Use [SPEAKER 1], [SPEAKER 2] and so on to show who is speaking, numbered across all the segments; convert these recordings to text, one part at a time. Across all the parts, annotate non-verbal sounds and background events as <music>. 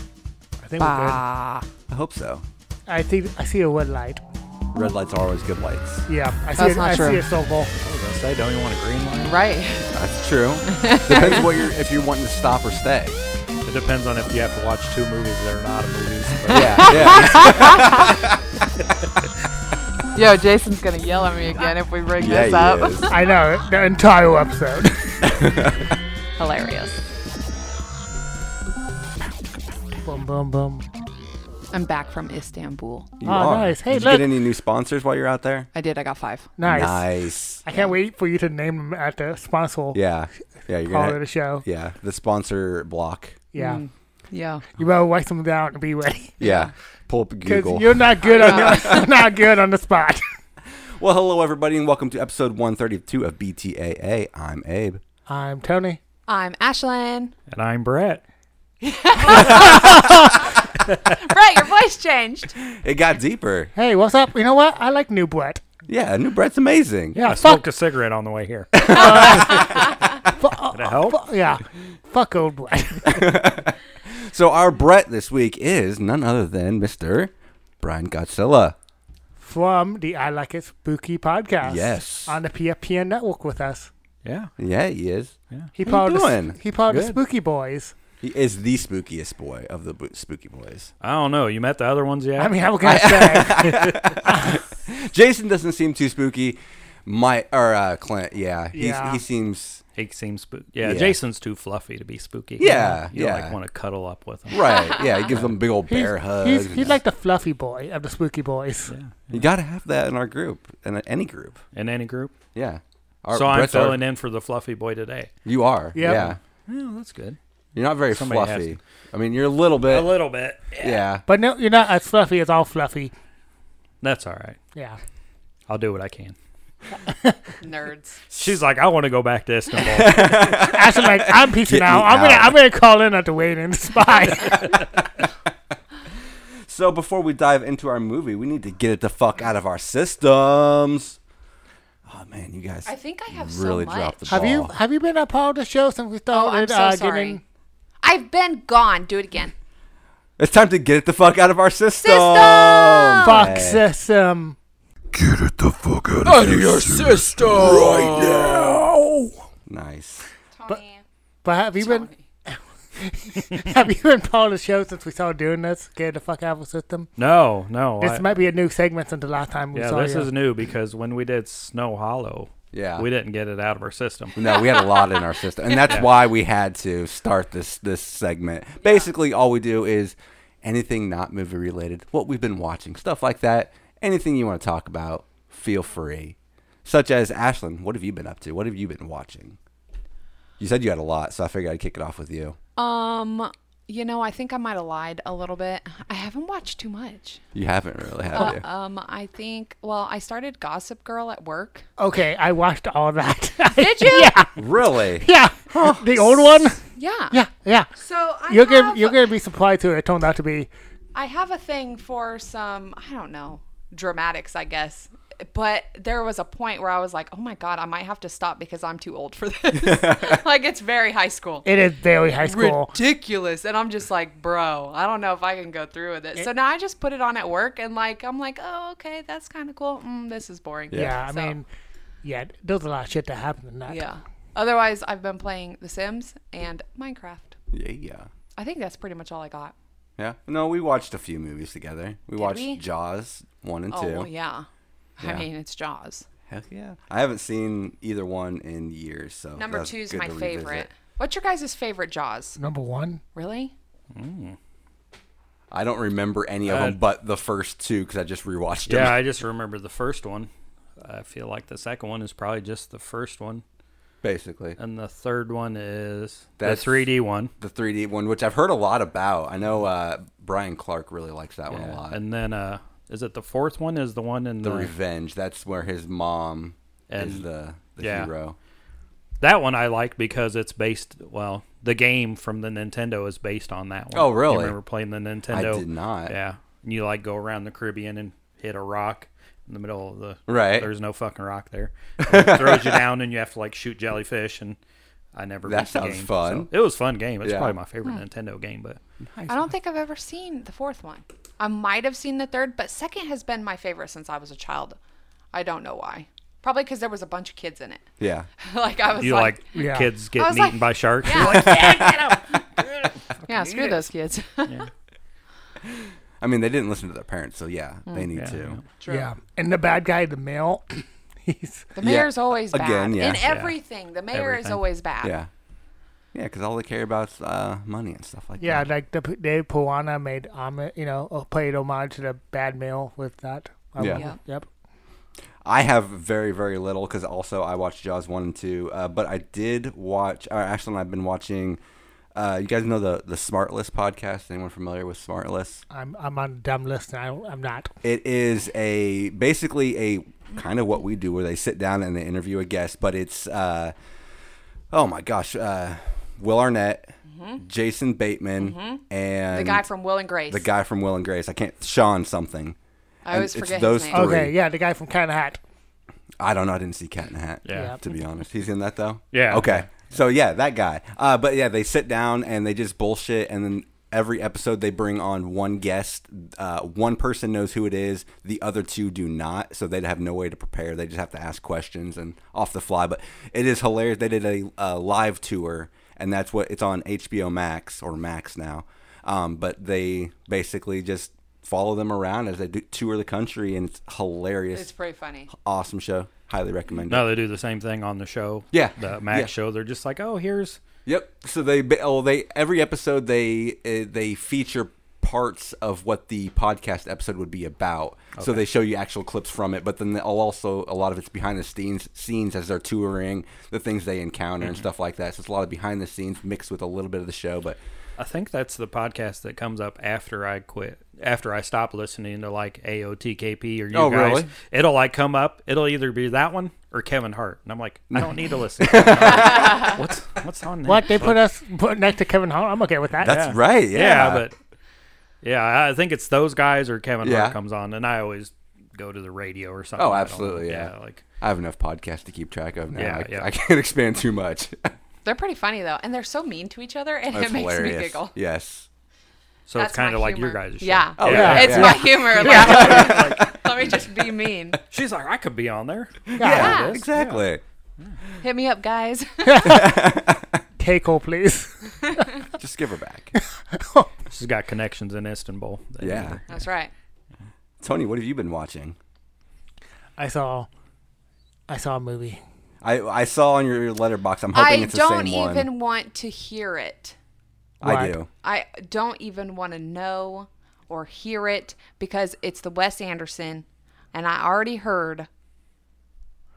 [SPEAKER 1] I think we're good.
[SPEAKER 2] Bah.
[SPEAKER 3] I hope so.
[SPEAKER 1] I think I see a red light.
[SPEAKER 3] Red lights are always good lights.
[SPEAKER 1] Yeah, I see.
[SPEAKER 2] That's
[SPEAKER 1] a,
[SPEAKER 2] not
[SPEAKER 1] I see
[SPEAKER 2] true.
[SPEAKER 1] a soul
[SPEAKER 4] I was gonna say, don't you want a green light?
[SPEAKER 2] Right. <laughs>
[SPEAKER 3] That's <laughs> true. Depends what you're if you're wanting to stop or stay.
[SPEAKER 4] It depends on if you have to watch two movies that are not movies.
[SPEAKER 3] <laughs>
[SPEAKER 4] but-
[SPEAKER 3] Yeah, yeah.
[SPEAKER 2] Yo, Jason's gonna yell at me again if we bring
[SPEAKER 3] yeah,
[SPEAKER 2] this
[SPEAKER 3] he
[SPEAKER 2] up.
[SPEAKER 3] is.
[SPEAKER 1] I know the entire episode. <laughs>
[SPEAKER 2] <laughs> Hilarious.
[SPEAKER 1] boom, boom, boom.
[SPEAKER 2] I'm back from Istanbul.
[SPEAKER 3] You
[SPEAKER 1] Oh,
[SPEAKER 3] are.
[SPEAKER 1] nice. Hey,
[SPEAKER 3] Did
[SPEAKER 1] look.
[SPEAKER 3] you get any new sponsors while you're out there?
[SPEAKER 2] I did. I got five.
[SPEAKER 1] Nice.
[SPEAKER 3] Nice.
[SPEAKER 1] I can't wait for you to name them at the sponsor
[SPEAKER 3] Yeah. Yeah, you're
[SPEAKER 1] part of
[SPEAKER 3] gonna
[SPEAKER 1] the show.
[SPEAKER 3] Yeah. The sponsor block.
[SPEAKER 1] Yeah,
[SPEAKER 2] Mm. Yeah.
[SPEAKER 1] you better write them down and be ready
[SPEAKER 3] Yeah. Pull up
[SPEAKER 1] because
[SPEAKER 3] Google.
[SPEAKER 1] you're not good
[SPEAKER 2] <laughs>
[SPEAKER 1] on the, <laughs> not good on the spot.
[SPEAKER 3] Well, hello everybody and welcome to episode 132 of BTAA. I'm Abe.
[SPEAKER 1] I'm Tony.
[SPEAKER 2] I'm Ashlyn. <laughs>
[SPEAKER 4] And I'm Brett.
[SPEAKER 2] Brett, your voice changed.
[SPEAKER 3] It got deeper.
[SPEAKER 1] Hey, what's up? You know what? I like new Brett.
[SPEAKER 3] Yeah, new bread's amazing.
[SPEAKER 1] Yeah,
[SPEAKER 4] I
[SPEAKER 1] fuck,
[SPEAKER 4] smoked a cigarette on the way here.
[SPEAKER 1] fu- uh,
[SPEAKER 4] Did it help?
[SPEAKER 1] fu- yeah, fuck old Brett. <laughs>
[SPEAKER 3] So our Brett this week is none other than Mr. Brian Godzilla.
[SPEAKER 1] from the I Like It Spooky podcast.
[SPEAKER 3] Yes.
[SPEAKER 1] on the PFPN network with us.
[SPEAKER 4] Yeah.
[SPEAKER 3] Yeah, he is.
[SPEAKER 1] He
[SPEAKER 3] How you
[SPEAKER 1] part of the-
[SPEAKER 3] doing?
[SPEAKER 1] he part of the
[SPEAKER 4] Good.
[SPEAKER 1] Spooky Boys.
[SPEAKER 3] He is the spookiest boy of the bo- spooky boys.
[SPEAKER 4] I don't know. You met the other ones yet?
[SPEAKER 1] I mean, I was gonna say
[SPEAKER 3] Jason doesn't seem too spooky. My or uh, Clint, yeah, he's,
[SPEAKER 1] Yeah.
[SPEAKER 3] he seems
[SPEAKER 4] he seems spooky. Yeah,
[SPEAKER 3] Yeah.
[SPEAKER 4] Jason's too fluffy to be spooky.
[SPEAKER 3] Yeah,
[SPEAKER 4] You
[SPEAKER 3] yeah.
[SPEAKER 4] like want to cuddle up with him.
[SPEAKER 3] right. Yeah, he
[SPEAKER 1] <laughs>
[SPEAKER 3] gives them big old
[SPEAKER 1] he's,
[SPEAKER 3] bear hugs.
[SPEAKER 1] he's,
[SPEAKER 3] and-
[SPEAKER 1] he's like the fluffy boy of the Spooky Boys.
[SPEAKER 3] you gotta have that in our group, in any group.
[SPEAKER 4] In any group.
[SPEAKER 3] Yeah. Our,
[SPEAKER 4] so I'm
[SPEAKER 3] Brett's our-
[SPEAKER 4] filling in for the fluffy boy today.
[SPEAKER 3] You are.
[SPEAKER 1] Yep.
[SPEAKER 3] Yeah.
[SPEAKER 4] Yeah, that's good.
[SPEAKER 3] You're not very
[SPEAKER 4] Somebody has
[SPEAKER 3] fluffy. I mean, you're a little bit.
[SPEAKER 4] A little bit.
[SPEAKER 3] yeah.
[SPEAKER 1] But no, you're not as fluffy as all fluffy.
[SPEAKER 4] That's all right.
[SPEAKER 1] Yeah.
[SPEAKER 4] I'll do what I can.
[SPEAKER 2] Nerds.
[SPEAKER 4] She's like, I want to go back to
[SPEAKER 1] <laughs>
[SPEAKER 4] Istanbul. <laughs>
[SPEAKER 1] Actually, like I'm peacing
[SPEAKER 3] Get
[SPEAKER 1] out.
[SPEAKER 3] me
[SPEAKER 1] I'm gonna
[SPEAKER 3] out.
[SPEAKER 1] I'm gonna call in at the waiting <laughs> and spy.
[SPEAKER 3] So before we dive into our movie, we need to get it the fuck out of our systems. Oh man, you guys.
[SPEAKER 2] I think I have
[SPEAKER 3] really
[SPEAKER 2] so
[SPEAKER 3] dropped
[SPEAKER 2] much.
[SPEAKER 3] the ball.
[SPEAKER 1] have you have you been a part of the show since we
[SPEAKER 2] Oh,
[SPEAKER 1] started?
[SPEAKER 2] I'm so
[SPEAKER 1] uh,
[SPEAKER 2] sorry.
[SPEAKER 1] Getting,
[SPEAKER 2] I've been gone. Do it again.
[SPEAKER 3] It's time to get it the fuck out of our system.
[SPEAKER 2] System!
[SPEAKER 1] fuck
[SPEAKER 3] Hey.
[SPEAKER 1] system.
[SPEAKER 5] Get it the fuck out of your system right now.
[SPEAKER 3] Nice.
[SPEAKER 2] Tony.
[SPEAKER 1] But have you been <laughs> have you been part of the show since we started doing this? Get the fuck out of the system.
[SPEAKER 4] no, no.
[SPEAKER 1] This
[SPEAKER 4] I-
[SPEAKER 1] might be a new segment since the last time we
[SPEAKER 4] yeah,
[SPEAKER 1] saw
[SPEAKER 4] this
[SPEAKER 1] you.
[SPEAKER 4] is new because when we did Snow Hollow,
[SPEAKER 3] Yeah.
[SPEAKER 4] we didn't get it out of our system.
[SPEAKER 3] No, we had a lot in our system, and that's why we had to start this this segment. Basically, all we do is anything not movie related, what we've been watching, stuff like that. Anything you want to talk about, feel free. Such as Ashlyn, what have you been up to? What have you been watching? You said you had a lot, so I figured I'd kick it off with you.
[SPEAKER 2] Um, you know, I think I might have lied a little bit. I haven't watched too much.
[SPEAKER 3] You haven't really, have you?
[SPEAKER 2] <laughs> Um, I think. Well, I started Gossip Girl at work.
[SPEAKER 1] Okay, I watched all that.
[SPEAKER 2] Did you?
[SPEAKER 1] <laughs> yeah,
[SPEAKER 3] Really?
[SPEAKER 1] yeah. The old one.
[SPEAKER 2] Yeah.
[SPEAKER 1] Yeah, yeah.
[SPEAKER 2] So I
[SPEAKER 1] You're gonna
[SPEAKER 2] have,
[SPEAKER 1] you're gonna be surprised who it turned out to be.
[SPEAKER 2] I have a thing for some, I don't know, dramatics, I guess. But there was a point where I was like, oh my God, I might have to stop because I'm too old for this.
[SPEAKER 1] <laughs>
[SPEAKER 2] like, it's very high school.
[SPEAKER 1] It is very high school.
[SPEAKER 2] Ridiculous. And I'm just like, bro, I don't know if I can go through with it. So now I just put it on at work and like, I'm like, oh, okay, that's kind of cool. Mm, this is boring.
[SPEAKER 1] yeah, I
[SPEAKER 2] So,
[SPEAKER 1] mean, yeah, there's a lot of shit that happened in that.
[SPEAKER 2] yeah. Otherwise, I've been playing The Sims and Minecraft.
[SPEAKER 3] Yeah, yeah.
[SPEAKER 2] I think that's pretty much all I got.
[SPEAKER 3] Yeah. No, we watched a few movies together. We watched
[SPEAKER 2] we?
[SPEAKER 3] Jaws one and
[SPEAKER 2] Oh,
[SPEAKER 3] two.
[SPEAKER 2] well, yeah. I
[SPEAKER 3] Yeah.
[SPEAKER 2] mean, it's Jaws.
[SPEAKER 3] Heck yeah! I haven't seen either one in years, so
[SPEAKER 2] Number
[SPEAKER 3] that's
[SPEAKER 2] two is
[SPEAKER 3] good
[SPEAKER 2] my
[SPEAKER 3] to revisit.
[SPEAKER 2] favorite. What's your guys' favorite Jaws?
[SPEAKER 1] Number
[SPEAKER 2] <laughs>
[SPEAKER 1] one.
[SPEAKER 2] Really?
[SPEAKER 3] I don't remember any of
[SPEAKER 4] Uh,
[SPEAKER 3] them but the first two because I just rewatched them.
[SPEAKER 4] Yeah, I just remember the first one. I feel like the second one is probably just the first one,
[SPEAKER 3] basically.
[SPEAKER 4] and the third one is
[SPEAKER 3] That's-
[SPEAKER 4] the 3D one.
[SPEAKER 3] The 3D one, which I've heard a lot about. I know uh, Brian Clark really likes that one a
[SPEAKER 4] Yeah.
[SPEAKER 3] lot.
[SPEAKER 4] And then uh, is it the fourth one? Is the one in
[SPEAKER 3] the
[SPEAKER 4] the,
[SPEAKER 3] Revenge, that's where his mom is
[SPEAKER 4] And-
[SPEAKER 3] the, the
[SPEAKER 4] yeah.
[SPEAKER 3] hero.
[SPEAKER 4] that one I like because it's based. Well, the game from the Nintendo is based on that one.
[SPEAKER 3] Oh, really?
[SPEAKER 4] You remember playing the Nintendo?
[SPEAKER 3] did not.
[SPEAKER 4] Yeah, and you like go around the Caribbean and hit a rock in the middle of the
[SPEAKER 3] Right.
[SPEAKER 4] There's no fucking rock there. And it throws you down, and you have to like shoot jellyfish and. I never
[SPEAKER 3] That
[SPEAKER 4] beat the
[SPEAKER 3] sounds
[SPEAKER 4] game.
[SPEAKER 3] fun.
[SPEAKER 4] So it was a fun game. It's
[SPEAKER 3] Yeah.
[SPEAKER 4] probably my favorite
[SPEAKER 2] Hmm.
[SPEAKER 4] Nintendo game, but
[SPEAKER 2] I don't think I've ever seen the fourth one. I might have seen the third, but second has been my favorite since I was a child. I don't know why. Probably because there was a bunch of kids in it. <laughs>
[SPEAKER 3] Yeah.
[SPEAKER 2] like I was
[SPEAKER 4] you like,
[SPEAKER 1] Yeah.
[SPEAKER 4] kids
[SPEAKER 2] I
[SPEAKER 4] getting
[SPEAKER 2] was
[SPEAKER 4] eaten
[SPEAKER 2] like-
[SPEAKER 4] by sharks.
[SPEAKER 2] yeah, like, yeah, Oh, get 'em.
[SPEAKER 1] <laughs>
[SPEAKER 2] yeah, screw those kids. <laughs>
[SPEAKER 3] I mean, they didn't listen to their parents, so yeah,
[SPEAKER 2] Hmm.
[SPEAKER 3] they need to.
[SPEAKER 2] True.
[SPEAKER 1] Yeah. And the bad guy, the male, <coughs> he's
[SPEAKER 2] The mayor's always bad
[SPEAKER 3] Again, yeah.
[SPEAKER 2] in
[SPEAKER 3] Yeah.
[SPEAKER 2] everything. The mayor is
[SPEAKER 4] Everything.
[SPEAKER 2] always bad.
[SPEAKER 3] Yeah. Yeah, because all they care about is uh, money and stuff like
[SPEAKER 1] yeah,
[SPEAKER 3] that.
[SPEAKER 1] like the Dave Puana made homage, you know, uh, played homage to the bad male with that. I
[SPEAKER 3] Yeah.
[SPEAKER 1] would-
[SPEAKER 2] Yeah.
[SPEAKER 1] Yep.
[SPEAKER 3] I have very, very little because also I watched Jaws 1 and 2, uh, but I did watch, or actually, I've been watching. Uh, you guys know the the Smart List podcast? Anyone familiar with Smart List?
[SPEAKER 1] I'm I'm on the dumb list and I, don't- I'm not.
[SPEAKER 3] It is a basically a kind of what we do where they sit down and they interview a guest, but it's uh, oh my gosh, uh, Will Arnett, Jason Bateman, and
[SPEAKER 2] Mm-hmm. The guy from Will and Grace.
[SPEAKER 3] the guy from Will and Grace. I can't Sean something.
[SPEAKER 2] I always
[SPEAKER 3] and it's
[SPEAKER 2] forget
[SPEAKER 3] those
[SPEAKER 2] his name.
[SPEAKER 3] three.
[SPEAKER 1] Okay, yeah, the guy from Kind of Hat.
[SPEAKER 3] I don't know. I didn't see Cat in the Hat.
[SPEAKER 4] Yeah. Yep.
[SPEAKER 3] To be honest, he's in that though.
[SPEAKER 4] Yeah.
[SPEAKER 3] Okay. So yeah, that guy. Uh, but yeah, they sit down and they just bullshit, and then every episode they bring on one guest. Uh, one person knows who it is, the other two do not, so they'd have no way to prepare. They just have to ask questions and off the fly. But it is hilarious. They did a, a live tour, and that's what it's on HBO Max or Max now. Um, but they basically just follow them around as they do, tour the country, and it's hilarious
[SPEAKER 2] It's pretty funny.
[SPEAKER 3] awesome show. Highly recommend it.
[SPEAKER 4] No, they do the same thing on the show.
[SPEAKER 3] Yeah.
[SPEAKER 4] The Max
[SPEAKER 3] Yeah.
[SPEAKER 4] show. They're just like, oh, here's
[SPEAKER 3] Yep. So they ba- oh they every episode they uh, they feature parts of what the podcast episode would be about. So they show you actual clips from it, but then they'll also a lot of it's behind the scenes scenes as they're touring, the things they encounter and stuff like that. So it's a lot of behind the scenes mixed with a little bit of the show, but
[SPEAKER 4] I think that's the podcast that comes up after I quit, after I stop listening to like AOTKP or you
[SPEAKER 3] Oh,
[SPEAKER 4] guys.
[SPEAKER 3] really?
[SPEAKER 4] It'll like come up. It'll either be that one or Kevin Hart, and I'm like, I don't need
[SPEAKER 3] <laughs>
[SPEAKER 4] to listen. <laughs> to Kevin Hart. what's what's on there?
[SPEAKER 1] What they put us put next to Kevin Hart. I'm okay with that.
[SPEAKER 3] that's right. Yeah.
[SPEAKER 4] Yeah, but yeah, I think it's those guys or Kevin
[SPEAKER 3] Yeah.
[SPEAKER 4] Hart comes on, and I always go to the radio or something.
[SPEAKER 3] Oh,
[SPEAKER 4] I don't
[SPEAKER 3] absolutely,
[SPEAKER 4] know.
[SPEAKER 3] yeah.
[SPEAKER 4] like
[SPEAKER 3] I have enough podcasts to keep track of now.
[SPEAKER 4] Yeah,
[SPEAKER 3] I,
[SPEAKER 4] yeah.
[SPEAKER 3] I can't <laughs> expand
[SPEAKER 2] <laughs>
[SPEAKER 3] too much.
[SPEAKER 2] They're pretty funny though, and they're so mean to each other, and
[SPEAKER 3] That's
[SPEAKER 2] it makes
[SPEAKER 3] hilarious.
[SPEAKER 2] me giggle.
[SPEAKER 3] Yes.
[SPEAKER 4] so
[SPEAKER 2] That's
[SPEAKER 4] it's kind
[SPEAKER 2] my
[SPEAKER 4] of like your
[SPEAKER 2] humor.
[SPEAKER 4] guys' show.
[SPEAKER 2] Yeah.
[SPEAKER 3] Oh,
[SPEAKER 4] yeah.
[SPEAKER 3] yeah.
[SPEAKER 2] It's my humor. Like,
[SPEAKER 3] <laughs>
[SPEAKER 2] let me just be mean.
[SPEAKER 4] She's like, I could be on there.
[SPEAKER 2] Yeah.
[SPEAKER 3] Exactly.
[SPEAKER 2] Hit me up, guys. <laughs>
[SPEAKER 1] Keiko, please. <laughs>
[SPEAKER 3] Just give her <laughs> back.
[SPEAKER 4] She's got connections in Istanbul.
[SPEAKER 3] yeah.
[SPEAKER 2] That's right.
[SPEAKER 3] Tony, what have you been watching?
[SPEAKER 1] I saw, I saw a movie. <laughs>
[SPEAKER 3] I I saw on your letterbox. I'm hoping
[SPEAKER 2] I
[SPEAKER 3] it's the
[SPEAKER 2] don't
[SPEAKER 3] same one.
[SPEAKER 2] even want to hear it.
[SPEAKER 3] I
[SPEAKER 1] Right.
[SPEAKER 3] do.
[SPEAKER 2] I don't even want to know or hear it because it's the Wes Anderson, and I already heard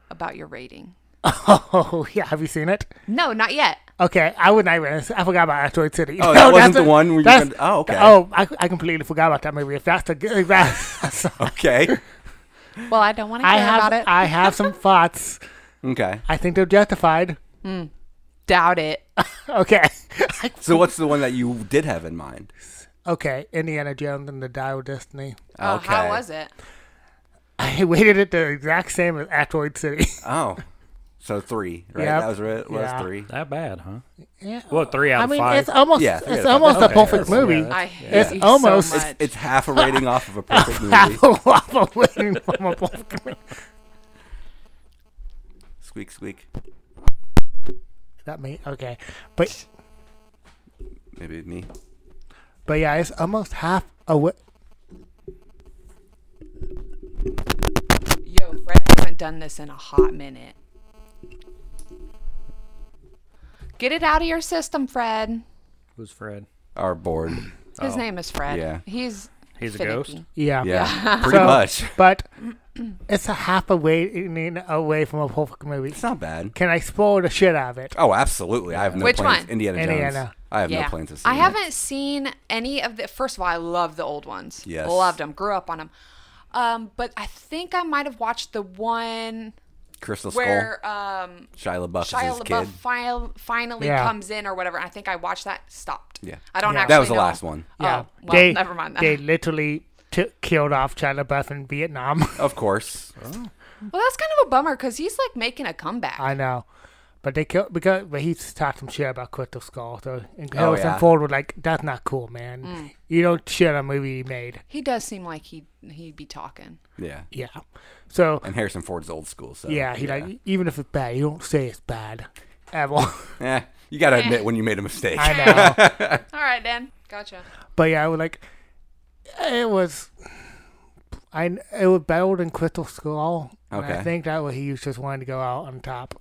[SPEAKER 2] about your rating.
[SPEAKER 1] Oh yeah, have you seen it?
[SPEAKER 2] No, not yet.
[SPEAKER 1] Okay, I would not even. I forgot about Asteroid City. <laughs>
[SPEAKER 3] Oh, that wasn't
[SPEAKER 1] that's
[SPEAKER 3] the one where you
[SPEAKER 1] that's-
[SPEAKER 3] can- oh, okay.
[SPEAKER 1] Oh, I, I completely forgot about that movie. If that's the if
[SPEAKER 3] <laughs>
[SPEAKER 1] that's,
[SPEAKER 2] <laughs>
[SPEAKER 3] Okay.
[SPEAKER 2] Well, I don't want to
[SPEAKER 1] <laughs>
[SPEAKER 2] hear
[SPEAKER 1] I have
[SPEAKER 2] about it.
[SPEAKER 1] I have some thoughts.
[SPEAKER 3] Okay.
[SPEAKER 1] I think they're justified.
[SPEAKER 2] Doubt it.
[SPEAKER 1] Okay, <laughs>
[SPEAKER 3] So what's the one that you did have in mind?
[SPEAKER 1] okay. Indiana Jones and the Dial of Destiny. <laughs>
[SPEAKER 2] Oh,
[SPEAKER 3] okay.
[SPEAKER 2] how was it?
[SPEAKER 1] I rated it the exact same as Asteroid City.
[SPEAKER 3] Oh. So three, right?
[SPEAKER 1] Yep.
[SPEAKER 3] That was re- was
[SPEAKER 1] Yeah.
[SPEAKER 3] three.
[SPEAKER 4] That bad, huh?
[SPEAKER 1] <laughs> yeah.
[SPEAKER 4] Well, three out
[SPEAKER 1] I
[SPEAKER 4] of
[SPEAKER 1] mean,
[SPEAKER 4] five.
[SPEAKER 1] it's almost
[SPEAKER 3] Yeah, three out
[SPEAKER 1] it's
[SPEAKER 3] of five.
[SPEAKER 1] almost
[SPEAKER 4] Okay,
[SPEAKER 1] a perfect
[SPEAKER 4] that's- yeah,
[SPEAKER 1] movie. <laughs>
[SPEAKER 4] that's-
[SPEAKER 2] I hate
[SPEAKER 1] It's
[SPEAKER 2] you
[SPEAKER 1] almost-
[SPEAKER 2] so
[SPEAKER 1] It's-
[SPEAKER 2] much.
[SPEAKER 3] It's half a rating
[SPEAKER 2] <laughs>
[SPEAKER 3] off of a perfect movie.
[SPEAKER 1] Apple waffle <laughs> waiting from a volcano.
[SPEAKER 3] Squeak squeak.
[SPEAKER 1] Is that me? Okay, but
[SPEAKER 3] Maybe me.
[SPEAKER 1] but yeah, it's almost half a. Wi-
[SPEAKER 2] Yo, Fred hasn't done this in a hot minute. Get it out of your system, Fred.
[SPEAKER 4] Who's Fred?
[SPEAKER 3] Our board.
[SPEAKER 2] <laughs> His name is Fred.
[SPEAKER 3] Oh, Yeah.
[SPEAKER 2] He's
[SPEAKER 4] He's a
[SPEAKER 2] finicky.
[SPEAKER 4] ghost?
[SPEAKER 1] yeah.
[SPEAKER 3] Yeah. Pretty
[SPEAKER 1] So-
[SPEAKER 3] much.
[SPEAKER 1] But it's a half a waiting away from a perfect movie.
[SPEAKER 3] It's not bad.
[SPEAKER 1] Can I spoil the shit out of it?
[SPEAKER 3] Oh, absolutely. I have no
[SPEAKER 2] Which
[SPEAKER 3] plans.
[SPEAKER 2] one?
[SPEAKER 3] Indiana Jones.
[SPEAKER 1] Indiana.
[SPEAKER 3] I have
[SPEAKER 2] yeah.
[SPEAKER 3] no plans
[SPEAKER 2] I
[SPEAKER 3] of seeing it.
[SPEAKER 2] haven't seen any of the. First of all, I love the old ones.
[SPEAKER 3] Yes.
[SPEAKER 2] Loved them. Grew up on them. Um, but I think I might have watched the one
[SPEAKER 3] Crystal Skull.
[SPEAKER 2] where um,
[SPEAKER 3] Shia LaBeouf is
[SPEAKER 2] Shia
[SPEAKER 3] his
[SPEAKER 2] LaBeouf
[SPEAKER 3] kid.
[SPEAKER 2] fi- finally
[SPEAKER 1] Yeah.
[SPEAKER 2] comes in or whatever. I think I watched that. Stopped.
[SPEAKER 3] Yeah.
[SPEAKER 2] I don't
[SPEAKER 1] Yeah.
[SPEAKER 2] actually.
[SPEAKER 3] That was the
[SPEAKER 2] know.
[SPEAKER 3] last one.
[SPEAKER 1] Yeah.
[SPEAKER 2] Oh, well,
[SPEAKER 1] they,
[SPEAKER 2] never mind that.
[SPEAKER 1] They
[SPEAKER 2] <laughs>
[SPEAKER 1] literally took, killed off China Buff in Vietnam. <laughs>
[SPEAKER 3] Of course. Oh,
[SPEAKER 1] Uh,
[SPEAKER 2] well, that's kind of a bummer because he's like making a comeback.
[SPEAKER 1] I know. But they killed because but he's talked some shit about Crystal Skull, so and
[SPEAKER 3] Oh,
[SPEAKER 1] Harrison
[SPEAKER 3] yeah.
[SPEAKER 1] Ford was like, "That's not cool, man. You don't shit on a movie he made."
[SPEAKER 2] He does seem like he he'd be talking.
[SPEAKER 3] Yeah.
[SPEAKER 1] Yeah, so
[SPEAKER 3] And Harrison Ford's old school, so
[SPEAKER 1] yeah, he like "E-, even if it's bad, you don't say it's bad ever.
[SPEAKER 3] Eh, you gotta admit when you made a mistake.
[SPEAKER 1] <laughs> I know.
[SPEAKER 2] All right, Dan. Gotcha.
[SPEAKER 1] But yeah, I was like, it was, I it was better than Crystal Skull. and I
[SPEAKER 3] Okay.
[SPEAKER 1] think that was he was just wanting to go out on top.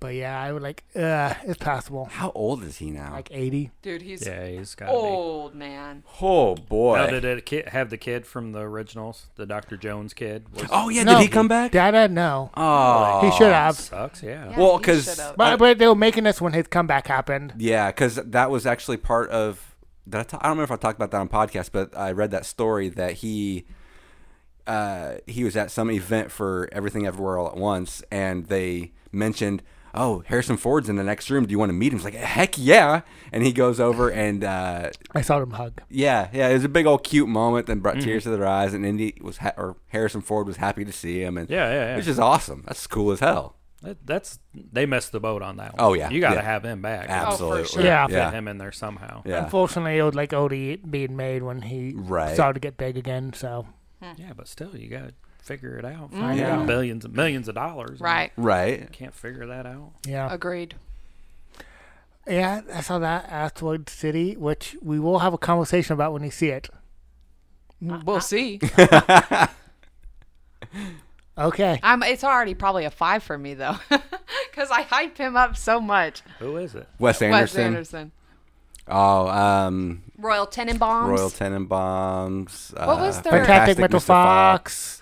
[SPEAKER 1] But yeah, I was like, uh, it's possible.
[SPEAKER 3] How old is he now?
[SPEAKER 1] Like eighty.
[SPEAKER 2] Dude, he's
[SPEAKER 4] Yeah, he's got. Oh,
[SPEAKER 2] old, man.
[SPEAKER 3] oh boy.
[SPEAKER 4] now, did it ki- have the kid from the originals, the Dr. Jones kid? Was,
[SPEAKER 3] oh yeah,
[SPEAKER 1] No.
[SPEAKER 3] did he come back?
[SPEAKER 1] Dada, no,
[SPEAKER 3] oh.
[SPEAKER 1] he should have.
[SPEAKER 4] sucks. Yeah.
[SPEAKER 2] Yeah,
[SPEAKER 3] Well,
[SPEAKER 2] he
[SPEAKER 3] 'cause-
[SPEAKER 2] should've.
[SPEAKER 1] But, but they were making this when his comeback happened.
[SPEAKER 3] Yeah, because that was actually part of. Did I, ta- I don't remember if I talked about that on podcast, but I read that story that he, uh, he was at some event for Everything Everywhere All at Once, and they mentioned, "Oh, Harrison Ford's in the next room. Do you want to meet him?" He's like, "Heck yeah!" And he goes over and uh,
[SPEAKER 1] I saw them hug.
[SPEAKER 3] yeah, yeah, it was a big old cute moment that brought tears to their eyes, and Indy was ha- or Harrison Ford was happy to see him, and
[SPEAKER 4] Yeah, yeah, yeah.
[SPEAKER 3] which is awesome. That's cool as
[SPEAKER 2] Oh,
[SPEAKER 3] hell.
[SPEAKER 4] That- that's they missed the boat on that one.
[SPEAKER 3] Oh, yeah,
[SPEAKER 4] you got to
[SPEAKER 3] yeah.
[SPEAKER 4] have him back.
[SPEAKER 3] Absolutely.
[SPEAKER 2] sure.
[SPEAKER 1] Yeah.
[SPEAKER 4] Get
[SPEAKER 3] yeah,
[SPEAKER 4] him in there somehow.
[SPEAKER 3] yeah.
[SPEAKER 1] Unfortunately, it was like Odie being made when he
[SPEAKER 3] Right.
[SPEAKER 1] started to get big again. So
[SPEAKER 4] Yeah, but still, you got to figure it out.
[SPEAKER 1] I
[SPEAKER 4] Find
[SPEAKER 1] know.
[SPEAKER 4] out billions and millions of dollars. and
[SPEAKER 2] Right.
[SPEAKER 3] Right.
[SPEAKER 4] you Can't figure that out.
[SPEAKER 1] yeah,
[SPEAKER 2] Agreed.
[SPEAKER 1] yeah, I saw that Asteroid City, which we will have a conversation about when you see it.
[SPEAKER 2] We'll see.
[SPEAKER 1] Okay.
[SPEAKER 2] I'm, it's already probably a five for me though, <laughs> because I hype him up so much.
[SPEAKER 4] Who is it?
[SPEAKER 3] Wes
[SPEAKER 2] Wes
[SPEAKER 3] Anderson.
[SPEAKER 2] Anderson,
[SPEAKER 3] Oh, um,
[SPEAKER 2] Royal Tenenbaums.
[SPEAKER 3] Royal Tenenbaums. uh,
[SPEAKER 2] What was their-
[SPEAKER 1] Fantastic Metal Fox.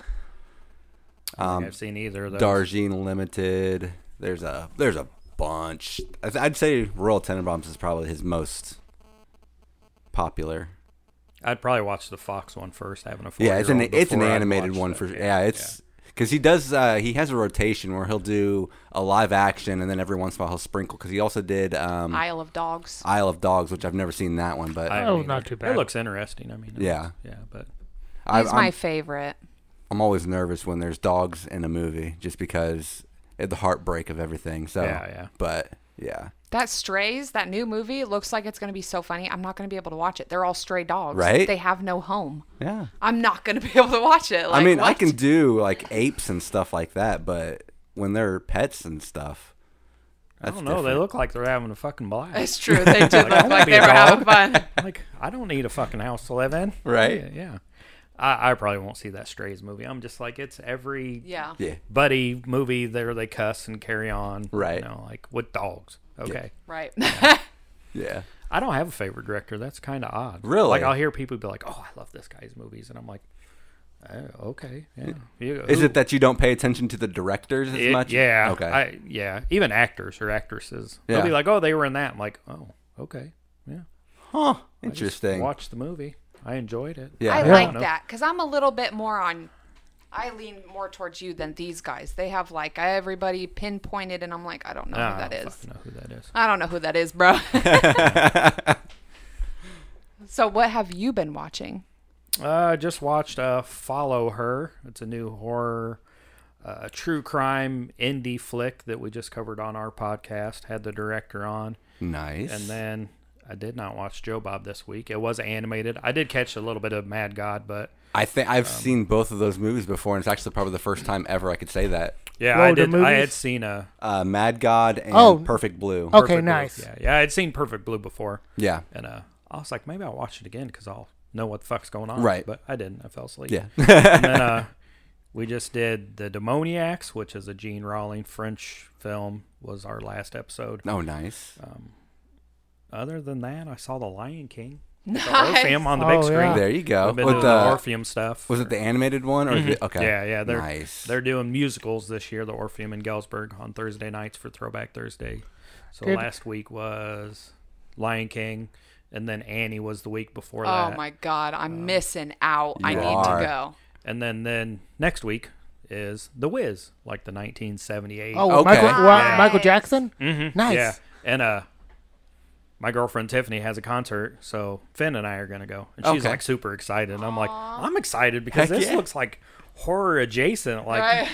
[SPEAKER 4] I
[SPEAKER 3] Um,
[SPEAKER 4] think I've seen either of those.
[SPEAKER 3] Darjeeling Limited. There's a there's a bunch. I th- I'd say Royal Tenenbaums is probably his most popular.
[SPEAKER 4] I'd probably watch the Fox one first, having a four.
[SPEAKER 3] Yeah, it's an it's an animated one for yeah. It's because he does uh, he has a rotation where he'll do a live action and then every once in a while he'll sprinkle because he also did um,
[SPEAKER 2] Isle of Dogs.
[SPEAKER 3] Isle of Dogs, which I've never seen that one, but I,
[SPEAKER 1] Oh, not too bad.
[SPEAKER 4] It looks interesting. I mean, it's-
[SPEAKER 3] Yeah.
[SPEAKER 4] yeah, but
[SPEAKER 2] He's my
[SPEAKER 3] I'm,
[SPEAKER 2] favorite.
[SPEAKER 3] I'm always nervous when there's dogs in a movie just because of the heartbreak of everything. So
[SPEAKER 4] Yeah, yeah.
[SPEAKER 3] but yeah.
[SPEAKER 2] That Strays, that new movie, it looks like it's going to be so funny. I'm not going to be able to watch it. They're all stray dogs.
[SPEAKER 3] Right?
[SPEAKER 2] They have no home.
[SPEAKER 3] Yeah.
[SPEAKER 2] I'm not going to be able to watch it. Like,
[SPEAKER 3] I mean, I
[SPEAKER 2] what?
[SPEAKER 3] can do like apes and stuff like that, but when they're pets and stuff,
[SPEAKER 4] I
[SPEAKER 3] that's
[SPEAKER 4] don't know. They
[SPEAKER 3] different.
[SPEAKER 4] look like they're having a fucking blast.
[SPEAKER 2] It's true.
[SPEAKER 3] <laughs>
[SPEAKER 2] They do
[SPEAKER 4] I
[SPEAKER 2] look
[SPEAKER 4] wanna
[SPEAKER 2] like
[SPEAKER 4] be
[SPEAKER 2] they
[SPEAKER 4] a
[SPEAKER 2] were
[SPEAKER 4] dog.
[SPEAKER 2] having fun.
[SPEAKER 4] <laughs> like I don't need a fucking house to live in.
[SPEAKER 3] Right.
[SPEAKER 4] Yeah. yeah. I, I probably won't see that Strays movie. I'm just like it's every
[SPEAKER 2] Yeah.
[SPEAKER 3] Yeah,
[SPEAKER 4] buddy movie there they cuss and carry on.
[SPEAKER 3] Right.
[SPEAKER 4] You know, like with dogs. Okay.
[SPEAKER 2] Right.
[SPEAKER 3] yeah,
[SPEAKER 4] I don't have a favorite director. That's kind of odd.
[SPEAKER 3] Really?
[SPEAKER 4] Like I'll hear people be like, "Oh, I love this guy's movies," and I'm like, oh, "Okay, yeah." You-
[SPEAKER 3] Is
[SPEAKER 4] who-
[SPEAKER 3] it that you don't pay attention to the directors as
[SPEAKER 4] It-
[SPEAKER 3] much?
[SPEAKER 4] Yeah.
[SPEAKER 3] Okay.
[SPEAKER 4] I, yeah. Even actors or actresses, they'll be
[SPEAKER 3] Yeah.
[SPEAKER 4] like, "Oh, they were in that." I'm like, "Oh, okay, yeah."
[SPEAKER 3] huh.
[SPEAKER 4] I just
[SPEAKER 3] Interesting.
[SPEAKER 4] Watch the movie. I enjoyed it.
[SPEAKER 3] Yeah.
[SPEAKER 2] I
[SPEAKER 3] Yeah.
[SPEAKER 2] like
[SPEAKER 4] No.
[SPEAKER 2] that because I'm a little bit more on. I lean more towards you than these guys. They have like everybody pinpointed, and I'm like, I don't know
[SPEAKER 4] Ah,
[SPEAKER 2] who
[SPEAKER 4] I
[SPEAKER 2] that
[SPEAKER 4] don't
[SPEAKER 2] is.
[SPEAKER 4] fucking know who that is.
[SPEAKER 2] I don't know who that is,
[SPEAKER 3] <laughs>
[SPEAKER 2] bro. <laughs> so, what have you been watching?
[SPEAKER 4] Uh, I just watched uh, Follow Her. It's a new horror, uh, true crime indie flick that we just covered on our podcast. Had the director on,
[SPEAKER 3] nice.
[SPEAKER 4] and then I did not watch Joe Bob this week. It was animated. I did catch a little bit of Mad God, but
[SPEAKER 3] I think I've
[SPEAKER 4] um,
[SPEAKER 3] seen both of those movies before, and it's actually probably the first time ever I could say that.
[SPEAKER 4] yeah,
[SPEAKER 1] Whoa,
[SPEAKER 4] I
[SPEAKER 1] the
[SPEAKER 4] did. I
[SPEAKER 1] movies?
[SPEAKER 4] had seen a
[SPEAKER 3] Uh, Mad God and
[SPEAKER 1] Oh.
[SPEAKER 3] Perfect Blue.
[SPEAKER 1] Okay,
[SPEAKER 4] Perfect Blue.
[SPEAKER 1] nice.
[SPEAKER 4] Yeah, yeah, I had seen Perfect Blue before,
[SPEAKER 3] Yeah.
[SPEAKER 4] and uh, I was like, maybe I'll watch it again because I'll know what the fuck's going on.
[SPEAKER 3] Right.
[SPEAKER 4] but I didn't. I fell asleep.
[SPEAKER 3] Yeah.
[SPEAKER 4] and then uh, <laughs> we just did the demoniacs which is a gene Rowling french film was our last episode
[SPEAKER 3] <laughs>
[SPEAKER 4] Um,
[SPEAKER 3] oh, nice.
[SPEAKER 4] uh, other than that i saw the lion king nice.
[SPEAKER 2] <laughs>
[SPEAKER 4] orpheum on the big
[SPEAKER 1] Oh,
[SPEAKER 4] screen
[SPEAKER 1] yeah.
[SPEAKER 3] There you go.
[SPEAKER 4] I've been
[SPEAKER 3] With
[SPEAKER 4] doing
[SPEAKER 3] the-
[SPEAKER 4] the orpheum stuff
[SPEAKER 3] was it the animated one or is it, okay?
[SPEAKER 4] yeah yeah they're
[SPEAKER 3] nice.
[SPEAKER 4] they're doing musicals this year the orpheum in galesburg on thursday nights for throwback thursday so
[SPEAKER 1] Did-
[SPEAKER 4] last week was lion king and then annie was the week before
[SPEAKER 2] Oh
[SPEAKER 4] that Um,
[SPEAKER 2] my God, I'm missing out. I
[SPEAKER 3] You
[SPEAKER 2] need
[SPEAKER 3] are.
[SPEAKER 2] to go.
[SPEAKER 4] and then then next week is the whiz like the 1978
[SPEAKER 1] Oh,
[SPEAKER 3] Okay.
[SPEAKER 1] Michael, Wa-
[SPEAKER 2] Nice.
[SPEAKER 1] Michael Jackson. Mm-hmm. Nice.
[SPEAKER 4] Yeah, and uh, my girlfriend Tiffany has a concert, so Finn and I are gonna go, and she's
[SPEAKER 3] Okay.
[SPEAKER 4] like super excited. And I'm like, I'm excited because
[SPEAKER 3] Heck
[SPEAKER 4] this
[SPEAKER 3] yeah.
[SPEAKER 4] looks like horror adjacent. Like,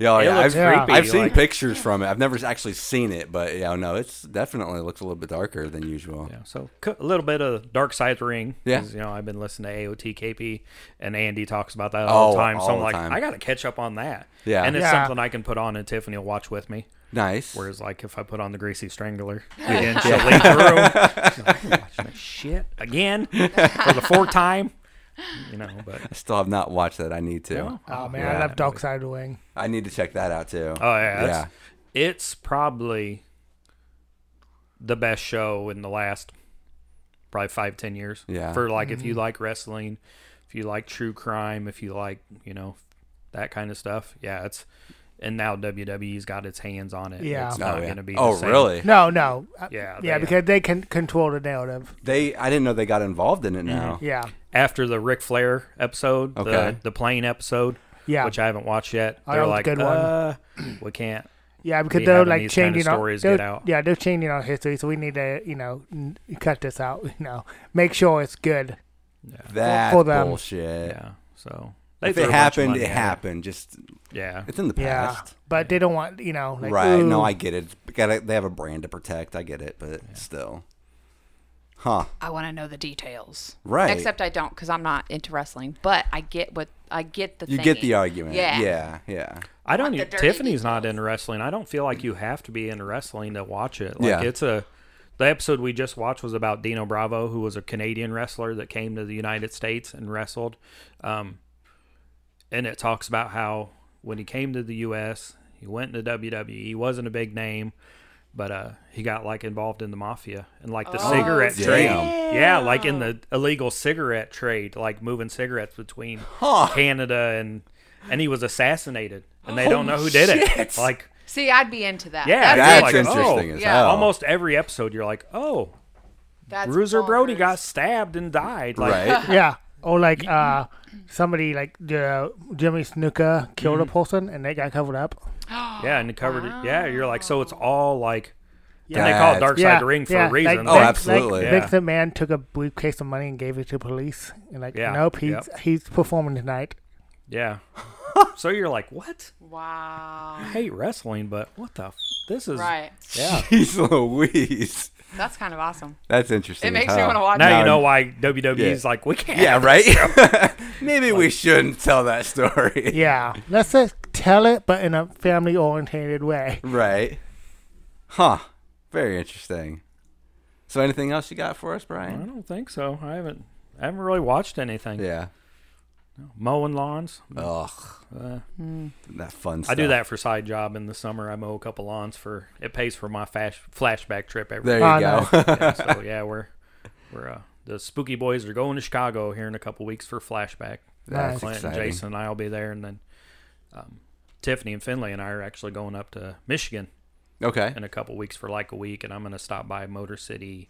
[SPEAKER 3] Yeah,
[SPEAKER 4] It
[SPEAKER 3] yeah,
[SPEAKER 4] looks
[SPEAKER 3] I've,
[SPEAKER 1] creepy,
[SPEAKER 3] I've seen
[SPEAKER 4] like-
[SPEAKER 3] pictures from it. I've never actually seen it, but yeah, no, it's definitely looks a little bit darker than usual.
[SPEAKER 4] Yeah, so c- a little bit of Dark Side of the Ring.
[SPEAKER 3] Yeah.
[SPEAKER 4] 'cause, You know, I've been listening to AOT KP and Andy talks about that all the
[SPEAKER 3] Oh,
[SPEAKER 4] time. So
[SPEAKER 3] all
[SPEAKER 4] I'm
[SPEAKER 3] the
[SPEAKER 4] like,
[SPEAKER 3] time.
[SPEAKER 4] I got to catch up on that.
[SPEAKER 3] Yeah.
[SPEAKER 4] And it's
[SPEAKER 1] Yeah.
[SPEAKER 4] something I can put on and Tiffany will watch with me.
[SPEAKER 3] Nice.
[SPEAKER 4] Whereas, like, if I put on the Gracie Strangler
[SPEAKER 1] <laughs>
[SPEAKER 4] again, she'll leave the room. She's like, "I'm watching that shit again for the fourth time. You know, but
[SPEAKER 3] I still have not watched that. I need to.
[SPEAKER 1] Oh man,
[SPEAKER 3] Yeah.
[SPEAKER 1] I love Dark Side of the Wing.
[SPEAKER 3] I need to check that out too.
[SPEAKER 4] Oh yeah, that's- It's probably the best show in the last probably five ten years.
[SPEAKER 3] Yeah.
[SPEAKER 4] For like, if you
[SPEAKER 1] Mm-hmm.
[SPEAKER 4] like wrestling, if you like true crime, if you like you know that kind of stuff, yeah, it's. And now WWE's got its hands on it.
[SPEAKER 1] Yeah.
[SPEAKER 4] It's
[SPEAKER 3] Oh,
[SPEAKER 4] not
[SPEAKER 3] yeah.
[SPEAKER 4] going to be. the
[SPEAKER 3] oh
[SPEAKER 4] same.
[SPEAKER 3] really?
[SPEAKER 4] <laughs>
[SPEAKER 1] No, no. Uh,
[SPEAKER 4] Yeah,
[SPEAKER 1] yeah,
[SPEAKER 4] they-
[SPEAKER 1] because they can control the narrative.
[SPEAKER 3] They I didn't know they got involved in it
[SPEAKER 4] Mm-hmm.
[SPEAKER 3] now.
[SPEAKER 1] Yeah,
[SPEAKER 4] After the Ric Flair episode,
[SPEAKER 3] Okay.
[SPEAKER 4] the the plane episode,
[SPEAKER 1] Yeah.
[SPEAKER 4] which I haven't watched yet,
[SPEAKER 1] Oh,
[SPEAKER 4] they're
[SPEAKER 1] that was a
[SPEAKER 4] like,
[SPEAKER 1] good one.
[SPEAKER 4] uh, we can't.
[SPEAKER 1] yeah, because
[SPEAKER 4] Be
[SPEAKER 1] they're
[SPEAKER 4] having
[SPEAKER 1] like
[SPEAKER 4] these kinda
[SPEAKER 1] changing our
[SPEAKER 4] stories
[SPEAKER 1] they're-
[SPEAKER 4] get out.
[SPEAKER 1] yeah they're changing our history, so we need to you know n- cut this out. <laughs> You know, make sure it's good.
[SPEAKER 3] That
[SPEAKER 1] For them.
[SPEAKER 3] bullshit.
[SPEAKER 4] Yeah, so
[SPEAKER 3] If
[SPEAKER 4] threw
[SPEAKER 3] it
[SPEAKER 4] a bunch of
[SPEAKER 3] happened,
[SPEAKER 4] money
[SPEAKER 3] it
[SPEAKER 4] at
[SPEAKER 3] happened. Just
[SPEAKER 4] Yeah,
[SPEAKER 3] it's in the
[SPEAKER 1] Yeah,
[SPEAKER 3] past.
[SPEAKER 1] but they don't want you know like
[SPEAKER 3] right. No,
[SPEAKER 1] ooh.
[SPEAKER 3] I get it. Gotta, they have a brand to protect. I get it, but still. Huh.
[SPEAKER 2] I want to know the details.
[SPEAKER 3] Right.
[SPEAKER 2] Except I don't because I'm not into wrestling. But I get what I get the.
[SPEAKER 3] You get
[SPEAKER 2] thingy.
[SPEAKER 3] the argument.
[SPEAKER 2] Yeah.
[SPEAKER 3] Yeah. Yeah.
[SPEAKER 4] I don't.
[SPEAKER 2] the
[SPEAKER 4] e-
[SPEAKER 2] dirty
[SPEAKER 4] Tiffany's not into wrestling. I don't feel like you have to be into wrestling to watch it. Like
[SPEAKER 3] Yeah.
[SPEAKER 4] it's a. The episode we just watched was about Dino Bravo, who was a Canadian wrestler that came to the United States and wrestled. Um, and it talks about how when he came to the U.S., he went into WWE. He wasn't a big name, but uh, he got like involved in the mafia and like the cigarette
[SPEAKER 3] damn.
[SPEAKER 4] trade. Yeah, like in the illegal cigarette trade, like moving cigarettes between Canada and and he was assassinated, and they don't know who did it. Like,
[SPEAKER 2] See, I'd be into that.
[SPEAKER 4] yeah,
[SPEAKER 3] That's
[SPEAKER 4] like,
[SPEAKER 3] interesting
[SPEAKER 4] oh,
[SPEAKER 3] as
[SPEAKER 2] yeah.
[SPEAKER 3] hell.
[SPEAKER 4] Almost every episode, you're like, oh,
[SPEAKER 2] that's
[SPEAKER 4] Bruiser Brody
[SPEAKER 2] bonkers.
[SPEAKER 4] got stabbed and died. Like,
[SPEAKER 1] <laughs>
[SPEAKER 3] Right.
[SPEAKER 4] <laughs>
[SPEAKER 1] Yeah. Or like uh, somebody like the Jimmy Snuka killed a person and they got covered up.
[SPEAKER 4] yeah, and covered. it. Yeah, you're like, so it's all like, and they call it
[SPEAKER 3] That's-
[SPEAKER 4] Dark Side
[SPEAKER 1] yeah,
[SPEAKER 4] of the Ring for
[SPEAKER 1] yeah,
[SPEAKER 4] a reason.
[SPEAKER 1] Like,
[SPEAKER 3] Oh,
[SPEAKER 1] like-
[SPEAKER 4] Like,
[SPEAKER 1] Like,
[SPEAKER 3] absolutely.
[SPEAKER 4] Yeah.
[SPEAKER 1] Vince McMahon took a briefcase of money and gave it to police. And like,
[SPEAKER 4] Yeah,
[SPEAKER 1] nope, he's
[SPEAKER 4] yep.
[SPEAKER 1] he's performing tonight.
[SPEAKER 3] <laughs>
[SPEAKER 4] yeah. so you're like, what? I
[SPEAKER 2] Wow.
[SPEAKER 4] hate wrestling, but what the? F- this is
[SPEAKER 2] Right.
[SPEAKER 3] <laughs>
[SPEAKER 4] Yeah.
[SPEAKER 3] Jeez Louise.
[SPEAKER 2] That's kind of awesome.
[SPEAKER 3] That's interesting.
[SPEAKER 2] It
[SPEAKER 3] as
[SPEAKER 2] makes me
[SPEAKER 3] hell.
[SPEAKER 2] want to watch.
[SPEAKER 4] Now
[SPEAKER 2] it.
[SPEAKER 4] you know why WWE's like, we can't.
[SPEAKER 3] Yeah, right?
[SPEAKER 4] <laughs>
[SPEAKER 3] <laughs> Maybe we shouldn't tell that story.
[SPEAKER 1] Yeah. Let's just tell it, but in a family oriented way.
[SPEAKER 3] Right. Huh. Very interesting. So, anything else you got for us, Brian?
[SPEAKER 4] I don't think so. I haven't. I haven't really watched anything.
[SPEAKER 3] Yeah.
[SPEAKER 4] Mowing lawns.
[SPEAKER 3] Ugh. Hmm. that fun
[SPEAKER 4] Uh, I
[SPEAKER 3] stuff.
[SPEAKER 4] do that for side job in the summer. I mow a couple lawns for it pays for my fash, flashback trip every <laughs>
[SPEAKER 3] There
[SPEAKER 4] day.
[SPEAKER 3] you
[SPEAKER 1] Oh,
[SPEAKER 3] go. <laughs>
[SPEAKER 4] Yeah, so yeah, we're we're uh, the spooky boys are going to Chicago here in a couple weeks for flashback.
[SPEAKER 3] That's
[SPEAKER 4] Clint and
[SPEAKER 3] exciting.
[SPEAKER 4] Jason and I'll be there, and then um, Tiffany and Finley and I are actually going up to Michigan
[SPEAKER 3] Okay.
[SPEAKER 4] in a couple weeks for like a week, and I'm gonna stop by Motor City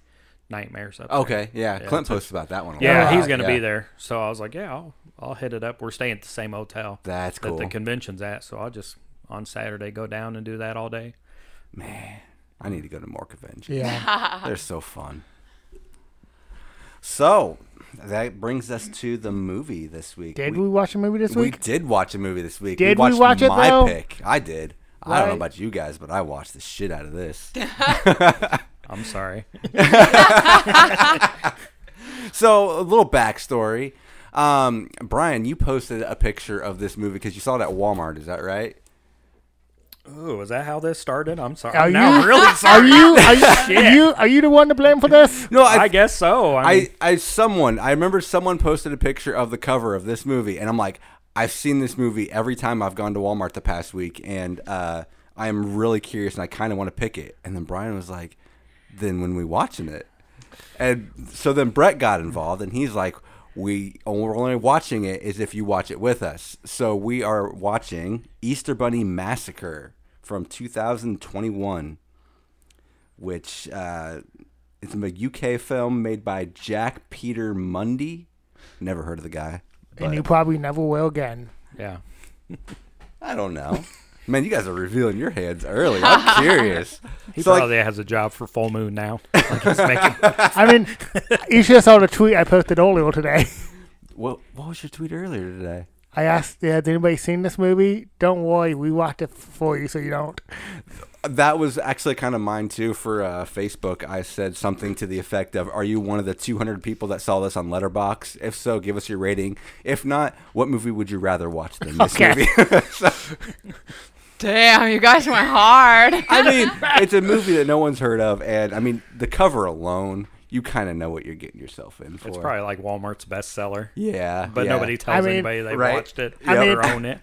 [SPEAKER 4] Nightmares up. there.
[SPEAKER 3] Okay. Yeah. Clint posts about that one. A
[SPEAKER 4] uh, Yeah,
[SPEAKER 3] lot.
[SPEAKER 4] he's gonna
[SPEAKER 3] Oh, Yeah.
[SPEAKER 4] be there. So I was like, yeah, I'll, I'll hit it up. We're staying at the same hotel
[SPEAKER 3] That's
[SPEAKER 4] that
[SPEAKER 3] cool.
[SPEAKER 4] the convention's at. So I'll just on Saturday go down and do that all day.
[SPEAKER 3] I need to go to more
[SPEAKER 1] <laughs>
[SPEAKER 3] conventions.
[SPEAKER 1] Yeah.
[SPEAKER 3] They're so fun. So that brings us to the movie this week.
[SPEAKER 1] Did we, watch a movie this
[SPEAKER 3] we <laughs>
[SPEAKER 1] week?
[SPEAKER 3] did watch a movie this week.
[SPEAKER 1] Did we
[SPEAKER 3] watched
[SPEAKER 1] watch it,
[SPEAKER 3] my
[SPEAKER 1] though?
[SPEAKER 3] pick. I did. I don't know
[SPEAKER 1] Right.
[SPEAKER 3] about you guys, but I watched the shit out of this. <laughs>
[SPEAKER 4] I'm sorry.
[SPEAKER 3] So a little backstory. Um, Brian, you posted a picture of this movie because you saw it at Walmart. Is that right?
[SPEAKER 4] Ooh, is that how this started? I'm sorry.
[SPEAKER 1] Are
[SPEAKER 4] I'm now
[SPEAKER 1] you-
[SPEAKER 4] really
[SPEAKER 1] <laughs> Are
[SPEAKER 4] sorry.
[SPEAKER 1] you are
[SPEAKER 4] <laughs>
[SPEAKER 1] you, are you are you the one to blame for this?
[SPEAKER 3] No,
[SPEAKER 4] I
[SPEAKER 3] I,
[SPEAKER 4] guess so. I, mean,
[SPEAKER 3] I, I, someone, I remember someone posted a picture of the cover of this movie, and I'm like, I've seen this movie every time I've gone to Walmart the past week, and uh, I am really curious, and I kind of want to pick it. And then Brian was like, "Then when we watching it?" And so then Brett got involved, and he's like, "We we're only watching it is if you watch it with us." So we are watching Easter Bunny Massacre from 2021, which. Uh, it's a UK film made by Jack Peter Mundy. Never heard of the guy.
[SPEAKER 1] And
[SPEAKER 3] but
[SPEAKER 1] you probably never will again.
[SPEAKER 3] <laughs>
[SPEAKER 4] yeah.
[SPEAKER 3] I don't know. Man, you guys are revealing your hands early.
[SPEAKER 1] <laughs>
[SPEAKER 3] I'm curious.
[SPEAKER 4] He
[SPEAKER 3] So, like-
[SPEAKER 4] probably has a job for Full
[SPEAKER 3] <laughs>
[SPEAKER 4] Moon now. Like he's making,
[SPEAKER 1] I mean, you should have saw the tweet I posted earlier today. <laughs>
[SPEAKER 3] what, what was your tweet earlier today?
[SPEAKER 1] I asked, yeah, has anybody seen this movie? Don't worry, we watched it for you, so you don't.
[SPEAKER 3] That was actually kind of mine too for uh, Facebook. I said something to the effect of, "Are you one of the 200 people that saw this on Letterbox? If so, give us your rating. If not, what movie would you rather watch than this
[SPEAKER 1] Okay.
[SPEAKER 3] movie?" So,
[SPEAKER 2] Damn, you guys went <laughs> hard.
[SPEAKER 3] I mean, it's a movie that no one's heard of, and I mean, the cover alone, you kind of know what you're getting yourself in for.
[SPEAKER 4] It's probably like Walmart's bestseller,
[SPEAKER 3] yeah,
[SPEAKER 4] but
[SPEAKER 3] yeah.
[SPEAKER 4] nobody tells
[SPEAKER 1] mean,
[SPEAKER 4] anybody they
[SPEAKER 3] right.
[SPEAKER 4] watched it
[SPEAKER 1] I mean-
[SPEAKER 4] or
[SPEAKER 1] <laughs>
[SPEAKER 4] own it.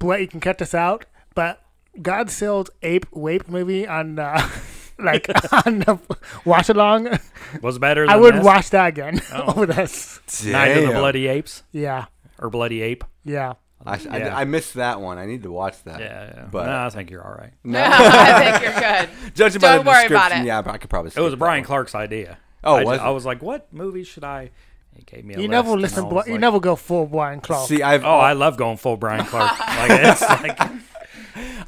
[SPEAKER 1] Blake, you can cut this out, but Godzilla's ape rape movie on uh, <laughs>
[SPEAKER 3] <laughs>
[SPEAKER 1] like on the watch along,
[SPEAKER 4] Was better. Than
[SPEAKER 1] I would
[SPEAKER 4] this?
[SPEAKER 1] watch that again
[SPEAKER 3] Oh.
[SPEAKER 1] <laughs> over this.
[SPEAKER 4] Night of the
[SPEAKER 3] Damn.
[SPEAKER 4] Bloody Apes
[SPEAKER 1] Yeah,
[SPEAKER 4] or Bloody Ape.
[SPEAKER 1] yeah.
[SPEAKER 3] I, I-
[SPEAKER 4] Yeah.
[SPEAKER 3] I missed that one. I need to watch that.
[SPEAKER 4] Yeah, yeah.
[SPEAKER 3] But-
[SPEAKER 4] But no, I think you're all right.
[SPEAKER 2] I think you're good.
[SPEAKER 3] Judging by
[SPEAKER 2] Don't
[SPEAKER 3] the
[SPEAKER 2] worry
[SPEAKER 3] description,
[SPEAKER 2] about it.
[SPEAKER 3] yeah, I could probably.
[SPEAKER 4] It was
[SPEAKER 3] skip that
[SPEAKER 4] Brian
[SPEAKER 3] one.
[SPEAKER 4] Clark's idea.
[SPEAKER 3] Oh,
[SPEAKER 4] I, ju-
[SPEAKER 3] was it?
[SPEAKER 4] I was like, what movie should I? He gave me. A
[SPEAKER 1] You
[SPEAKER 4] list,
[SPEAKER 1] never
[SPEAKER 4] and
[SPEAKER 1] listen.
[SPEAKER 4] I
[SPEAKER 1] Bl-
[SPEAKER 4] was
[SPEAKER 1] you
[SPEAKER 4] like,
[SPEAKER 1] never go full Brian Clark.
[SPEAKER 3] See, I've
[SPEAKER 4] Oh, I love going full
[SPEAKER 1] <laughs>
[SPEAKER 4] Brian Clark. like it's like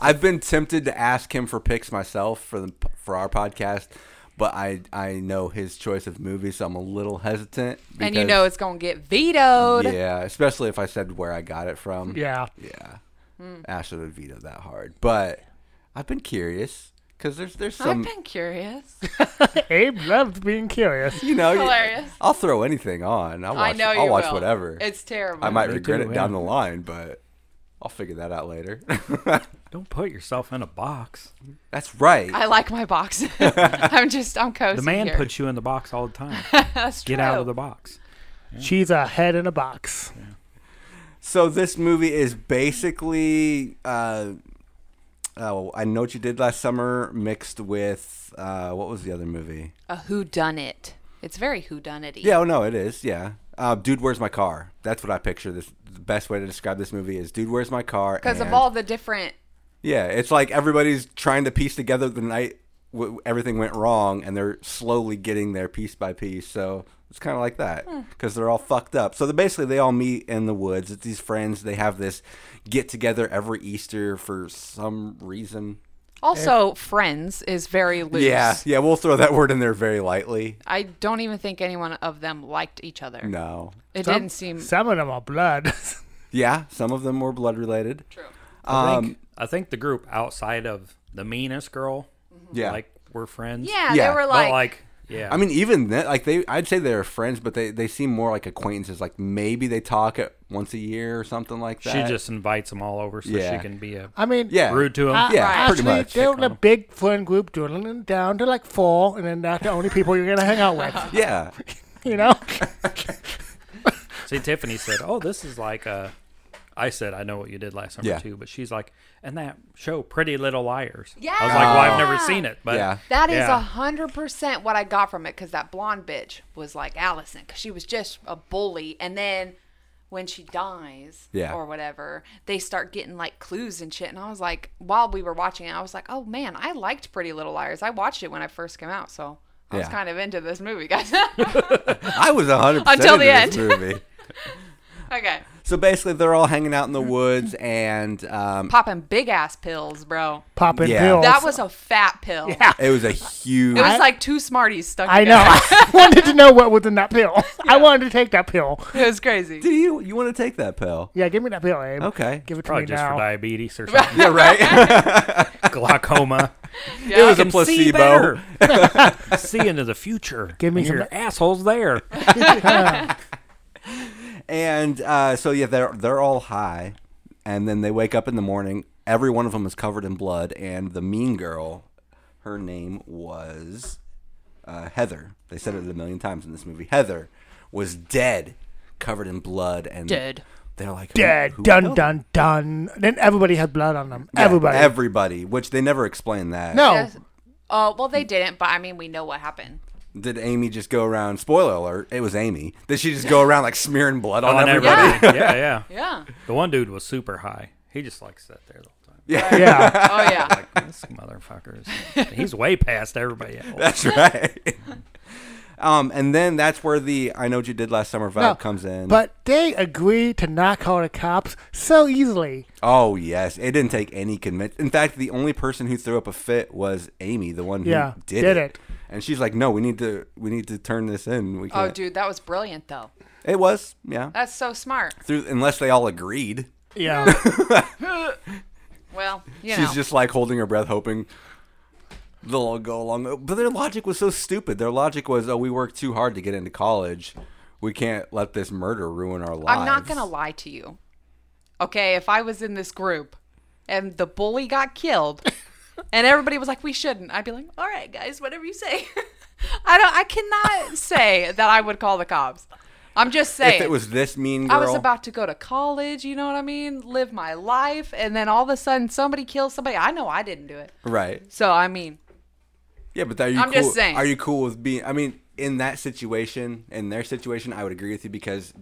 [SPEAKER 3] I've been tempted to ask him for picks myself for the for our podcast, but I I know his choice of movies, so I'm a little hesitant.
[SPEAKER 2] And you
[SPEAKER 3] <laughs> because-
[SPEAKER 2] know it's gonna get vetoed.
[SPEAKER 3] yeah, especially if I said where I got it from.
[SPEAKER 1] yeah,
[SPEAKER 3] yeah. Ashley would veto that hard, but I've been curious because there's there's
[SPEAKER 2] I've
[SPEAKER 3] some
[SPEAKER 2] been curious.
[SPEAKER 1] Abe loved being curious.
[SPEAKER 3] you know you-
[SPEAKER 2] Hilarious.
[SPEAKER 3] I'll throw anything on. <laughs> I'll watch,
[SPEAKER 2] I know
[SPEAKER 3] I'll
[SPEAKER 2] you
[SPEAKER 3] watch
[SPEAKER 2] will.
[SPEAKER 3] whatever.
[SPEAKER 2] It's terrible.
[SPEAKER 3] I might
[SPEAKER 4] Me
[SPEAKER 3] regret
[SPEAKER 4] too,
[SPEAKER 3] it down
[SPEAKER 4] yeah.
[SPEAKER 3] the line, but I'll figure that out later. <laughs>
[SPEAKER 4] don't put yourself in a box.
[SPEAKER 3] That's right.
[SPEAKER 2] I like my box.
[SPEAKER 3] <laughs>
[SPEAKER 2] <laughs> I'm just I'm cozy.
[SPEAKER 4] The man
[SPEAKER 2] here.
[SPEAKER 4] puts you in the box all the time.
[SPEAKER 2] That's
[SPEAKER 4] Get
[SPEAKER 2] true.
[SPEAKER 4] out of the box.
[SPEAKER 1] She's a head in a box.
[SPEAKER 3] So this movie is basically, uh, oh, I know what you did last summer, mixed with uh, what was the other movie?
[SPEAKER 2] a who done it. It's very who done it.
[SPEAKER 3] Yeah, oh no, it is. Yeah, uh, Dude, Where's My Car? That's what I picture. This the best way to describe this movie is Dude, Where's My Car?
[SPEAKER 2] Because of
[SPEAKER 3] and-
[SPEAKER 2] all the different
[SPEAKER 3] yeah, it's like everybody's trying to piece together the night w- everything went wrong, and they're slowly getting there piece by piece. So it's kind of like that because they're all fucked up. So they basically they all meet in the woods. It's these friends. They have this get together every Easter for some reason.
[SPEAKER 2] also friends is very loose.
[SPEAKER 3] Yeah, yeah, we'll throw that word in there very lightly.
[SPEAKER 2] I don't even think anyone of them liked each other.
[SPEAKER 3] No.
[SPEAKER 2] It
[SPEAKER 1] Some-
[SPEAKER 2] didn't seem
[SPEAKER 1] Some of them are blood. <laughs>
[SPEAKER 3] Yeah, some of them were blood related.
[SPEAKER 2] true.
[SPEAKER 4] I
[SPEAKER 3] Um,
[SPEAKER 4] think, I think the group outside of the meanest girl,
[SPEAKER 3] yeah.
[SPEAKER 4] like we're friends.
[SPEAKER 2] Yeah,
[SPEAKER 3] Yeah,
[SPEAKER 2] they were
[SPEAKER 4] but
[SPEAKER 2] like,
[SPEAKER 4] like, yeah.
[SPEAKER 3] I mean, even that, like they, I'd say they're friends, but they, they seem more like acquaintances. Like maybe they talk at once a year or something like that.
[SPEAKER 4] she just invites them all over so
[SPEAKER 3] Yeah.
[SPEAKER 4] she can be a
[SPEAKER 1] I mean,
[SPEAKER 3] yeah,
[SPEAKER 4] rude to them.
[SPEAKER 1] I-
[SPEAKER 3] Yeah,
[SPEAKER 2] Right.
[SPEAKER 3] pretty
[SPEAKER 1] Uh, Actually,
[SPEAKER 3] much.
[SPEAKER 1] they're in a big friend group, dwindling down to like four, and then that's the only people you're gonna hang out
[SPEAKER 3] <laughs>
[SPEAKER 1] with.
[SPEAKER 3] Yeah,
[SPEAKER 1] You
[SPEAKER 3] <laughs>
[SPEAKER 1] know?
[SPEAKER 4] See, Tiffany said, "Oh, this is like uh I said, "I know what you did last summer
[SPEAKER 3] Yeah.
[SPEAKER 4] too," but she's like, "And that show, Pretty Little Liars." I was
[SPEAKER 2] Yeah.
[SPEAKER 4] like, "Well, I've never seen it, but
[SPEAKER 3] Yeah.
[SPEAKER 2] That is
[SPEAKER 4] Yeah.
[SPEAKER 2] a hundred percent what I got from it because that blonde bitch was like Allison because she was just a bully, and then when she dies
[SPEAKER 3] Yeah.
[SPEAKER 2] or whatever, they start getting like clues and shit. And I was like, while we were watching it, I was like, oh man, I liked Pretty Little Liars. I watched it when I first came out, so I was
[SPEAKER 3] Yeah.
[SPEAKER 2] kind of into this movie, guys. <laughs>
[SPEAKER 3] I was hundred percent
[SPEAKER 2] Until the
[SPEAKER 3] into This movie.
[SPEAKER 2] okay,
[SPEAKER 3] So basically, they're all hanging out in the woods, and um,
[SPEAKER 2] popping big ass pills, bro.
[SPEAKER 1] Popping
[SPEAKER 3] Yeah.
[SPEAKER 1] pills.
[SPEAKER 2] That was a fat pill. Yeah.
[SPEAKER 3] it was a huge.
[SPEAKER 2] It was like two Smarties stuck.
[SPEAKER 1] I know.
[SPEAKER 2] together.
[SPEAKER 1] <laughs> I wanted to know what was in that
[SPEAKER 3] <laughs>
[SPEAKER 1] pill. I wanted to take that pill.
[SPEAKER 2] <laughs> it was crazy.
[SPEAKER 3] Do you you want to take that pill?
[SPEAKER 1] Yeah, give me that pill, Abe.
[SPEAKER 3] Okay.
[SPEAKER 1] Give it to
[SPEAKER 4] probably
[SPEAKER 1] me
[SPEAKER 4] just
[SPEAKER 1] now.
[SPEAKER 4] for diabetes or
[SPEAKER 3] <laughs>
[SPEAKER 4] something,
[SPEAKER 3] Yeah, right.
[SPEAKER 4] glaucoma."
[SPEAKER 2] Yeah.
[SPEAKER 3] was a
[SPEAKER 4] Can see
[SPEAKER 3] placebo.
[SPEAKER 4] better. See into the future.
[SPEAKER 1] Give me
[SPEAKER 4] And
[SPEAKER 1] some-
[SPEAKER 4] your assholes there.
[SPEAKER 3] and uh, so yeah, they're they're all high, and then they wake up in the morning. Every one of them is covered in blood, and the mean girl, her name was uh, Heather. They said it a million times in this movie. Heather was dead, covered in blood, and
[SPEAKER 2] Dead.
[SPEAKER 3] They're like who-
[SPEAKER 1] Dead.
[SPEAKER 3] who
[SPEAKER 1] dun
[SPEAKER 3] killed her?
[SPEAKER 1] dun dun. Then everybody had blood on them.
[SPEAKER 3] Yeah,
[SPEAKER 1] everybody.
[SPEAKER 3] everybody, which they never explained that.
[SPEAKER 1] no.
[SPEAKER 2] Yes. Oh well, they didn't, but I mean, we know what happened.
[SPEAKER 3] Did Amy just go around? Spoiler alert! It was Amy. Did she just go around like smearing blood on,
[SPEAKER 4] On
[SPEAKER 3] everybody?
[SPEAKER 4] everybody. Oh, Yeah, yeah.
[SPEAKER 2] Yeah.
[SPEAKER 4] The one dude was super high. He just like sat there the whole time.
[SPEAKER 1] Yeah.
[SPEAKER 2] <laughs> Oh yeah.
[SPEAKER 4] Like this motherfucker. is- <laughs> He's way past
[SPEAKER 3] <laughs>
[SPEAKER 4] everybody else.
[SPEAKER 1] <laughs>
[SPEAKER 3] That's right. um, and then that's where the "I know what you did last summer" vibe
[SPEAKER 1] No,
[SPEAKER 3] comes in.
[SPEAKER 1] But they agreed to not call the cops so easily.
[SPEAKER 3] oh yes, it didn't take any convince. In fact, the only person who threw up a fit was Amy, the one who
[SPEAKER 1] Yeah,
[SPEAKER 3] did,
[SPEAKER 1] did
[SPEAKER 3] it.
[SPEAKER 1] it.
[SPEAKER 3] And she's like, "No, we need to we need to turn this in. We
[SPEAKER 2] Oh, Uh,
[SPEAKER 3] can't."
[SPEAKER 2] dude, that was brilliant though.
[SPEAKER 3] It was, yeah.
[SPEAKER 2] That's so smart.
[SPEAKER 3] Through unless they all agreed.
[SPEAKER 1] Yeah.
[SPEAKER 2] Well, you know.
[SPEAKER 3] She's just like holding her breath, hoping they'll all go along. But their logic was so stupid. Their logic was, "Oh, we worked too hard to get into college. We can't let this murder ruin our lives."
[SPEAKER 2] I'm not going to lie to you. Okay, if I was in this group and the bully got killed
[SPEAKER 3] <laughs>
[SPEAKER 2] and everybody was like we shouldn't, I'd be like, "All right, guys, whatever you say." <laughs> I don't I cannot say that I would call the cops. I'm just saying.
[SPEAKER 3] If it was this mean girl,
[SPEAKER 2] I was about to go to college, you know what I mean? Live my life and then all of a sudden somebody kills somebody. I know I didn't do it.
[SPEAKER 3] right?
[SPEAKER 2] So, I mean,
[SPEAKER 3] Yeah, but are you
[SPEAKER 2] I'm
[SPEAKER 3] cool?
[SPEAKER 2] just saying.
[SPEAKER 3] Are you cool with being? I mean, in that situation, in their situation, I would agree with you because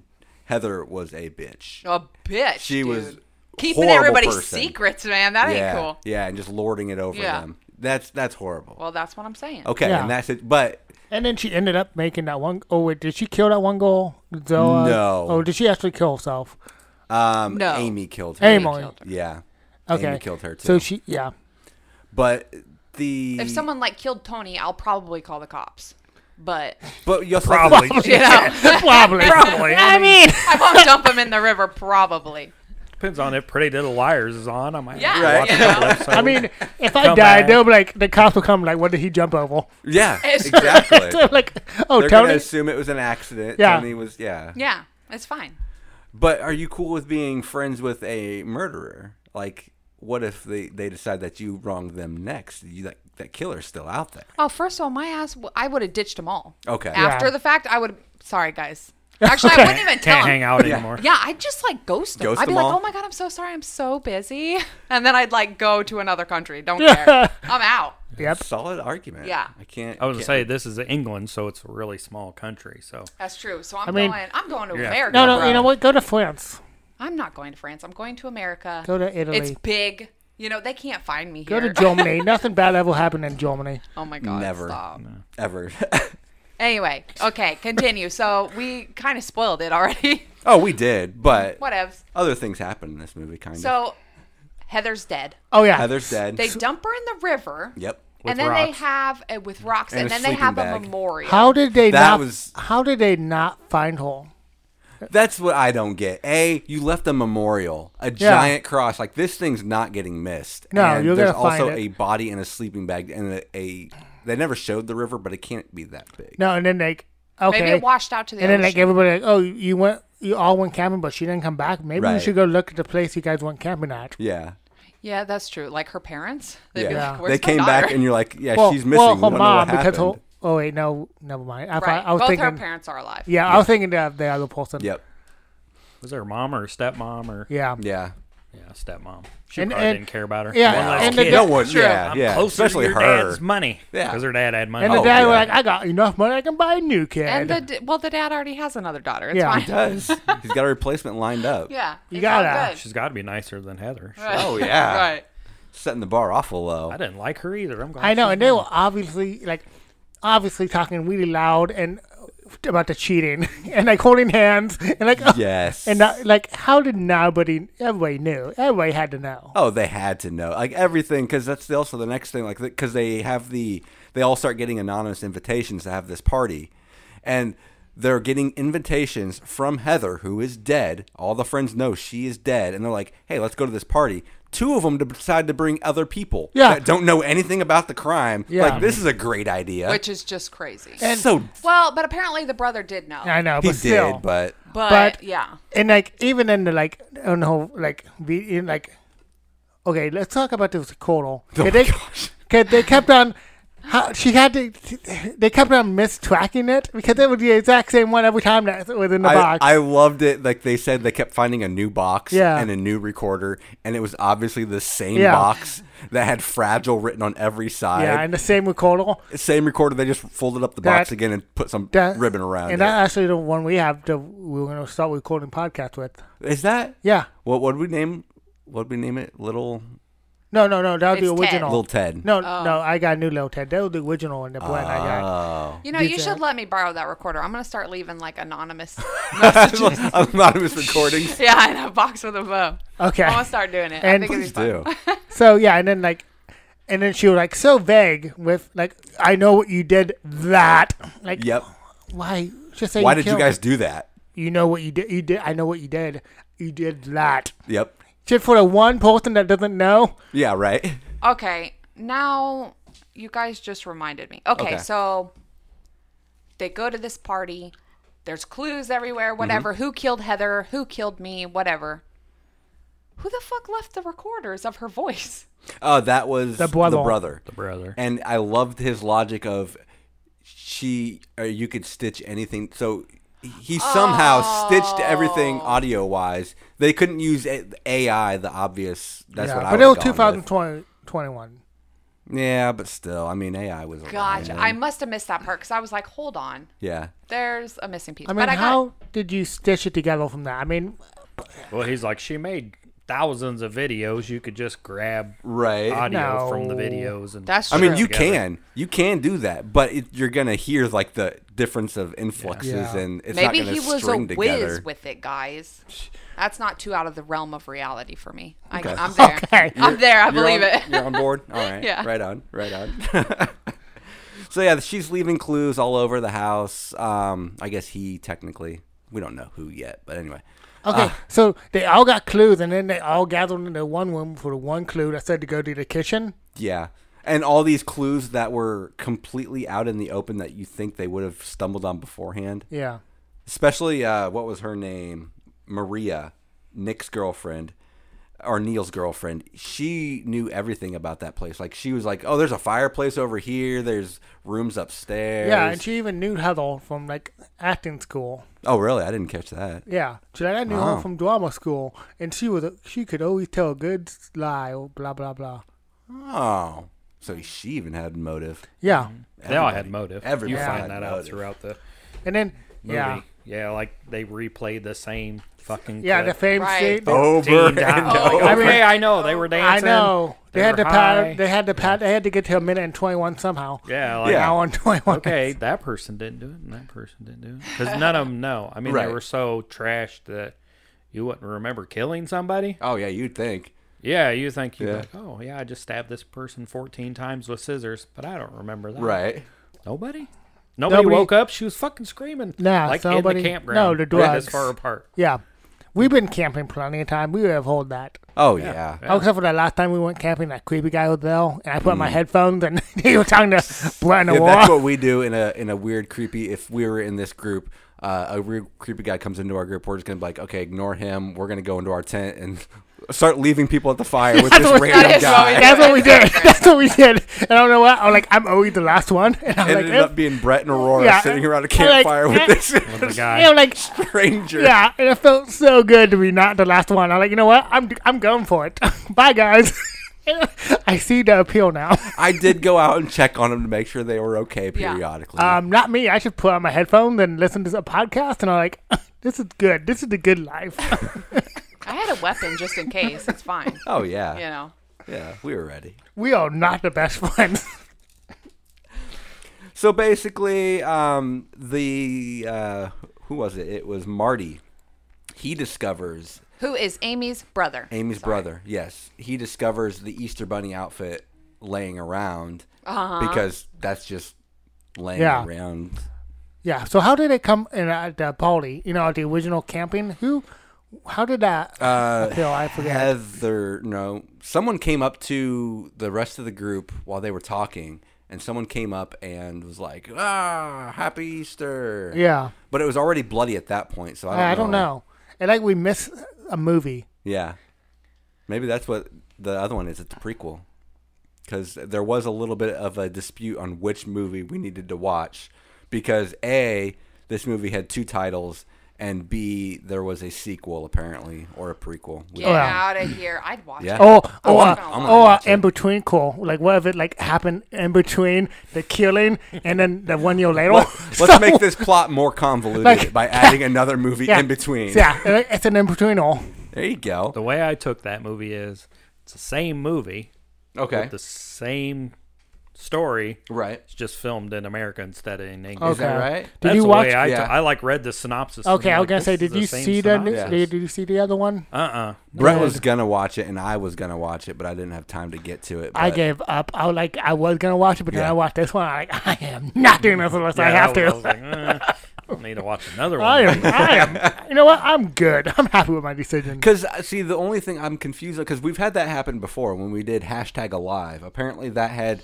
[SPEAKER 3] Heather was a bitch.
[SPEAKER 2] a bitch.
[SPEAKER 3] She was
[SPEAKER 2] dude. keeping
[SPEAKER 3] horrible
[SPEAKER 2] everybody's
[SPEAKER 3] person.
[SPEAKER 2] secrets, man. That ain't
[SPEAKER 3] yeah,
[SPEAKER 2] cool.
[SPEAKER 3] yeah, and just lording it over
[SPEAKER 2] Yeah.
[SPEAKER 3] them. That's that's horrible.
[SPEAKER 2] Well, that's what I'm saying.
[SPEAKER 3] okay,
[SPEAKER 1] Yeah.
[SPEAKER 3] and that's it. But
[SPEAKER 1] <laughs> and then she ended up making that one oh wait, did she kill that one girl? Zoa?
[SPEAKER 3] No.
[SPEAKER 1] Oh, did she actually kill herself?
[SPEAKER 3] um,
[SPEAKER 2] No.
[SPEAKER 3] Amy killed her.
[SPEAKER 1] Amy.
[SPEAKER 3] Yeah.
[SPEAKER 1] Okay.
[SPEAKER 3] Amy killed her too.
[SPEAKER 1] So she yeah.
[SPEAKER 3] but the
[SPEAKER 2] If someone like killed Tony, I'll probably call the cops. But
[SPEAKER 3] but you also have to
[SPEAKER 4] Probably.
[SPEAKER 2] you know,
[SPEAKER 1] <laughs> Probably. Probably. I mean
[SPEAKER 2] I
[SPEAKER 3] <laughs>
[SPEAKER 2] won't dump him in the river. Probably.
[SPEAKER 4] Depends on if Pretty Little Liars is on. I might
[SPEAKER 2] Yeah.
[SPEAKER 3] <laughs> Right.
[SPEAKER 4] watch
[SPEAKER 2] you
[SPEAKER 4] a couple
[SPEAKER 2] know.
[SPEAKER 4] episodes.
[SPEAKER 1] I mean, if I
[SPEAKER 4] Come
[SPEAKER 1] die,
[SPEAKER 4] back.
[SPEAKER 1] they'll be like the cops will come like, what did he jump over? <laughs>
[SPEAKER 3] Yeah,
[SPEAKER 2] <laughs> It's-
[SPEAKER 3] exactly.
[SPEAKER 1] So, like oh
[SPEAKER 3] They're
[SPEAKER 1] Tony
[SPEAKER 3] gonna assume it was an accident.
[SPEAKER 1] Yeah.
[SPEAKER 3] Tony was yeah.
[SPEAKER 2] Yeah, it's fine.
[SPEAKER 3] But are you cool with being friends with a murderer? Like, what if they, they decide that you wronged them next? You that that killer's still out there.
[SPEAKER 2] Oh, first of all, my ass. I would have ditched them all.
[SPEAKER 3] Okay.
[SPEAKER 2] After
[SPEAKER 1] Yeah.
[SPEAKER 2] the fact, I would. Sorry,
[SPEAKER 3] <laughs>
[SPEAKER 2] guys. Actually, I wouldn't even tell
[SPEAKER 4] can't
[SPEAKER 2] 'em.
[SPEAKER 4] hang out
[SPEAKER 3] Yeah.
[SPEAKER 4] anymore.
[SPEAKER 2] Yeah, I'd just like ghost them.
[SPEAKER 3] Ghost
[SPEAKER 2] I'd be
[SPEAKER 3] them
[SPEAKER 2] like,
[SPEAKER 3] all?
[SPEAKER 2] "Oh my god, I'm so sorry. I'm so busy," <laughs> and then I'd like go to another country.
[SPEAKER 4] <laughs>
[SPEAKER 2] Don't care. I'm out.
[SPEAKER 1] Yep.
[SPEAKER 3] Solid argument.
[SPEAKER 2] Yeah.
[SPEAKER 3] I can't.
[SPEAKER 4] I was gonna
[SPEAKER 3] can't-
[SPEAKER 4] say this is England, so it's a really small country. So
[SPEAKER 2] That's true. So I'm
[SPEAKER 1] mean-
[SPEAKER 2] going. I'm going to America.
[SPEAKER 1] No no,
[SPEAKER 2] bro.
[SPEAKER 1] you know what? Go to France.
[SPEAKER 2] I'm not going to France. I'm going to America.
[SPEAKER 1] Go to Italy.
[SPEAKER 2] It's big. You know, they can't find me
[SPEAKER 1] Go
[SPEAKER 2] here.
[SPEAKER 1] to
[SPEAKER 2] <laughs>
[SPEAKER 1] Germany. Nothing bad ever happened in Germany.
[SPEAKER 2] oh my god.
[SPEAKER 3] Never.
[SPEAKER 2] Stop.
[SPEAKER 3] ever. <laughs>
[SPEAKER 2] Anyway, okay, continue. So we kind of spoiled it already. <laughs>
[SPEAKER 3] oh, we did, but
[SPEAKER 2] Whatevs.
[SPEAKER 3] other things happen in this movie, kind of.
[SPEAKER 2] So Heather's dead.
[SPEAKER 1] Oh yeah.
[SPEAKER 3] Heather's dead. <laughs>
[SPEAKER 2] They dump her in the river.
[SPEAKER 3] yep.
[SPEAKER 4] With
[SPEAKER 2] and then they
[SPEAKER 4] rocks.
[SPEAKER 2] have uh, with rocks,
[SPEAKER 3] And
[SPEAKER 2] and,
[SPEAKER 3] a
[SPEAKER 2] then they
[SPEAKER 3] sleeping
[SPEAKER 2] have a
[SPEAKER 3] bag.
[SPEAKER 2] memorial.
[SPEAKER 1] How did they
[SPEAKER 3] That
[SPEAKER 1] not?
[SPEAKER 3] was-
[SPEAKER 1] How did they not find her?
[SPEAKER 3] That's what I don't get. A, you left a memorial, a giant cross. Like this thing's not getting missed.
[SPEAKER 1] No,
[SPEAKER 3] and
[SPEAKER 1] you're
[SPEAKER 3] there's
[SPEAKER 1] gonna find
[SPEAKER 3] also
[SPEAKER 1] it.
[SPEAKER 3] a body in a sleeping bag and a, a. They never showed the river, but it can't be that big.
[SPEAKER 1] No, and then like okay,
[SPEAKER 2] Maybe it washed out to the
[SPEAKER 1] and then like
[SPEAKER 2] ocean.
[SPEAKER 1] everybody like, oh, you went, you all went camping, but she didn't come back. Maybe we
[SPEAKER 3] Right.
[SPEAKER 1] should go look at the place you guys went camping at.
[SPEAKER 3] Yeah.
[SPEAKER 2] yeah, that's true. Like her parents. They'd be
[SPEAKER 3] Yeah.
[SPEAKER 2] like, "Where's
[SPEAKER 3] they
[SPEAKER 2] my
[SPEAKER 3] came
[SPEAKER 2] daughter?"
[SPEAKER 3] back and you're like, yeah,
[SPEAKER 1] Well,
[SPEAKER 3] she's missing.
[SPEAKER 1] Well, her
[SPEAKER 3] we don't know what
[SPEAKER 1] mom because her,
[SPEAKER 3] happened.
[SPEAKER 1] oh wait, no, never mind. I,
[SPEAKER 2] Right.
[SPEAKER 1] I was
[SPEAKER 2] Both
[SPEAKER 1] thinking,
[SPEAKER 2] her parents are alive.
[SPEAKER 1] yeah, I was thinking of the other person.
[SPEAKER 3] Yep.
[SPEAKER 4] was there a mom or a stepmom or
[SPEAKER 1] Yeah.
[SPEAKER 3] Yeah.
[SPEAKER 4] yeah, stepmom? She
[SPEAKER 1] And-
[SPEAKER 4] probably
[SPEAKER 1] and-
[SPEAKER 4] didn't care about her.
[SPEAKER 1] yeah,
[SPEAKER 4] One less
[SPEAKER 1] and the
[SPEAKER 4] kid.
[SPEAKER 1] dad-
[SPEAKER 3] no one.
[SPEAKER 2] Sure.
[SPEAKER 3] Yeah.
[SPEAKER 4] I'm
[SPEAKER 3] yeah.
[SPEAKER 4] closer
[SPEAKER 3] Especially
[SPEAKER 4] to your
[SPEAKER 3] her.
[SPEAKER 4] dad's money.
[SPEAKER 3] Yeah.
[SPEAKER 4] because her dad had money.
[SPEAKER 1] And the
[SPEAKER 3] Oh,
[SPEAKER 1] dad was
[SPEAKER 3] yeah.
[SPEAKER 1] like, I got enough money, I can buy a new kid.
[SPEAKER 2] And the d- well, the dad already has another daughter. It's
[SPEAKER 1] Yeah.
[SPEAKER 2] fine.
[SPEAKER 1] He
[SPEAKER 3] does. He's got a replacement lined up.
[SPEAKER 2] Yeah,
[SPEAKER 1] You
[SPEAKER 2] it's all
[SPEAKER 1] gotta-
[SPEAKER 2] good.
[SPEAKER 4] She's got to be nicer than Heather. She-
[SPEAKER 2] Right.
[SPEAKER 3] Oh, yeah.
[SPEAKER 2] <laughs> right.
[SPEAKER 3] Setting the bar awful low.
[SPEAKER 4] I didn't like her either. I'm glad
[SPEAKER 1] I know,
[SPEAKER 4] she-
[SPEAKER 1] and they were obviously like, obviously talking really loud and about the cheating <laughs> and like holding hands and like <laughs> oh,
[SPEAKER 3] Yes.
[SPEAKER 1] and not, like how did nobody everybody knew everybody had to know
[SPEAKER 3] Oh, they had to know like everything because that's the, also the next thing like because they have the they all start getting anonymous invitations to have this party, and they're getting invitations from Heather who is dead. All the friends know she is dead, and they're like, "Hey, let's go to this party." Two of them decide to bring other people
[SPEAKER 1] Yeah.
[SPEAKER 3] that don't know anything about the crime.
[SPEAKER 1] Yeah.
[SPEAKER 3] Like this is a great idea.
[SPEAKER 2] Which is just crazy.
[SPEAKER 3] and so
[SPEAKER 2] well, but apparently the brother did know.
[SPEAKER 1] I know,
[SPEAKER 3] he
[SPEAKER 1] but still,
[SPEAKER 3] did, but
[SPEAKER 2] but,
[SPEAKER 1] but-
[SPEAKER 2] yeah,
[SPEAKER 1] and like even in the like on the whole like we in like okay let's talk about this
[SPEAKER 3] <laughs>
[SPEAKER 1] coral oh they, gosh. they kept on how she had to they kept on mistracking it because it was the exact same one every time that was in the
[SPEAKER 3] I,
[SPEAKER 1] box
[SPEAKER 3] I loved it. Like they said, they kept finding a new box
[SPEAKER 1] Yeah.
[SPEAKER 3] and a new recorder, and it was obviously the same
[SPEAKER 1] Yeah.
[SPEAKER 3] box that had "fragile" written on every side.
[SPEAKER 1] yeah and the same with coral
[SPEAKER 3] same recorder. They just folded up the box
[SPEAKER 1] That-
[SPEAKER 3] again and put some
[SPEAKER 1] that
[SPEAKER 3] ribbon around
[SPEAKER 1] and
[SPEAKER 3] it.
[SPEAKER 1] that's actually the one we have to we are gonna start recording podcast with
[SPEAKER 3] Is that
[SPEAKER 1] yeah
[SPEAKER 3] what? What we name? What we name it? Little
[SPEAKER 1] no no no that was the
[SPEAKER 2] It's Ted. Oh.
[SPEAKER 1] original
[SPEAKER 3] Little Ted.
[SPEAKER 1] Oh.
[SPEAKER 3] <laughs>
[SPEAKER 1] no no I got a new little Ted that was the original in the blend I got
[SPEAKER 2] you know, you should
[SPEAKER 1] that.
[SPEAKER 2] let me borrow that recorder. I'm gonna start leaving
[SPEAKER 1] <laughs>
[SPEAKER 2] like anonymous. <laughs>
[SPEAKER 3] <laughs> anonymous recordings.
[SPEAKER 2] yeah, in a box with a bow.
[SPEAKER 1] Okay.
[SPEAKER 3] Ah.
[SPEAKER 2] I'm gonna start doing it. I
[SPEAKER 1] And
[SPEAKER 2] think it'd be
[SPEAKER 1] Please
[SPEAKER 2] fun.
[SPEAKER 3] Do
[SPEAKER 1] So yeah, and then like and then she was like so vague with like, I know what you did. That like,
[SPEAKER 3] Yep.
[SPEAKER 1] Why just say?
[SPEAKER 3] Why did you
[SPEAKER 1] killed-
[SPEAKER 3] guys do that?
[SPEAKER 1] You know what you did. You did. I know what you did. You did that.
[SPEAKER 3] Yep.
[SPEAKER 1] Just for the one person that doesn't know.
[SPEAKER 3] Yeah, right.
[SPEAKER 2] Okay, now you guys just reminded me. Okay,
[SPEAKER 3] Okay.
[SPEAKER 2] so they go to this party. There's clues everywhere,
[SPEAKER 3] Mm-hmm.
[SPEAKER 2] whatever. Who killed Heather? Who killed me? Whatever. Who the fuck left the recorders of her voice?
[SPEAKER 3] Oh, that was the,
[SPEAKER 1] brother.
[SPEAKER 3] brother. The
[SPEAKER 4] brother.
[SPEAKER 3] And I loved his logic of she or you could stitch anything. So he somehow stitched everything audio wise. They couldn't use A- AI, the obvious. That's what I.
[SPEAKER 1] but it was
[SPEAKER 3] would've gone with.
[SPEAKER 1] 2021.
[SPEAKER 3] Yeah, but still, I mean, AI was. around
[SPEAKER 2] Gosh,
[SPEAKER 3] then.
[SPEAKER 2] I must have missed that part because I was like, hold on.
[SPEAKER 3] Yeah.
[SPEAKER 2] There's a missing piece.
[SPEAKER 1] I mean,
[SPEAKER 2] but I
[SPEAKER 1] how
[SPEAKER 2] got
[SPEAKER 1] did you stitch it together from that? I mean,
[SPEAKER 4] Well, he's like, she made thousands of videos. You could just grab
[SPEAKER 3] Right.
[SPEAKER 4] audio
[SPEAKER 1] No.
[SPEAKER 4] from the videos, and
[SPEAKER 2] that's true.
[SPEAKER 3] I mean, you
[SPEAKER 4] Together.
[SPEAKER 3] can, you can do that, but it, you're gonna hear like the difference of influxes,
[SPEAKER 1] Yeah.
[SPEAKER 3] and it's
[SPEAKER 2] maybe
[SPEAKER 3] not gonna
[SPEAKER 2] he was a
[SPEAKER 3] string
[SPEAKER 2] whiz
[SPEAKER 3] together.
[SPEAKER 2] with it, guys. That's not too out of the realm of reality for me. I,
[SPEAKER 3] <laughs> Okay.
[SPEAKER 2] I'm there.
[SPEAKER 1] Okay.
[SPEAKER 2] I'm there. I believe
[SPEAKER 3] you're on,
[SPEAKER 2] it. <laughs>
[SPEAKER 3] You're on board. All right.
[SPEAKER 2] Yeah.
[SPEAKER 3] Right on. Right on. <laughs> so yeah, she's leaving clues all over the house. Um, I guess he technically, we don't know who yet, but anyway.
[SPEAKER 1] okay,
[SPEAKER 3] Ah.
[SPEAKER 1] so they all got clues, and then they all gathered into one room for the one clue that said to go to the kitchen.
[SPEAKER 3] Yeah. And all these clues that were completely out in the open that you think they would have stumbled on beforehand.
[SPEAKER 1] Yeah.
[SPEAKER 3] especially uh, what was her name maria nick's girlfriend or neil's girlfriend she knew everything about that place like she was like oh there's a fireplace over here there's rooms upstairs
[SPEAKER 1] Yeah, and she even knew Heather from like acting school.
[SPEAKER 3] oh really i didn't catch that
[SPEAKER 1] Yeah, she like I knew
[SPEAKER 3] Wow.
[SPEAKER 1] her from drama school, and she was a, she could always tell a good lie or blah blah blah.
[SPEAKER 3] oh so she even had motive
[SPEAKER 1] Yeah,
[SPEAKER 4] they all had motive.
[SPEAKER 3] Everybody
[SPEAKER 4] you
[SPEAKER 3] had
[SPEAKER 4] find that out
[SPEAKER 3] motive.
[SPEAKER 4] throughout the
[SPEAKER 1] and then
[SPEAKER 4] movie.
[SPEAKER 1] yeah,
[SPEAKER 4] yeah, like they replayed the same fucking.
[SPEAKER 1] yeah, the
[SPEAKER 4] clip.
[SPEAKER 1] fame
[SPEAKER 2] Right.
[SPEAKER 1] scene.
[SPEAKER 3] Oh. over
[SPEAKER 4] Team down.
[SPEAKER 3] and
[SPEAKER 4] Like,
[SPEAKER 1] I mean-
[SPEAKER 4] okay, Oh, I know they were
[SPEAKER 1] I
[SPEAKER 4] dancing.
[SPEAKER 1] know they, had to
[SPEAKER 4] were
[SPEAKER 1] pat.
[SPEAKER 4] high.
[SPEAKER 1] They had to pat. They had to get to a minute and twenty one somehow.
[SPEAKER 4] Yeah, like,
[SPEAKER 3] Yeah.
[SPEAKER 1] Now on <laughs> twenty one.
[SPEAKER 4] <laughs> okay, that person didn't do it, and that person didn't do it. Because none of them know. I mean,
[SPEAKER 3] Right.
[SPEAKER 4] they were so trashed that you wouldn't remember killing somebody.
[SPEAKER 3] <laughs> oh yeah you'd think
[SPEAKER 4] Yeah, you think you
[SPEAKER 3] Yeah.
[SPEAKER 4] are like, oh yeah, I just stabbed this person fourteen times with scissors, but I don't remember that.
[SPEAKER 3] right
[SPEAKER 4] Nobody. Nobody,
[SPEAKER 1] Nobody-
[SPEAKER 4] woke up. She was fucking screaming.
[SPEAKER 1] Nah,
[SPEAKER 4] like
[SPEAKER 1] somebody-
[SPEAKER 4] in the campground.
[SPEAKER 1] no, the
[SPEAKER 4] like This
[SPEAKER 1] drugs.
[SPEAKER 4] far apart.
[SPEAKER 1] Yeah, we've been camping plenty of time. We would have hold that.
[SPEAKER 3] oh yeah,
[SPEAKER 1] Oh, Except for that last time we went camping, that creepy guy was there, and I put
[SPEAKER 3] Mm.
[SPEAKER 1] on my headphones, and <laughs> he was trying to
[SPEAKER 3] <laughs>
[SPEAKER 1] blend the
[SPEAKER 3] Yeah,
[SPEAKER 1] wall.
[SPEAKER 3] that's what we do in a in a weird creepy. If we were in this group, uh, a weird creepy guy comes into our group, we're just gonna be like, okay, ignore him. We're gonna go into our tent and <laughs> start leaving people at the fire with
[SPEAKER 2] is what
[SPEAKER 3] this random
[SPEAKER 2] we
[SPEAKER 3] guy.
[SPEAKER 2] do.
[SPEAKER 1] That's what we did. <laughs> That's what we did. And I don't know what. I'm like, I'm always the last one. <laughs> And I'm
[SPEAKER 3] <laughs> It
[SPEAKER 1] like,
[SPEAKER 3] ended up being Brett and Aurora
[SPEAKER 1] Yeah,
[SPEAKER 3] sitting around a
[SPEAKER 1] I'm like,
[SPEAKER 3] campfire
[SPEAKER 1] eh.
[SPEAKER 3] with
[SPEAKER 4] The
[SPEAKER 1] you
[SPEAKER 3] this <laughs>
[SPEAKER 4] guy.
[SPEAKER 1] know, like,
[SPEAKER 3] stranger.
[SPEAKER 1] yeah. And it felt so good to be not the last one. I'm like, you know what? I'm I'm going for it. <laughs> Bye, guys. I see the appeal now.
[SPEAKER 3] I did go out and check on them to make sure they were okay
[SPEAKER 2] Yeah.
[SPEAKER 3] periodically.
[SPEAKER 1] Um, not me. I should put on my headphones and listen to a podcast. And I'm like, <laughs> this is good. This is the good life. <laughs>
[SPEAKER 2] I had a weapon just in case. It's fine.
[SPEAKER 3] oh yeah,
[SPEAKER 2] You
[SPEAKER 3] yeah,
[SPEAKER 2] know.
[SPEAKER 3] we were ready.
[SPEAKER 1] we are not the best <laughs> friends.
[SPEAKER 3] So basically, um, the uh, who was it? It was Marty. He discovers
[SPEAKER 2] Who is Amy's brother?
[SPEAKER 3] Amy's brother, yes. He discovers the Easter Bunny outfit laying around because that's just laying
[SPEAKER 1] Yeah.
[SPEAKER 3] around.
[SPEAKER 1] yeah. So how did it come in at the party? You know, at the original camping. Who? How did that
[SPEAKER 3] Uh,
[SPEAKER 1] appeal? I forget.
[SPEAKER 3] Heather, no. Someone came up to the rest of the group while they were talking, and someone came up and was like, ah, happy Easter.
[SPEAKER 1] yeah.
[SPEAKER 3] But it was already bloody at that point, so I don't,
[SPEAKER 1] I
[SPEAKER 3] know.
[SPEAKER 1] don't know. And like we miss a movie.
[SPEAKER 3] Yeah. Maybe that's what the other one is. It's a prequel. Because there was a little bit of a dispute on which movie we needed to watch. Because A, this movie had two titles, and B, there was a sequel apparently, or a prequel. We-
[SPEAKER 2] Get
[SPEAKER 1] yeah.
[SPEAKER 2] out of here. I'd watch
[SPEAKER 3] Oh, Yeah.
[SPEAKER 2] it.
[SPEAKER 1] Oh, oh,
[SPEAKER 2] I'm-
[SPEAKER 1] uh,
[SPEAKER 2] I'm
[SPEAKER 3] gonna
[SPEAKER 1] oh, uh,
[SPEAKER 3] watch it.
[SPEAKER 1] in between call. Like what if it like happened in between the killing and then the one year later? <laughs>
[SPEAKER 3] <laughs> Let's
[SPEAKER 1] So-
[SPEAKER 3] make this plot more convoluted
[SPEAKER 1] Like- <laughs>
[SPEAKER 3] by adding another movie
[SPEAKER 1] yeah.
[SPEAKER 3] in between.
[SPEAKER 1] Yeah, it- it's an in between all.
[SPEAKER 3] There you go.
[SPEAKER 4] The way I took that movie is it's the same movie,
[SPEAKER 3] Okay.
[SPEAKER 4] the same story.
[SPEAKER 3] Right.
[SPEAKER 4] It's just filmed in America instead of in English.
[SPEAKER 1] Okay.
[SPEAKER 3] Is that right?
[SPEAKER 1] Did
[SPEAKER 4] That's
[SPEAKER 1] you
[SPEAKER 4] the
[SPEAKER 1] watch?
[SPEAKER 4] way I,
[SPEAKER 3] Yeah.
[SPEAKER 4] I like read the synopsis.
[SPEAKER 1] okay, I was
[SPEAKER 4] am
[SPEAKER 1] gonna say, did you see the? new-
[SPEAKER 3] synopsis.
[SPEAKER 1] Did you see the other one?
[SPEAKER 4] Uh uh
[SPEAKER 3] Brett
[SPEAKER 1] Yeah.
[SPEAKER 3] was gonna watch it, and I was gonna watch it, but I didn't have time to get to it.
[SPEAKER 1] I
[SPEAKER 3] but-
[SPEAKER 1] gave up. I was like, I was gonna watch it, but then
[SPEAKER 3] Yeah.
[SPEAKER 1] I watched this one. I'm like, I am not doing this unless I have
[SPEAKER 4] I
[SPEAKER 1] to.
[SPEAKER 4] was like, eh, I don't need to watch another
[SPEAKER 1] <laughs>
[SPEAKER 4] one.
[SPEAKER 1] I am. I
[SPEAKER 3] <laughs>
[SPEAKER 1] am. You know what? I'm good. I'm happy with my decision.
[SPEAKER 3] Because uh, see, the only thing I'm confused because we've had that happen before when we did hashtag alive. Apparently, that had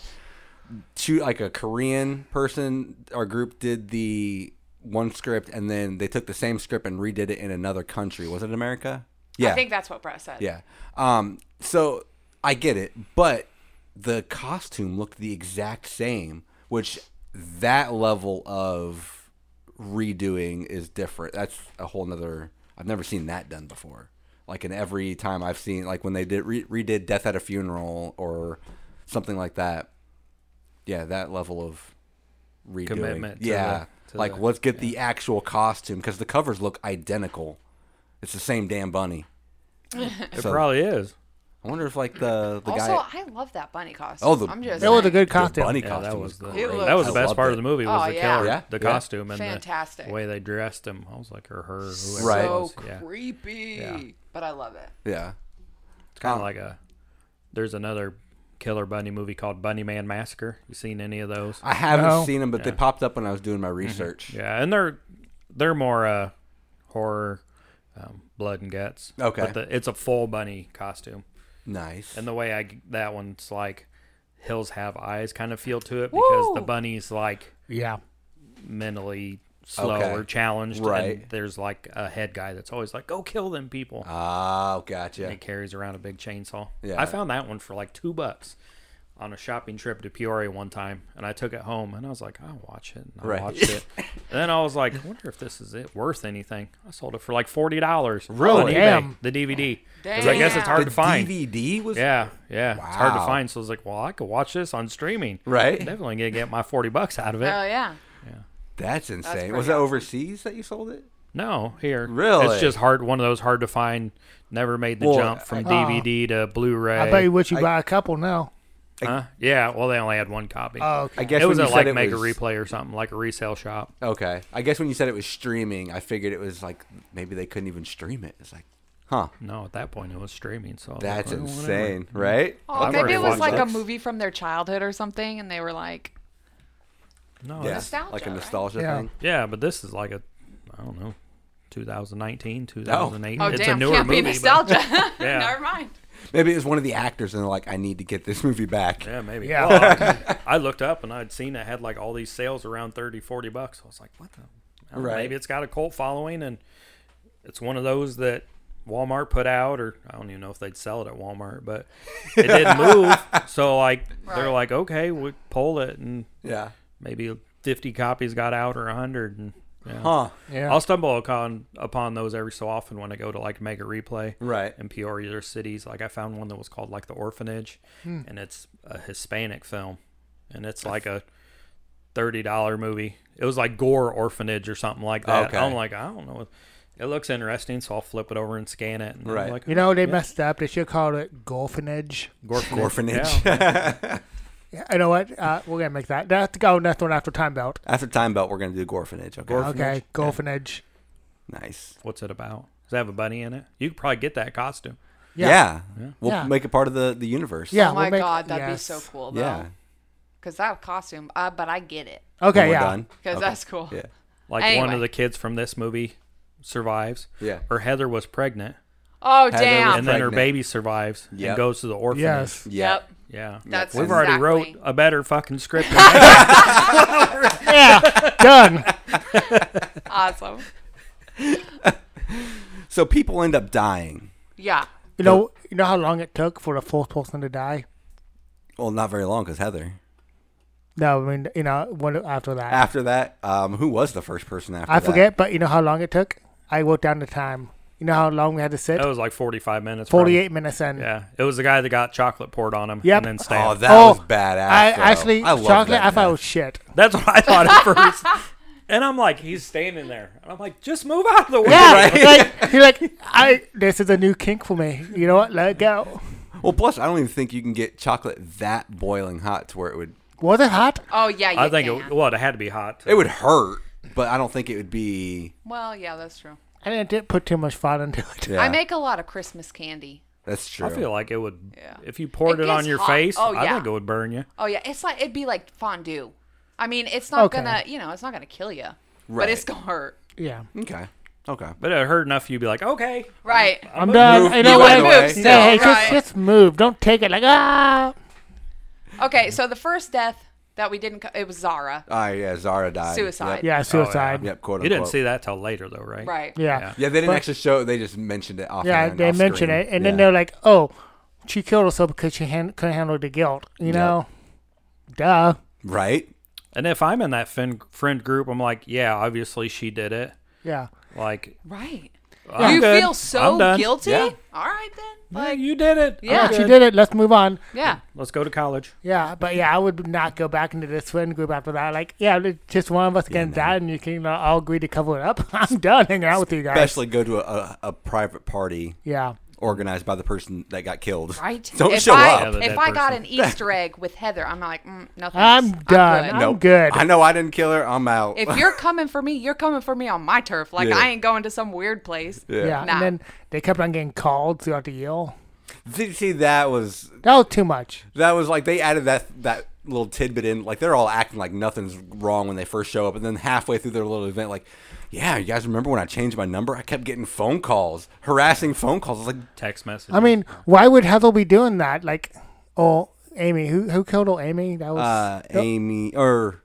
[SPEAKER 3] two like a Korean person. Our group did the one script, and then they took the same script and redid it in another country. Was it America? Yeah,
[SPEAKER 2] I think that's what Brett said.
[SPEAKER 3] yeah. Um, so I get it, but the costume looked the exact same, which that level of redoing is different. That's a whole nother. I've never seen that done before. Like in every time I've seen, like when they did re- redid Death at a Funeral or something like that. Yeah, that level of redoing.
[SPEAKER 4] Commitment to
[SPEAKER 3] Yeah,
[SPEAKER 4] the- to
[SPEAKER 3] like
[SPEAKER 4] the-
[SPEAKER 3] let's get the actual costume because the covers look identical. It's the same damn bunny.
[SPEAKER 4] It
[SPEAKER 3] So-
[SPEAKER 4] probably is.
[SPEAKER 3] I wonder if like the the
[SPEAKER 2] Also,
[SPEAKER 3] guy.
[SPEAKER 2] I love that bunny costume.
[SPEAKER 3] Oh, the-
[SPEAKER 2] I'm just
[SPEAKER 1] That was a
[SPEAKER 2] saying.
[SPEAKER 1] good
[SPEAKER 3] The
[SPEAKER 1] costume.
[SPEAKER 3] bunny
[SPEAKER 4] Yeah,
[SPEAKER 3] costume
[SPEAKER 4] that was
[SPEAKER 3] was
[SPEAKER 4] the
[SPEAKER 3] great.
[SPEAKER 2] It
[SPEAKER 4] that was the
[SPEAKER 3] I
[SPEAKER 4] best
[SPEAKER 3] loved
[SPEAKER 4] part
[SPEAKER 3] it.
[SPEAKER 4] of the movie was
[SPEAKER 2] Oh,
[SPEAKER 4] the
[SPEAKER 2] yeah.
[SPEAKER 4] killer,
[SPEAKER 3] Yeah,
[SPEAKER 4] the
[SPEAKER 3] yeah.
[SPEAKER 4] costume, and
[SPEAKER 2] Fantastic.
[SPEAKER 4] the way they dressed him. I was like, or her, whoever
[SPEAKER 3] Right.
[SPEAKER 4] it
[SPEAKER 2] so
[SPEAKER 4] was. Yeah,
[SPEAKER 2] creepy.
[SPEAKER 4] Yeah.
[SPEAKER 2] But I love it.
[SPEAKER 3] Yeah.
[SPEAKER 4] it's kind of
[SPEAKER 3] Um,
[SPEAKER 4] like a. There's another killer bunny movie called Bunny Man Massacre. You seen any of those?
[SPEAKER 3] I haven't
[SPEAKER 1] No.
[SPEAKER 3] seen them, but they popped up when I was doing my research.
[SPEAKER 4] Mm-hmm. Yeah, and they're they're more uh, horror, um, blood and guts.
[SPEAKER 3] Okay.
[SPEAKER 4] but the, it's a full bunny costume,
[SPEAKER 3] Nice.
[SPEAKER 4] and the way I that one's like hills have eyes kind of feel to it because the
[SPEAKER 2] Woo!
[SPEAKER 4] bunny's like
[SPEAKER 1] Yeah.
[SPEAKER 4] mentally slow
[SPEAKER 3] Okay.
[SPEAKER 4] or challenged,
[SPEAKER 3] Right.
[SPEAKER 4] And there's like a head guy that's always like, "Go kill them people."
[SPEAKER 3] oh,
[SPEAKER 4] and
[SPEAKER 3] gotcha.
[SPEAKER 4] he carries around a big chainsaw.
[SPEAKER 3] Yeah.
[SPEAKER 4] I found that one for like two bucks on a shopping trip to Peoria one time, and I took it home and I was like, I'll watch it. And I
[SPEAKER 3] Right. <laughs>
[SPEAKER 4] watched it. and then I was like, I wonder if this is it worth anything. I sold it for like forty dollars.
[SPEAKER 3] Really?
[SPEAKER 1] Damn.
[SPEAKER 4] The DVD. 'Cause I guess it's hard
[SPEAKER 3] The
[SPEAKER 4] to find.
[SPEAKER 3] DVD was.
[SPEAKER 4] Yeah, yeah. It's hard to
[SPEAKER 3] Wow.
[SPEAKER 4] find. So I was like, well, I could watch this on streaming.
[SPEAKER 3] Right.
[SPEAKER 4] Definitely gonna get my forty bucks out of it.
[SPEAKER 1] Uh,
[SPEAKER 2] Oh yeah.
[SPEAKER 3] That's insane.
[SPEAKER 2] pretty
[SPEAKER 3] was it
[SPEAKER 2] awesome.
[SPEAKER 3] overseas that you sold it?
[SPEAKER 4] No, here.
[SPEAKER 3] Really?
[SPEAKER 4] It's just hard. One of those hard to find. Never made the
[SPEAKER 3] Well, uh,
[SPEAKER 4] jump from DVD to Blu-ray.
[SPEAKER 1] uh, I bet you wish you buy a couple now.
[SPEAKER 4] Huh? Yeah. Well, they only had one copy.
[SPEAKER 1] Oh, okay.
[SPEAKER 3] I guess
[SPEAKER 4] it was
[SPEAKER 3] when
[SPEAKER 4] a
[SPEAKER 3] you said
[SPEAKER 4] like
[SPEAKER 3] it
[SPEAKER 4] make
[SPEAKER 3] was-
[SPEAKER 4] a replay or something, like a resale shop.
[SPEAKER 3] Okay. I guess when you said it was streaming, I figured it was like maybe they couldn't even stream it. It's like, huh?
[SPEAKER 4] No, at that point it was streaming. So I was
[SPEAKER 3] That's
[SPEAKER 4] like, "Oh, whatever."
[SPEAKER 3] insane, right?
[SPEAKER 2] Oh,
[SPEAKER 4] I've
[SPEAKER 2] maybe
[SPEAKER 4] already
[SPEAKER 2] it was like
[SPEAKER 4] watched
[SPEAKER 2] a
[SPEAKER 4] those.
[SPEAKER 2] movie from their childhood or something, and they were like,
[SPEAKER 4] No,
[SPEAKER 3] Yeah.
[SPEAKER 4] it's-
[SPEAKER 2] Nostalgia,
[SPEAKER 3] like a
[SPEAKER 2] right?
[SPEAKER 3] nostalgia
[SPEAKER 1] Yeah.
[SPEAKER 3] thing.
[SPEAKER 4] yeah, but this is like a, I don't know, 2019, 2008.
[SPEAKER 2] "Oh
[SPEAKER 4] Mm, it's
[SPEAKER 2] damn,
[SPEAKER 4] a newer
[SPEAKER 2] can't
[SPEAKER 4] movie.
[SPEAKER 2] be
[SPEAKER 4] but-
[SPEAKER 2] nostalgia."
[SPEAKER 4] <laughs>
[SPEAKER 2] <laughs>
[SPEAKER 4] Yeah.
[SPEAKER 2] Never mind.
[SPEAKER 3] Maybe it was one of the actors, and they're like, "I need to get this <laughs> movie back."
[SPEAKER 4] yeah, maybe.
[SPEAKER 1] Yeah.
[SPEAKER 4] Well,
[SPEAKER 3] <laughs>
[SPEAKER 4] I, I looked up and I'd seen it had like all these sales around 30, 40 bucks. I was like, what the? I don't know,
[SPEAKER 3] Right.
[SPEAKER 4] Maybe it's got a cult following and it's one of those that Walmart put out, or I don't even know if they'd sell it at Walmart, but it
[SPEAKER 3] <laughs>
[SPEAKER 4] didn't move. So like they're
[SPEAKER 2] Right.
[SPEAKER 4] like, okay, we pull it and
[SPEAKER 3] Yeah.
[SPEAKER 4] maybe 50 copies got out or 100 and yeah.
[SPEAKER 3] Huh.
[SPEAKER 1] Yeah.
[SPEAKER 4] I'll stumble upon upon those every so often when I go to like make a replay
[SPEAKER 3] Right.
[SPEAKER 4] in Peoria or cities. Like I found one that was called like the Orphanage,
[SPEAKER 3] Hmm.
[SPEAKER 4] and it's a Hispanic film, and it's like a thirty dollar movie. It was like Gore Orphanage or something like that.
[SPEAKER 3] Okay.
[SPEAKER 4] I'm like I don't know. It looks interesting, so I'll flip it over and scan it. And I'm
[SPEAKER 3] Right.
[SPEAKER 4] like,
[SPEAKER 1] You know they messed up. They should call it Golfinage.
[SPEAKER 3] Orphanage.
[SPEAKER 1] Yeah, you know what? Uh, we're gonna make that. That's go next one after time belt.
[SPEAKER 3] <laughs> After Time Belt, we're gonna do Gorfinage. Okay.
[SPEAKER 1] Okay, Golfinage.
[SPEAKER 2] Oh
[SPEAKER 3] Nice.
[SPEAKER 4] what's it about? Does it have a bunny in it? You could probably get that costume.
[SPEAKER 1] Yeah.
[SPEAKER 3] Yeah. We'll
[SPEAKER 1] Yeah.
[SPEAKER 3] make it part of the, the universe.
[SPEAKER 1] Yeah.
[SPEAKER 2] oh
[SPEAKER 1] we'll
[SPEAKER 2] my
[SPEAKER 1] make-
[SPEAKER 2] god, that'd
[SPEAKER 1] yes.
[SPEAKER 2] be so cool though.
[SPEAKER 3] Yeah.
[SPEAKER 2] Cause that costume, uh, but I get it.
[SPEAKER 1] Okay,
[SPEAKER 3] When we're
[SPEAKER 1] yeah.
[SPEAKER 3] done.
[SPEAKER 2] Cause
[SPEAKER 3] Okay.
[SPEAKER 2] that's cool.
[SPEAKER 3] Yeah.
[SPEAKER 4] Like one
[SPEAKER 2] Anyway.
[SPEAKER 4] of the kids from this movie survives.
[SPEAKER 3] Yeah.
[SPEAKER 4] Or Heather was pregnant.
[SPEAKER 2] Oh
[SPEAKER 3] Heather was
[SPEAKER 2] damn.
[SPEAKER 4] and then her
[SPEAKER 3] Pregnant.
[SPEAKER 4] baby survives
[SPEAKER 3] Yep.
[SPEAKER 4] and goes to the orphanage.
[SPEAKER 1] Yes.
[SPEAKER 3] Yeah.
[SPEAKER 2] Yep.
[SPEAKER 4] Yeah.
[SPEAKER 2] That's
[SPEAKER 4] We've
[SPEAKER 2] exactly.
[SPEAKER 4] already wrote a better fucking
[SPEAKER 2] <laughs>
[SPEAKER 4] script. than that.
[SPEAKER 1] yeah.
[SPEAKER 3] <laughs>
[SPEAKER 1] Done.
[SPEAKER 2] awesome.
[SPEAKER 3] So people end up dying.
[SPEAKER 2] Yeah.
[SPEAKER 1] You know. You know how long it took for the fourth person to die?
[SPEAKER 3] Well, not very long because Heather.
[SPEAKER 1] No, I mean you know when, after that.
[SPEAKER 3] After that, um, who was the first person after
[SPEAKER 1] I
[SPEAKER 3] that?
[SPEAKER 1] forget, but you know how long it took. I wrote down the time. You know how long we had to sit?
[SPEAKER 3] Oh,
[SPEAKER 4] That was like 45 minutes. probably.
[SPEAKER 1] Forty-eight minutes in.
[SPEAKER 4] Yeah. It was the guy that got chocolate poured on him
[SPEAKER 1] Yep.
[SPEAKER 4] and then
[SPEAKER 3] Oh,
[SPEAKER 4] stabbed.
[SPEAKER 3] that
[SPEAKER 1] Oh,
[SPEAKER 3] was badass.
[SPEAKER 1] I
[SPEAKER 3] though.
[SPEAKER 1] actually
[SPEAKER 3] I love
[SPEAKER 1] chocolate.
[SPEAKER 3] That
[SPEAKER 1] I thought it
[SPEAKER 3] man.
[SPEAKER 1] was shit.
[SPEAKER 4] That's what I thought at first. and I'm like, he's standing there. And I'm like, just move out of the
[SPEAKER 1] <laughs>
[SPEAKER 4] way.
[SPEAKER 1] Yeah, like he like I. This is a new kink for me. You know what? Let it go.
[SPEAKER 3] Well, plus I don't even think you can get chocolate that boiling hot to where it would
[SPEAKER 1] Was it hot?
[SPEAKER 2] Oh yeah, you
[SPEAKER 4] I think
[SPEAKER 2] can.
[SPEAKER 4] it, well, it had to be hot.
[SPEAKER 3] It would hurt, but I don't think it would be.
[SPEAKER 2] well, yeah, that's true.
[SPEAKER 1] I didn't, didn't put too much thought into it. <laughs>
[SPEAKER 3] Yeah,
[SPEAKER 2] I make a lot of Christmas candy.
[SPEAKER 3] that's true.
[SPEAKER 4] I feel like it would.
[SPEAKER 2] Yeah.
[SPEAKER 4] If you poured
[SPEAKER 2] It
[SPEAKER 4] it, on
[SPEAKER 2] gets
[SPEAKER 4] your
[SPEAKER 2] hot.
[SPEAKER 4] face,
[SPEAKER 2] Oh,
[SPEAKER 4] I
[SPEAKER 2] yeah.
[SPEAKER 4] think it would burn you.
[SPEAKER 2] Oh yeah, it's like it'd be like fondue. I mean, it's not
[SPEAKER 1] Okay.
[SPEAKER 2] gonna, you know, it's not gonna kill you, but
[SPEAKER 3] Right.
[SPEAKER 2] it's gonna hurt.
[SPEAKER 1] Yeah.
[SPEAKER 3] okay. Okay.
[SPEAKER 4] But it hurt enough. You'd be like, okay,
[SPEAKER 2] Right.
[SPEAKER 1] I'm done.
[SPEAKER 3] Move-
[SPEAKER 1] you know
[SPEAKER 3] you
[SPEAKER 1] what?
[SPEAKER 3] wanna move
[SPEAKER 1] Yeah, hey,
[SPEAKER 2] still, right.
[SPEAKER 1] just, just move. Don't take it like, ah.
[SPEAKER 2] Okay, so the first death that we didn't, co- it was Zara.
[SPEAKER 3] Ah, yeah. Zara died.
[SPEAKER 2] Suicide.
[SPEAKER 1] Yeah, suicide.
[SPEAKER 3] Yep. yep quote
[SPEAKER 4] you
[SPEAKER 3] unquote.
[SPEAKER 4] didn't see that till later, though, right?
[SPEAKER 2] Right.
[SPEAKER 1] Yeah.
[SPEAKER 4] Yeah.
[SPEAKER 3] Yeah, they didn't
[SPEAKER 1] But-
[SPEAKER 3] actually show it. They just mentioned it off.
[SPEAKER 1] Yeah,
[SPEAKER 3] and
[SPEAKER 1] they
[SPEAKER 3] off
[SPEAKER 1] mention
[SPEAKER 3] screen.
[SPEAKER 1] it, and
[SPEAKER 3] Yeah.
[SPEAKER 1] then they're like, "Oh, she killed herself because she han- couldn't handle the guilt." You know, duh.
[SPEAKER 3] right.
[SPEAKER 4] And if I'm in that fin- friend group, I'm like, yeah, obviously she did it.
[SPEAKER 1] Yeah,
[SPEAKER 4] Like,
[SPEAKER 2] Right.
[SPEAKER 4] I'm
[SPEAKER 2] you
[SPEAKER 4] good.
[SPEAKER 2] feel so
[SPEAKER 4] I'm done.
[SPEAKER 2] guilty?
[SPEAKER 3] Yeah.
[SPEAKER 2] All right then.
[SPEAKER 4] Yeah,
[SPEAKER 2] Like
[SPEAKER 4] you did it. I'm
[SPEAKER 2] Yeah.
[SPEAKER 1] she
[SPEAKER 4] good.
[SPEAKER 1] did it. Let's move on.
[SPEAKER 2] yeah.
[SPEAKER 4] Let's go to college.
[SPEAKER 1] Yeah, but yeah, I would not go back into this friend group after that. Like, yeah, li- just one of us gonna die, and you can uh, all agree to cover it up. <laughs> I'm done hanging out with you guys.
[SPEAKER 3] Especially go to a, a, a private party
[SPEAKER 1] Yeah,
[SPEAKER 3] organized by the person that got killed.
[SPEAKER 2] Right.
[SPEAKER 3] Don't
[SPEAKER 2] if
[SPEAKER 3] show
[SPEAKER 2] I,
[SPEAKER 3] up.
[SPEAKER 4] Yeah, but
[SPEAKER 2] If
[SPEAKER 4] that
[SPEAKER 2] I got an
[SPEAKER 4] person-
[SPEAKER 2] Easter egg with Heather, I'm like, mm, no thanks.
[SPEAKER 1] I'm done.
[SPEAKER 2] good.
[SPEAKER 1] I'm good.
[SPEAKER 3] I know I didn't kill her. I'm out.
[SPEAKER 2] If you're coming for me, you're coming for me on my turf. Like
[SPEAKER 3] Yeah.
[SPEAKER 2] I ain't going to some weird place.
[SPEAKER 1] yeah,
[SPEAKER 2] Nah.
[SPEAKER 1] and then they kept on getting called throughout the year.
[SPEAKER 3] Did <laughs> see that was
[SPEAKER 1] That was too much.
[SPEAKER 3] that was like they added that that little tidbit in like they're all acting like nothing's wrong when they first show up and then halfway through their little event like yeah you guys remember when I changed my number I kept getting phone calls harassing phone calls I was like
[SPEAKER 4] Text message.
[SPEAKER 1] I mean, why would Heather be doing that? Like, oh, Amy, who who killed old Amy? That was
[SPEAKER 3] uh, Amy or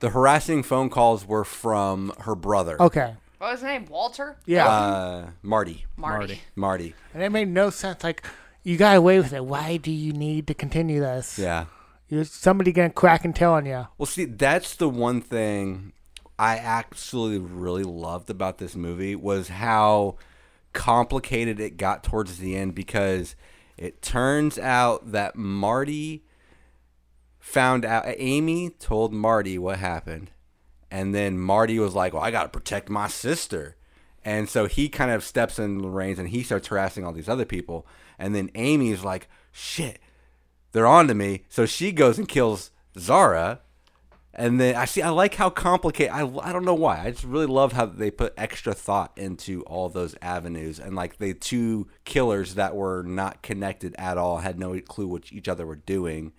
[SPEAKER 3] the harassing phone calls were from her brother
[SPEAKER 1] okay.
[SPEAKER 2] What was his name? Walter?
[SPEAKER 1] Oh, Yeah.
[SPEAKER 3] uh, Marty
[SPEAKER 2] Marty.
[SPEAKER 4] Marty.
[SPEAKER 3] Marty
[SPEAKER 1] And it made no sense. Like, you got away with it. Why do you need to continue this?
[SPEAKER 3] yeah
[SPEAKER 1] You're somebody gonna crack and tell on you.
[SPEAKER 3] Well, see, that's the one thing I actually really loved about this movie was how complicated it got towards the end because it turns out that Marty found out Amy told Marty what happened and then Marty was like, "Well, I got to protect my sister." And so he kind of steps in the reins and he starts harassing all these other people. And then Amy's like, "Shit, they're on to me." So she goes and kills Zara. And then I see I like how complicated I, I don't know why. I just really love how they put extra thought into all those avenues and like the two killers that were not connected at all had no clue what each other were doing.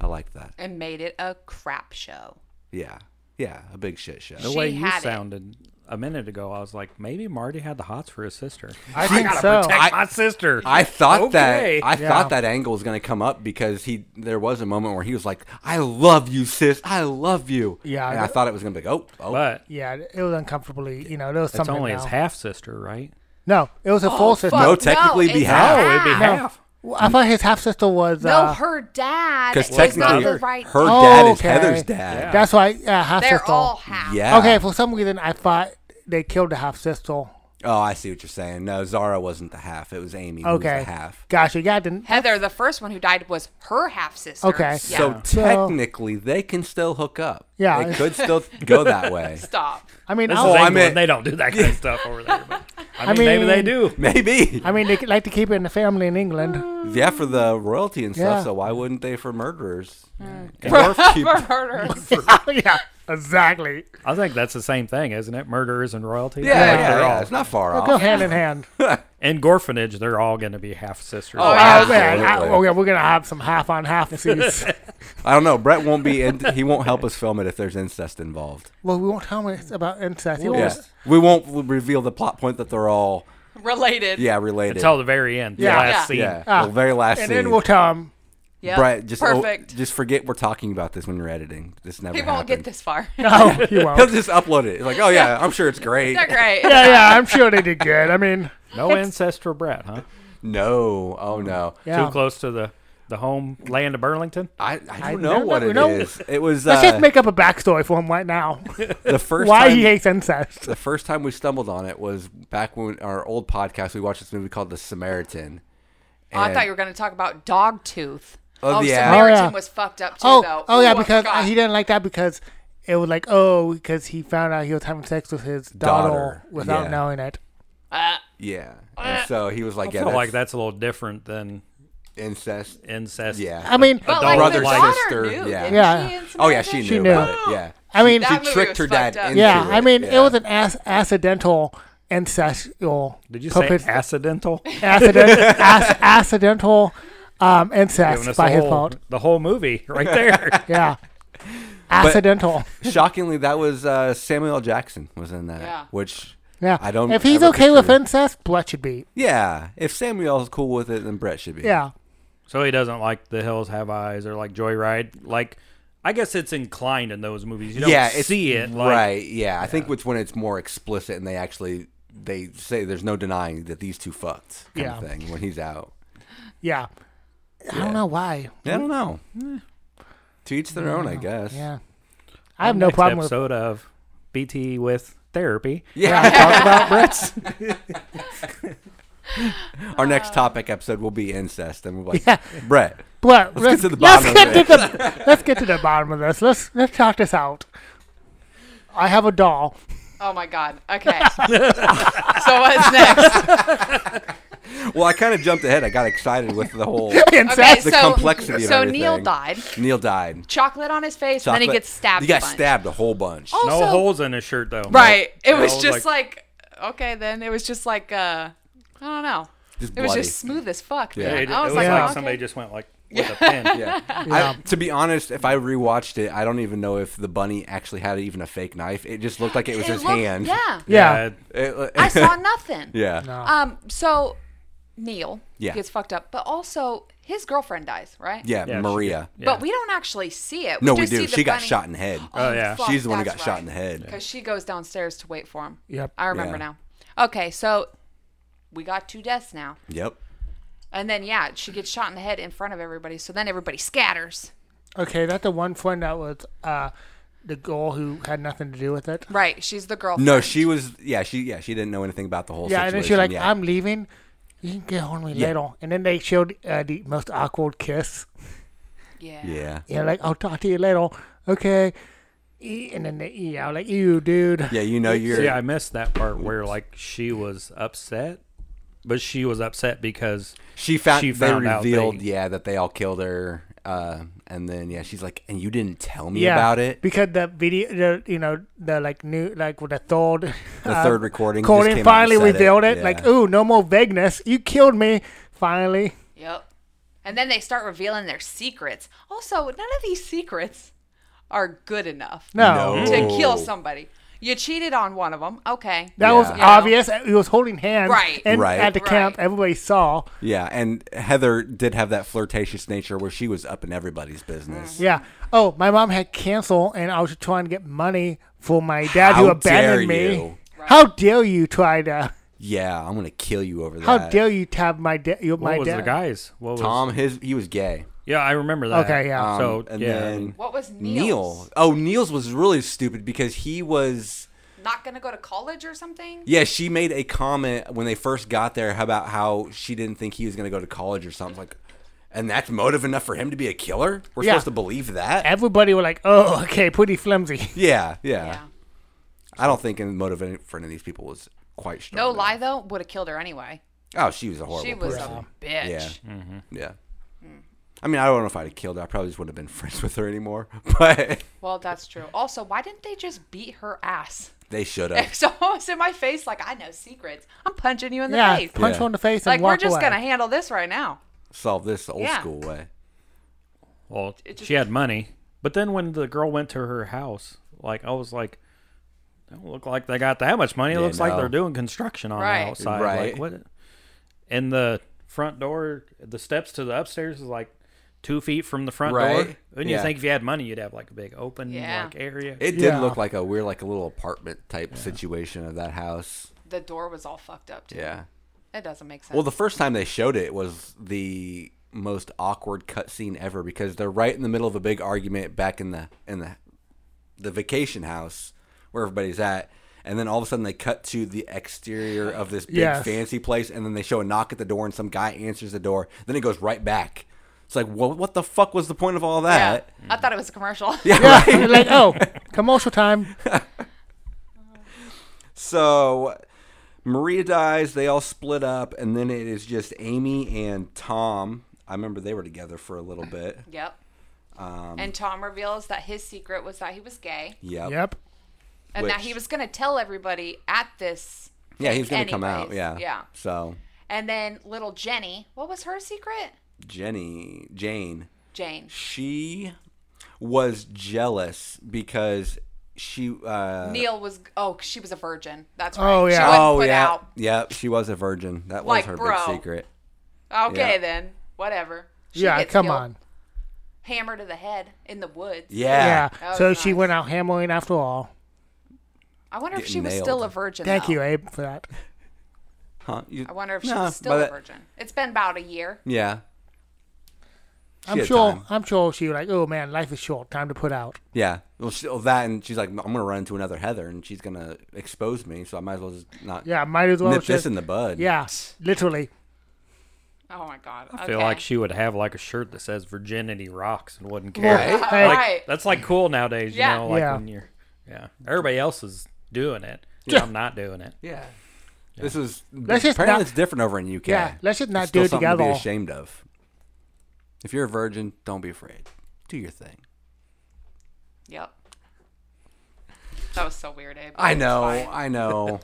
[SPEAKER 3] I like that.
[SPEAKER 2] And made it a crap show.
[SPEAKER 3] Yeah. Yeah, a big shit show.
[SPEAKER 4] the
[SPEAKER 2] she
[SPEAKER 4] way you
[SPEAKER 2] had it.
[SPEAKER 4] sounded a minute ago, I was like, maybe Marty had the hots for his <laughs> sister.
[SPEAKER 1] I think so.
[SPEAKER 4] Protect
[SPEAKER 3] I-
[SPEAKER 4] my sister.
[SPEAKER 3] I thought
[SPEAKER 4] Okay.
[SPEAKER 3] that I
[SPEAKER 1] Yeah.
[SPEAKER 3] thought that angle was going to come up because he there was a moment where he was like, "I love you, sis. I love you."
[SPEAKER 1] Yeah,
[SPEAKER 3] and
[SPEAKER 1] I-
[SPEAKER 3] I thought it was going to be like, "Oh, oh,
[SPEAKER 4] but
[SPEAKER 1] yeah, it was uncomfortably. You know, there was
[SPEAKER 4] it's
[SPEAKER 1] something.
[SPEAKER 4] only
[SPEAKER 1] now.
[SPEAKER 4] his half sister, right?
[SPEAKER 1] No, it was a full sister.
[SPEAKER 2] Oh, fuck,
[SPEAKER 3] No, technically
[SPEAKER 2] it's
[SPEAKER 3] be half.
[SPEAKER 4] Oh, it'd be half.
[SPEAKER 1] Well, I thought his half sister was.
[SPEAKER 2] No,
[SPEAKER 1] uh,
[SPEAKER 2] her dad
[SPEAKER 3] because
[SPEAKER 2] is
[SPEAKER 3] technically
[SPEAKER 2] not
[SPEAKER 3] her
[SPEAKER 2] the right.
[SPEAKER 1] Oh,
[SPEAKER 3] dad is
[SPEAKER 1] okay.
[SPEAKER 3] Heather's dad."
[SPEAKER 1] That's why uh, half
[SPEAKER 2] They're
[SPEAKER 1] sister.
[SPEAKER 2] all half.
[SPEAKER 3] Yeah.
[SPEAKER 1] Okay, for some reason I thought they killed the half sister.
[SPEAKER 3] Oh, I see what you're saying. No, Zara wasn't the half. It was Amy who
[SPEAKER 1] Okay.
[SPEAKER 3] was the half.
[SPEAKER 1] Gotcha. Yeah, I didn't.
[SPEAKER 2] Heather, the first one who died, was her half sister.
[SPEAKER 1] Okay.
[SPEAKER 2] Yeah.
[SPEAKER 1] So-
[SPEAKER 3] So technically, they can still hook up.
[SPEAKER 1] Yeah.
[SPEAKER 3] they could still go that
[SPEAKER 1] <laughs>
[SPEAKER 3] way.
[SPEAKER 2] stop. <laughs>
[SPEAKER 1] I mean,
[SPEAKER 4] This
[SPEAKER 1] Oh, I,
[SPEAKER 3] I
[SPEAKER 4] is England.
[SPEAKER 3] meant-
[SPEAKER 4] they don't do that kind of stuff over there. But, I, mean,
[SPEAKER 1] mean-
[SPEAKER 4] maybe they do.
[SPEAKER 3] Maybe.
[SPEAKER 1] I mean, they like to keep it in the family in
[SPEAKER 2] <laughs>
[SPEAKER 1] England. <laughs>
[SPEAKER 3] yeah, for the royalty and stuff.
[SPEAKER 1] Yeah.
[SPEAKER 3] So why wouldn't they for murderers? Or keep-
[SPEAKER 2] Hmm. <laughs> For her.
[SPEAKER 1] yeah, exactly.
[SPEAKER 4] I think that's the same thing, isn't it? Murderers and royalty.
[SPEAKER 3] Yeah,
[SPEAKER 4] Like,
[SPEAKER 3] yeah,
[SPEAKER 4] they're
[SPEAKER 3] yeah,
[SPEAKER 4] all-
[SPEAKER 3] It's not far
[SPEAKER 1] Go
[SPEAKER 3] off.
[SPEAKER 1] hand in
[SPEAKER 4] <laughs>
[SPEAKER 1] hand.
[SPEAKER 4] In Gorfinage, they're all going to be half sisters.
[SPEAKER 3] Oh,
[SPEAKER 1] Oh man! I,
[SPEAKER 3] absolutely.
[SPEAKER 1] oh yeah, we're gonna have some half on half
[SPEAKER 4] <laughs>
[SPEAKER 1] scenes.
[SPEAKER 3] I don't know. Brett won't be. In, he won't help us film it if there's incest involved.
[SPEAKER 1] well, we won't tell him it's about incest. He
[SPEAKER 3] Yeah.
[SPEAKER 1] won't-
[SPEAKER 3] We won't reveal the plot point that they're all
[SPEAKER 2] Related.
[SPEAKER 3] yeah related.
[SPEAKER 4] Until the very end.
[SPEAKER 1] Yeah.
[SPEAKER 4] The last
[SPEAKER 2] Yeah.
[SPEAKER 4] scene.
[SPEAKER 3] yeah,
[SPEAKER 1] Ah.
[SPEAKER 3] the very last
[SPEAKER 1] and
[SPEAKER 3] scene.
[SPEAKER 1] then we'll tell him.
[SPEAKER 2] Yep.
[SPEAKER 3] Brett, just oh,
[SPEAKER 2] Perfect.
[SPEAKER 3] just forget we're talking about this when you're editing. This never.
[SPEAKER 2] he won't get
[SPEAKER 3] happened.
[SPEAKER 2] this far.
[SPEAKER 1] <laughs>
[SPEAKER 2] <laughs>
[SPEAKER 1] No, Oh, he won't.
[SPEAKER 3] He'll just upload it. Like, oh yeah, I'm sure it's great.
[SPEAKER 2] They're great.
[SPEAKER 1] yeah, yeah, I'm sure they did good. I mean,
[SPEAKER 4] No incest for Brett, huh?
[SPEAKER 3] No, oh no.
[SPEAKER 1] yeah.
[SPEAKER 4] <laughs> Too close to the, the home land of Burlington.
[SPEAKER 3] I, I don't
[SPEAKER 1] I
[SPEAKER 3] know
[SPEAKER 1] don't
[SPEAKER 3] what
[SPEAKER 1] know.
[SPEAKER 3] it is.
[SPEAKER 1] No.
[SPEAKER 3] It was
[SPEAKER 1] Let's
[SPEAKER 3] uh,
[SPEAKER 1] just make up a backstory for him right now.
[SPEAKER 3] the first
[SPEAKER 1] Why
[SPEAKER 3] time,
[SPEAKER 1] he hates incest.
[SPEAKER 3] the first time we stumbled on it was back when our old podcast we watched this movie called The Samaritan.
[SPEAKER 2] Oh, I
[SPEAKER 3] And-
[SPEAKER 2] thought you were going to talk about Dogtooth.
[SPEAKER 3] Oh, yeah.
[SPEAKER 2] Samaritan
[SPEAKER 1] Oh, yeah.
[SPEAKER 2] was fucked up too,
[SPEAKER 1] Oh,
[SPEAKER 2] though.
[SPEAKER 1] oh yeah,
[SPEAKER 2] Ooh, I
[SPEAKER 1] because
[SPEAKER 2] forgot.
[SPEAKER 1] he didn't like that because it was like oh because he found out he was having sex with his daughter,
[SPEAKER 3] Daughter,
[SPEAKER 1] without
[SPEAKER 3] yeah.
[SPEAKER 1] knowing it.
[SPEAKER 2] Uh,
[SPEAKER 3] Yeah. And so he was like,
[SPEAKER 4] I
[SPEAKER 3] yeah,
[SPEAKER 4] feel
[SPEAKER 3] that's,
[SPEAKER 4] like that's a little different than
[SPEAKER 3] incest.
[SPEAKER 4] incest.
[SPEAKER 3] Yeah.
[SPEAKER 1] I mean,
[SPEAKER 2] But
[SPEAKER 4] Adult
[SPEAKER 2] like
[SPEAKER 4] brother,
[SPEAKER 2] the daughter
[SPEAKER 3] sister,
[SPEAKER 2] knew.
[SPEAKER 3] yeah.
[SPEAKER 2] didn't
[SPEAKER 1] Yeah.
[SPEAKER 2] She, in
[SPEAKER 3] Oh yeah, she
[SPEAKER 2] Samaritan?
[SPEAKER 3] knew.
[SPEAKER 1] knew.
[SPEAKER 3] About it. Yeah.
[SPEAKER 1] I mean,
[SPEAKER 2] That
[SPEAKER 3] she
[SPEAKER 2] movie
[SPEAKER 3] tricked
[SPEAKER 2] was
[SPEAKER 3] her dad
[SPEAKER 2] fucked up.
[SPEAKER 3] into
[SPEAKER 1] yeah. I mean, it
[SPEAKER 3] yeah.
[SPEAKER 1] was an ac- accidental ancestral.
[SPEAKER 4] Did you
[SPEAKER 1] puppet-
[SPEAKER 4] say <laughs> accidental?
[SPEAKER 1] accident,
[SPEAKER 3] <laughs>
[SPEAKER 1] ac- accidental um,
[SPEAKER 4] Giving us
[SPEAKER 1] incest by
[SPEAKER 4] the
[SPEAKER 1] his
[SPEAKER 4] whole-
[SPEAKER 1] fault?
[SPEAKER 4] The whole movie <laughs> right there.
[SPEAKER 3] <laughs>
[SPEAKER 1] Yeah. Accidental.
[SPEAKER 3] Shockingly, that was uh, Samuel L. Jackson was in that,
[SPEAKER 2] Yeah.
[SPEAKER 3] which
[SPEAKER 1] Yeah.
[SPEAKER 3] I don't.
[SPEAKER 1] If he's
[SPEAKER 3] have a
[SPEAKER 1] okay with
[SPEAKER 3] picture.
[SPEAKER 1] incest, Brett should be.
[SPEAKER 3] yeah. If Samuel's cool with it, then Brett should be.
[SPEAKER 1] Yeah.
[SPEAKER 4] so he doesn't like The Hills Have Eyes or like Joyride. Like, I guess it's inclined in those movies. You don't
[SPEAKER 3] yeah, it's-
[SPEAKER 4] see it. Like,
[SPEAKER 3] right. Yeah, I think which when it's more explicit and they actually they say there's no denying that these two fucked kind of
[SPEAKER 1] Yeah.
[SPEAKER 3] thing when he's out.
[SPEAKER 1] Yeah. I don't know why.
[SPEAKER 3] I don't know. To each their own, I guess.
[SPEAKER 1] Yeah. I have no
[SPEAKER 4] Next
[SPEAKER 1] problem with.
[SPEAKER 4] episode of BT with therapy.
[SPEAKER 3] Yeah.
[SPEAKER 1] Talk about Brett's.
[SPEAKER 3] <laughs> Our next topic episode will be incest, and we're like,
[SPEAKER 1] Yeah.
[SPEAKER 3] Brett.
[SPEAKER 1] But let's,
[SPEAKER 3] Let's get to the
[SPEAKER 1] let's
[SPEAKER 3] bottom
[SPEAKER 1] get
[SPEAKER 3] of
[SPEAKER 1] to the let's get to the bottom of this. Let's let's talk this out. I have a doll.
[SPEAKER 2] Oh my god.
[SPEAKER 1] <laughs>
[SPEAKER 2] Okay. so what's next?
[SPEAKER 3] Well, I kind of jumped ahead. I got excited with the whole.
[SPEAKER 2] Okay,
[SPEAKER 1] Incest.
[SPEAKER 3] the
[SPEAKER 2] so
[SPEAKER 3] complexity of
[SPEAKER 2] so Neil
[SPEAKER 3] everything.
[SPEAKER 2] died.
[SPEAKER 3] Neil died.
[SPEAKER 2] Chocolate on his face, and then he
[SPEAKER 3] Chocolate-
[SPEAKER 2] gets stabbed.
[SPEAKER 3] He
[SPEAKER 2] a
[SPEAKER 3] got
[SPEAKER 2] bunch. Oh,
[SPEAKER 3] stabbed a whole bunch.
[SPEAKER 4] No
[SPEAKER 2] Also-
[SPEAKER 4] holes in his shirt though.
[SPEAKER 2] Right. It was
[SPEAKER 4] No,
[SPEAKER 2] just like, okay, then it was just like uh, I don't know.
[SPEAKER 3] Just
[SPEAKER 2] It was
[SPEAKER 3] bloody.
[SPEAKER 2] just smooth as fuck.
[SPEAKER 3] Yeah.
[SPEAKER 2] man.
[SPEAKER 4] It,
[SPEAKER 2] I was
[SPEAKER 4] it
[SPEAKER 2] like,
[SPEAKER 4] was
[SPEAKER 2] oh,
[SPEAKER 4] like
[SPEAKER 2] okay.
[SPEAKER 4] somebody just
[SPEAKER 2] <laughs>
[SPEAKER 4] went like with a
[SPEAKER 1] <laughs>
[SPEAKER 4] pen.
[SPEAKER 3] Yeah. I- to be honest, if I rewatched it, I don't even know if the bunny actually had even a fake knife. It just looked like it was
[SPEAKER 2] It
[SPEAKER 3] his
[SPEAKER 2] looked-
[SPEAKER 3] hand.
[SPEAKER 2] Yeah.
[SPEAKER 4] Uh,
[SPEAKER 1] Yeah.
[SPEAKER 3] It-
[SPEAKER 2] I
[SPEAKER 3] <laughs>
[SPEAKER 2] saw nothing.
[SPEAKER 3] yeah.
[SPEAKER 2] Um. So Neil
[SPEAKER 3] Yeah.
[SPEAKER 2] gets fucked up, but also his girlfriend dies, right?
[SPEAKER 3] Yeah,
[SPEAKER 4] Yeah, she
[SPEAKER 3] Maria.
[SPEAKER 2] But we don't actually see it. We
[SPEAKER 3] No, we
[SPEAKER 2] just
[SPEAKER 3] do.
[SPEAKER 2] See the
[SPEAKER 3] She got
[SPEAKER 2] bunny-
[SPEAKER 3] shot in the head.
[SPEAKER 4] Oh, yeah.
[SPEAKER 3] She's the one who got shot in the head.
[SPEAKER 2] Because she goes downstairs to wait for him.
[SPEAKER 1] Yep.
[SPEAKER 2] I remember
[SPEAKER 3] Yeah.
[SPEAKER 2] now. Okay, so we got two deaths now.
[SPEAKER 3] Yep.
[SPEAKER 2] And then, yeah, she gets shot in the head in front of everybody. So then everybody scatters.
[SPEAKER 1] Okay, that's the one friend that was uh, the girl who had nothing to do with it.
[SPEAKER 2] Right. She's the girlfriend.
[SPEAKER 3] No, she was. Yeah, she. Yeah, she didn't know anything about the whole
[SPEAKER 1] Yeah, and
[SPEAKER 3] situation.
[SPEAKER 1] then she's like,
[SPEAKER 3] yeah.
[SPEAKER 1] "I'm leaving. You can get on with me
[SPEAKER 3] Yeah.
[SPEAKER 1] later." And then they showed uh, the most awkward kiss.
[SPEAKER 2] Yeah.
[SPEAKER 3] Yeah.
[SPEAKER 1] Yeah, like I'll talk to you later. Okay. E- And then they, yeah, like you, dude.
[SPEAKER 3] Yeah, you know you're.
[SPEAKER 4] See, I missed that part where like she was upset, but she was upset because
[SPEAKER 3] she found.
[SPEAKER 4] she found
[SPEAKER 3] they
[SPEAKER 4] out
[SPEAKER 3] revealed.
[SPEAKER 4] they-
[SPEAKER 3] yeah, that they all killed her. Uh, and then yeah, she's like, and you didn't tell me
[SPEAKER 1] Yeah,
[SPEAKER 3] E about it.
[SPEAKER 1] because the video, the, you know, the like new, like with the third, <laughs>
[SPEAKER 3] The third recording. just
[SPEAKER 1] Conan
[SPEAKER 3] came out and
[SPEAKER 1] finally
[SPEAKER 3] said
[SPEAKER 1] revealed it. Like,
[SPEAKER 3] Yeah.
[SPEAKER 1] ooh, no more vagueness. You killed me. Finally,
[SPEAKER 2] Yep. And then they start revealing their secrets. Also, none of these secrets are good enough
[SPEAKER 1] no,
[SPEAKER 3] No.
[SPEAKER 2] to kill
[SPEAKER 3] Oh.
[SPEAKER 2] somebody. You cheated on one of them. Okay.
[SPEAKER 1] that was
[SPEAKER 3] Yeah.
[SPEAKER 2] Yeah.
[SPEAKER 1] obvious. He was holding hands,
[SPEAKER 2] Right.
[SPEAKER 1] And
[SPEAKER 3] Right.
[SPEAKER 1] at the
[SPEAKER 2] Right.
[SPEAKER 1] camp, everybody saw.
[SPEAKER 3] Yeah, and Heather did have that flirtatious nature where she was up in everybody's business.
[SPEAKER 2] Mm-hmm.
[SPEAKER 1] Yeah. Oh, my mom had cancel, and I was trying to get money for my dad who
[SPEAKER 3] How
[SPEAKER 1] abandoned
[SPEAKER 3] dare
[SPEAKER 1] me.
[SPEAKER 3] you.
[SPEAKER 1] How dare you try to?
[SPEAKER 3] Yeah, I'm gonna kill you over that.
[SPEAKER 1] How dare you tab my dad? Your
[SPEAKER 4] what
[SPEAKER 1] my
[SPEAKER 4] was
[SPEAKER 1] dad.
[SPEAKER 4] the guy's? What was
[SPEAKER 3] Tom? His he was gay.
[SPEAKER 4] Yeah, I remember that.
[SPEAKER 1] Okay, yeah.
[SPEAKER 3] Um,
[SPEAKER 4] so
[SPEAKER 3] and
[SPEAKER 4] yeah,
[SPEAKER 3] then
[SPEAKER 2] What was Neil's?
[SPEAKER 3] Neil. Oh, Neil's was really stupid because he was.
[SPEAKER 2] Not going to go to college or something?
[SPEAKER 3] Yeah, she made a comment when they first got there about how she didn't think he was going to go to college or something. Like, and that's motive enough for him to be a killer. We're
[SPEAKER 1] Yeah.
[SPEAKER 3] supposed to believe that.
[SPEAKER 1] Everybody were like, "Oh, okay, pretty flimsy."
[SPEAKER 3] yeah, yeah,
[SPEAKER 2] Yeah.
[SPEAKER 3] I don't think any motive in- for any of these people was quite strong.
[SPEAKER 2] No
[SPEAKER 3] enough.
[SPEAKER 2] lie, though, would have killed her anyway.
[SPEAKER 3] Oh, she was a horrible.
[SPEAKER 2] she was
[SPEAKER 3] person.
[SPEAKER 2] a bitch.
[SPEAKER 3] Yeah. Yeah. I mean, I don't know if I'd have killed her. I probably just wouldn't have been <laughs> friends with her anymore. But
[SPEAKER 2] Well, that's true. Also, why didn't they just beat her ass? <laughs>
[SPEAKER 3] they should
[SPEAKER 2] If
[SPEAKER 3] have.
[SPEAKER 2] someone was in my face, like, I know secrets, I'm punching you in the
[SPEAKER 1] Yeah,
[SPEAKER 2] face.
[SPEAKER 1] punch
[SPEAKER 3] Yeah.
[SPEAKER 1] her in the face
[SPEAKER 2] Like,
[SPEAKER 1] and
[SPEAKER 2] we're
[SPEAKER 1] walk
[SPEAKER 2] just
[SPEAKER 1] away.
[SPEAKER 2] going to handle this right now.
[SPEAKER 3] Solve this old
[SPEAKER 2] Yeah.
[SPEAKER 3] school way.
[SPEAKER 4] well,
[SPEAKER 2] it just-
[SPEAKER 4] she had money. But then when the girl went to her house, like I was like, don't look like they got that much money. It
[SPEAKER 3] Yeah,
[SPEAKER 4] looks like
[SPEAKER 3] no.
[SPEAKER 4] they're doing construction on
[SPEAKER 2] Right.
[SPEAKER 4] the outside.
[SPEAKER 3] Right.
[SPEAKER 4] Like what? And the front door, the steps to the upstairs is like two feet from the front
[SPEAKER 3] Right.
[SPEAKER 4] door. Wouldn't
[SPEAKER 3] Yeah.
[SPEAKER 4] you think if you had money, you'd have like a big open
[SPEAKER 2] Yeah.
[SPEAKER 4] like area?
[SPEAKER 3] It did
[SPEAKER 1] Yeah.
[SPEAKER 3] look like a weird, like a little apartment type situation of that house.
[SPEAKER 2] The door was all fucked up, too.
[SPEAKER 3] Yeah.
[SPEAKER 2] That doesn't make sense.
[SPEAKER 3] Well, the first time they showed it was the most awkward cutscene ever because they're right in the middle of a big argument back in the in the the vacation house where everybody's at, and then all of a sudden they cut to the exterior of this big
[SPEAKER 1] Yes.
[SPEAKER 3] fancy place, and then they show a knock at the door, and some guy answers the door. Then it goes right back. It's like, well, what the fuck was the point of all
[SPEAKER 2] yeah.
[SPEAKER 3] that?
[SPEAKER 2] I thought it was a commercial.
[SPEAKER 1] yeah,
[SPEAKER 3] <laughs>
[SPEAKER 1] and like oh, commercial time.
[SPEAKER 3] So Maria dies, they all split up, and then it is just Amy and Tom I remember they were together for a little bit.
[SPEAKER 2] <laughs> Yep.
[SPEAKER 3] Um.
[SPEAKER 2] and Tom reveals that his secret was that he was gay,
[SPEAKER 3] Yep.
[SPEAKER 1] Yep.
[SPEAKER 2] and that
[SPEAKER 3] which-
[SPEAKER 2] he was going to tell everybody at this.
[SPEAKER 3] Yeah, he was
[SPEAKER 2] thing
[SPEAKER 3] gonna come out.
[SPEAKER 2] anyways.
[SPEAKER 3] Yeah.
[SPEAKER 2] Yeah.
[SPEAKER 3] So
[SPEAKER 2] And then little Jenny, what was her secret?
[SPEAKER 3] Jenny Jane,
[SPEAKER 2] Jane.
[SPEAKER 3] she was jealous because she uh
[SPEAKER 2] Neil was oh she was a virgin. That's right.
[SPEAKER 1] Oh, yeah.
[SPEAKER 2] She wasn't
[SPEAKER 3] Oh
[SPEAKER 2] put
[SPEAKER 3] yeah,
[SPEAKER 2] out.
[SPEAKER 3] yeah. She was a virgin. That was
[SPEAKER 2] Like,
[SPEAKER 3] her
[SPEAKER 2] bro.
[SPEAKER 3] big secret.
[SPEAKER 2] Okay
[SPEAKER 3] Yeah.
[SPEAKER 2] then, whatever. She
[SPEAKER 1] yeah,
[SPEAKER 2] gets
[SPEAKER 1] come
[SPEAKER 2] killed.
[SPEAKER 1] on.
[SPEAKER 2] Hammer to the head in the woods.
[SPEAKER 3] Yeah.
[SPEAKER 1] Yeah.
[SPEAKER 2] was
[SPEAKER 1] So she
[SPEAKER 2] Oh, nice.
[SPEAKER 1] went out hammering after all.
[SPEAKER 2] I wonder if
[SPEAKER 3] Getting
[SPEAKER 2] she was
[SPEAKER 3] nailed.
[SPEAKER 2] still a virgin.
[SPEAKER 1] Thank
[SPEAKER 2] though.
[SPEAKER 1] you, Abe, for that.
[SPEAKER 3] Huh? You-
[SPEAKER 2] I wonder if she
[SPEAKER 3] Nah,
[SPEAKER 2] was still
[SPEAKER 3] by
[SPEAKER 2] a
[SPEAKER 3] that-
[SPEAKER 2] virgin. It's been about a year.
[SPEAKER 3] Yeah.
[SPEAKER 1] I'm
[SPEAKER 3] had
[SPEAKER 1] sure.
[SPEAKER 3] time.
[SPEAKER 1] I'm sure she was like, oh man, life is short. Time to put out.
[SPEAKER 3] Yeah. Well, she, well, that and she's like, I'm gonna run into another Heather, and she's gonna expose me, so I might as well just not
[SPEAKER 1] Yeah, might as well.
[SPEAKER 3] nip
[SPEAKER 1] just,
[SPEAKER 3] this in the bud.
[SPEAKER 1] yeah, literally.
[SPEAKER 2] Oh my god.
[SPEAKER 4] I feel like she would have like a shirt that says virginity rocks and wouldn't care.
[SPEAKER 1] Well,
[SPEAKER 2] All
[SPEAKER 1] hey,
[SPEAKER 4] Like,
[SPEAKER 2] right.
[SPEAKER 4] That's like cool nowadays,
[SPEAKER 2] Yeah.
[SPEAKER 4] you know, like
[SPEAKER 1] Yeah.
[SPEAKER 4] when you're yeah. Everybody else is doing it. I'm not doing it.
[SPEAKER 3] Yeah. This is
[SPEAKER 1] Let's just
[SPEAKER 3] apparently
[SPEAKER 1] not-
[SPEAKER 3] it's different over in UK.
[SPEAKER 1] Yeah, let's just not
[SPEAKER 3] it's still
[SPEAKER 1] do it
[SPEAKER 3] something To
[SPEAKER 1] together.
[SPEAKER 3] be ashamed of. If you're a virgin, don't be afraid. Do your thing.
[SPEAKER 2] Yep. That was so weird, Abe.
[SPEAKER 3] I
[SPEAKER 2] It's
[SPEAKER 3] know,
[SPEAKER 2] fine.
[SPEAKER 3] I know.